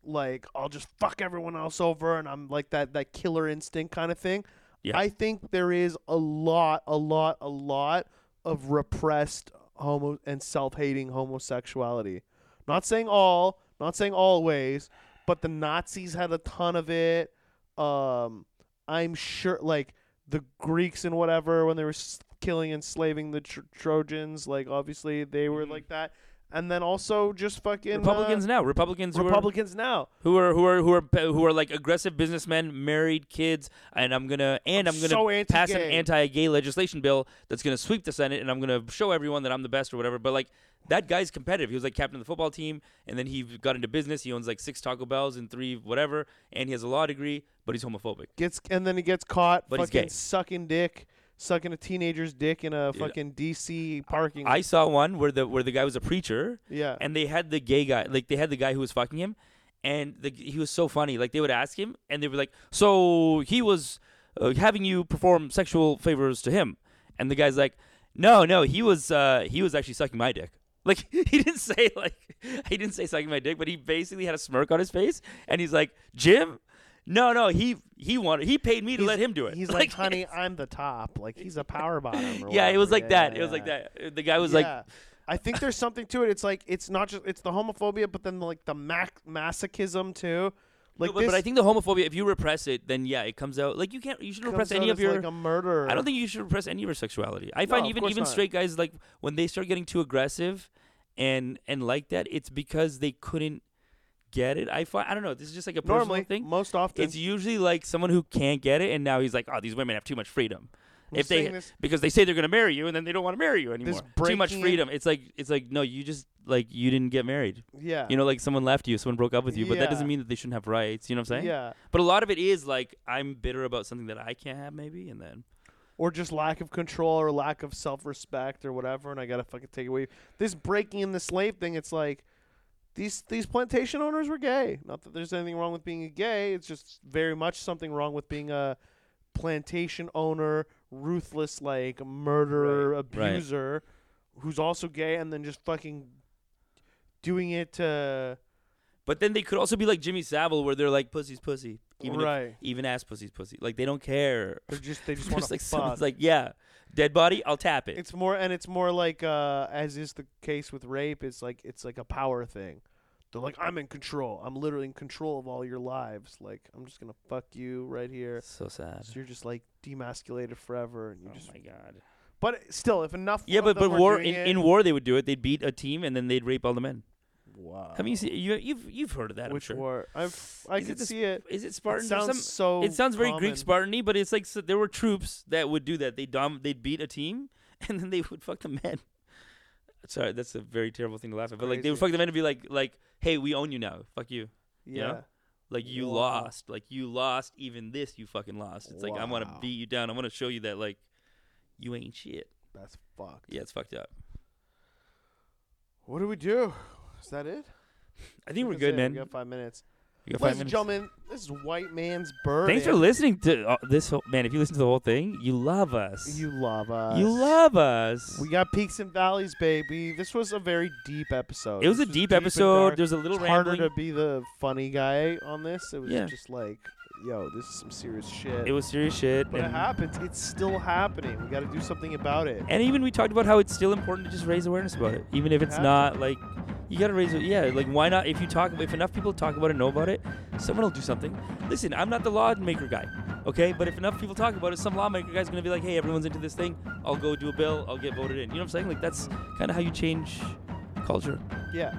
Speaker 1: like I'll just fuck everyone else over, and I'm like that that killer instinct kind of thing.
Speaker 2: Yeah.
Speaker 1: I think there is a lot, a lot, a lot of repressed homo and self-hating homosexuality. Not saying all, not saying always, but the Nazis had a ton of it. Um, I'm sure, like the Greeks and whatever, when they were s- killing and slaving the tr- Trojans, like obviously they were
Speaker 2: Mhm.
Speaker 1: like that. And then also just fucking uh,
Speaker 2: Republicans now, Republicans who are
Speaker 1: Republicans now.
Speaker 2: who are who are who are pe- who are like aggressive businessmen, married kids, and I'm gonna and I'm gonna
Speaker 1: so
Speaker 2: pass an
Speaker 1: anti-gay.
Speaker 2: anti-gay legislation bill that's going to sweep the Senate, and I'm going to show everyone that I'm the best or whatever. But like that guy's competitive. He was like captain of the football team, and then he got into business. He owns like six Taco Bells and three whatever, and he has a law degree, but he's homophobic.
Speaker 1: gets and then he gets caught
Speaker 2: But he's
Speaker 1: fucking
Speaker 2: gay.
Speaker 1: sucking dick, sucking a teenager's dick in a
Speaker 2: Dude,
Speaker 1: fucking DC parking.
Speaker 2: I saw one where the where the guy was a preacher,
Speaker 1: yeah.
Speaker 2: and they had the gay guy, like they had the guy who was fucking him, and the, he was so funny. Like they would ask him, and they were like, "So he was uh, having you perform sexual favors to him," and the guy's like, "No, no, he was uh, he was actually sucking my dick." Like he didn't say like he didn't say sucking my dick, but he basically had a smirk on his face, and he's like, "Jim." No, no, he he wanted he paid me to
Speaker 1: He's-
Speaker 2: let him do it.
Speaker 1: He's like, honey, I'm the top. Like he's a power bottom. or
Speaker 2: yeah, it was
Speaker 1: whatever.
Speaker 2: like that.
Speaker 1: Yeah,
Speaker 2: It was like
Speaker 1: yeah.
Speaker 2: that. The guy was like,
Speaker 1: Yeah. I think there's something to it. It's like it's not just it's the homophobia, but then like the mac- masochism too. Like
Speaker 2: but,
Speaker 1: this
Speaker 2: but I think the homophobia, if you repress it, then yeah, it comes out. Like you can't, you should
Speaker 1: comes
Speaker 2: repress any
Speaker 1: out
Speaker 2: of
Speaker 1: as,
Speaker 2: your.
Speaker 1: like a murderer.
Speaker 2: I don't think you should repress any of your sexuality. I
Speaker 1: No,
Speaker 2: find
Speaker 1: of
Speaker 2: even
Speaker 1: course
Speaker 2: even
Speaker 1: not.
Speaker 2: straight guys like when they start getting too aggressive, and and like that, it's because they couldn't get it. I find I don't know. This is just like a personal
Speaker 1: normally
Speaker 2: thing.
Speaker 1: most often
Speaker 2: It's usually like someone who can't get it, and now he's like, oh, these women have too much freedom.
Speaker 1: I'm
Speaker 2: if they
Speaker 1: saying this-
Speaker 2: because they say they're gonna marry you, and then they don't want to marry you anymore. Too much
Speaker 1: breaking in-
Speaker 2: freedom. It's like it's like no, you just like you didn't get married.
Speaker 1: yeah
Speaker 2: You know, like someone left you, someone broke up with you, but that doesn't
Speaker 1: Yeah.
Speaker 2: mean that they shouldn't have rights. You know what I'm saying?
Speaker 1: yeah
Speaker 2: But a lot of it is like I'm bitter about something that I can't have, maybe, and then
Speaker 1: or just lack of control or lack of self-respect or whatever and i gotta fucking take away this breaking in the slave thing it's like these these plantation owners were gay not that there's anything wrong with being a gay it's just very much something wrong with being a plantation owner ruthless like murderer
Speaker 2: Right.
Speaker 1: abuser who's also gay and then just fucking doing it to
Speaker 2: But then they could also be like Jimmy Savile, where they're like pussy's pussy, even if-
Speaker 1: right.
Speaker 2: even ass pussy's pussy. Like they don't care.
Speaker 1: They're just they just
Speaker 2: There's
Speaker 1: want to
Speaker 2: like
Speaker 1: fuck.
Speaker 2: someone's like, yeah, dead body, I'll tap it.
Speaker 1: it's more and it's more like uh, as is the case with rape. It's like it's like a power thing. They're like I'm in control. I'm literally in control of all your lives. Like I'm just gonna fuck you right here.
Speaker 2: so sad.
Speaker 1: So you're just like demasculated forever, and you
Speaker 2: oh
Speaker 1: just.
Speaker 2: my god.
Speaker 1: But still, if enough.
Speaker 2: Yeah,
Speaker 1: of
Speaker 2: but
Speaker 1: them
Speaker 2: but
Speaker 1: are
Speaker 2: war
Speaker 1: doing
Speaker 2: in,
Speaker 1: it-
Speaker 2: in war they would do it. They'd beat a team and then they'd rape all the men.
Speaker 1: Wow.
Speaker 2: Have you seen you you've you've heard of that?
Speaker 1: Uh, Which
Speaker 2: I'm sure.
Speaker 1: war? I've, I
Speaker 2: Is it
Speaker 1: could
Speaker 2: the
Speaker 1: see it.
Speaker 2: Is it
Speaker 1: It
Speaker 2: Spartan? or
Speaker 1: sounds
Speaker 2: some-
Speaker 1: so.
Speaker 2: it sounds very
Speaker 1: common.
Speaker 2: Greek Spartan-y, but it's like so there were troops that would do that. They dom they'd beat a team and then they would fuck the men. Sorry, that's a very terrible thing to laugh at. But like they would
Speaker 1: Crazy.
Speaker 2: fuck the men and be like like, hey, we own you now. Fuck you.
Speaker 1: Yeah.
Speaker 2: know? Like you
Speaker 1: Wow.
Speaker 2: lost. Like you lost. Even this you fucking lost. It's like I want to
Speaker 1: Wow.
Speaker 2: beat you down. I want to show you that like you ain't shit.
Speaker 1: That's fucked.
Speaker 2: Yeah, it's fucked up.
Speaker 1: What do we do? Is that it?
Speaker 2: I think we're
Speaker 1: That's
Speaker 2: good,
Speaker 1: it.
Speaker 2: man.
Speaker 1: We got five minutes.
Speaker 2: We got five
Speaker 1: Ladies and
Speaker 2: minutes.
Speaker 1: gentlemen, this is White Man's Bird.
Speaker 2: Thanks for listening to uh, this. Whole, man, if you listen to the whole thing, you love us.
Speaker 1: You love us.
Speaker 2: You love us.
Speaker 1: We got peaks and valleys, baby. This was a very deep episode.
Speaker 2: it was a
Speaker 1: This
Speaker 2: deep
Speaker 1: and
Speaker 2: episode.
Speaker 1: dark.
Speaker 2: There's a little
Speaker 1: It's harder
Speaker 2: rambling.
Speaker 1: to be the funny guy on this. It was
Speaker 2: Yeah.
Speaker 1: just like, yo, this is some serious shit.
Speaker 2: It was serious shit.
Speaker 1: but it
Speaker 2: And,
Speaker 1: happens. It's still happening. We got to do something about it.
Speaker 2: and even we talked about how it's still important to just raise awareness about it, even if it's
Speaker 1: have to.
Speaker 2: not like you gotta raise it. Yeah, like why not? If you talk, if enough people talk about it, know about it, someone will do something. Listen, I'm not the lawmaker guy, okay? But if enough people talk about it, some lawmaker guy's gonna be like, hey, everyone's into this thing. I'll go do a bill. I'll get voted in. You know what I'm saying? Like that's kind of how you change culture.
Speaker 1: Yeah.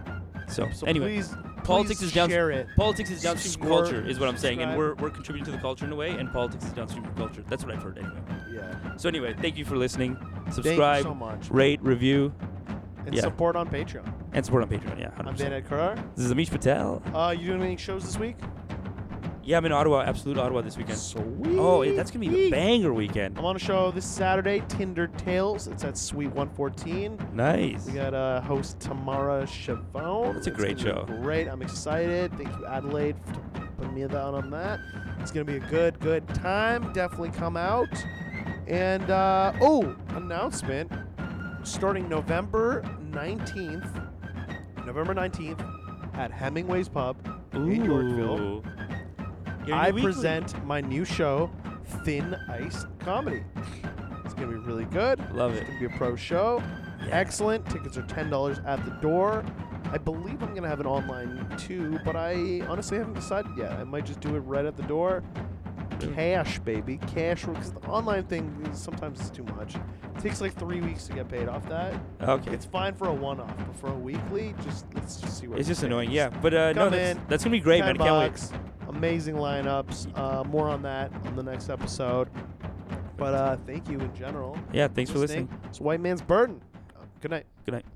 Speaker 2: So,
Speaker 1: So
Speaker 2: anyway,
Speaker 1: please,
Speaker 2: politics
Speaker 1: please
Speaker 2: is down.
Speaker 1: Share it.
Speaker 2: Politics is downstream from
Speaker 1: Score-
Speaker 2: culture, is what I'm saying, and
Speaker 1: subscribe.
Speaker 2: we're, we're contributing to the culture in a way, and politics is downstream from culture. That's what I've heard anyway.
Speaker 1: Yeah.
Speaker 2: So anyway, thank you for listening.
Speaker 1: Thank you
Speaker 2: Subscribe,
Speaker 1: so much.
Speaker 2: rate, review,
Speaker 1: And
Speaker 2: yeah.
Speaker 1: support on Patreon.
Speaker 2: and support on Patreon. Yeah,
Speaker 1: I'm
Speaker 2: 100%.
Speaker 1: Dan Edkarar.
Speaker 2: This is Amish Patel.
Speaker 1: Uh, you doing any shows this week?
Speaker 2: Yeah, I'm in Ottawa, absolute Ottawa this weekend.
Speaker 1: Sweet.
Speaker 2: Oh, yeah, that's gonna be a banger weekend.
Speaker 1: I'm on a show this Saturday, Tinder Tales. It's at Suite 114.
Speaker 2: Nice.
Speaker 1: Oh. We got uh, host Tamara Chavon.
Speaker 2: That's a great
Speaker 1: gonna be
Speaker 2: show.
Speaker 1: Great. I'm excited. Thank you, Adelaide, for putting me down on that. It's going to be a good, good time. Definitely come out. And, uh, oh, announcement. Starting November 19th, November 19th at Hemingway's Pub in Yorkville,
Speaker 2: Ooh. Your
Speaker 1: I
Speaker 2: new weekly.
Speaker 1: present my new show, Thin Ice Comedy. It's going to be really good.
Speaker 2: Love
Speaker 1: It's
Speaker 2: it.
Speaker 1: going to be a pro show.
Speaker 2: Yeah.
Speaker 1: Excellent. Tickets are $10 at the door. I believe I'm going to have an online too, but I honestly haven't decided yet. I might just do it right at the door. Cash, baby. Cash. Because the online thing is sometimes it's too much. It takes like three weeks to get paid off that.
Speaker 2: Okay.
Speaker 1: It's fine for a one off, but for a weekly, just let's just see what
Speaker 2: It's
Speaker 1: it
Speaker 2: just annoying.
Speaker 1: takes.
Speaker 2: Yeah, but uh, no,
Speaker 1: Come
Speaker 2: that's,
Speaker 1: in.
Speaker 2: that's gonna be great,
Speaker 1: 10
Speaker 2: man. Can't wait.
Speaker 1: bucks. Amazing lineups. Uh, more on that on the next episode. But uh, thank you in general.
Speaker 2: Yeah, thanks for listening.
Speaker 1: It's White Man's Burden. Uh, good night.
Speaker 2: Good night.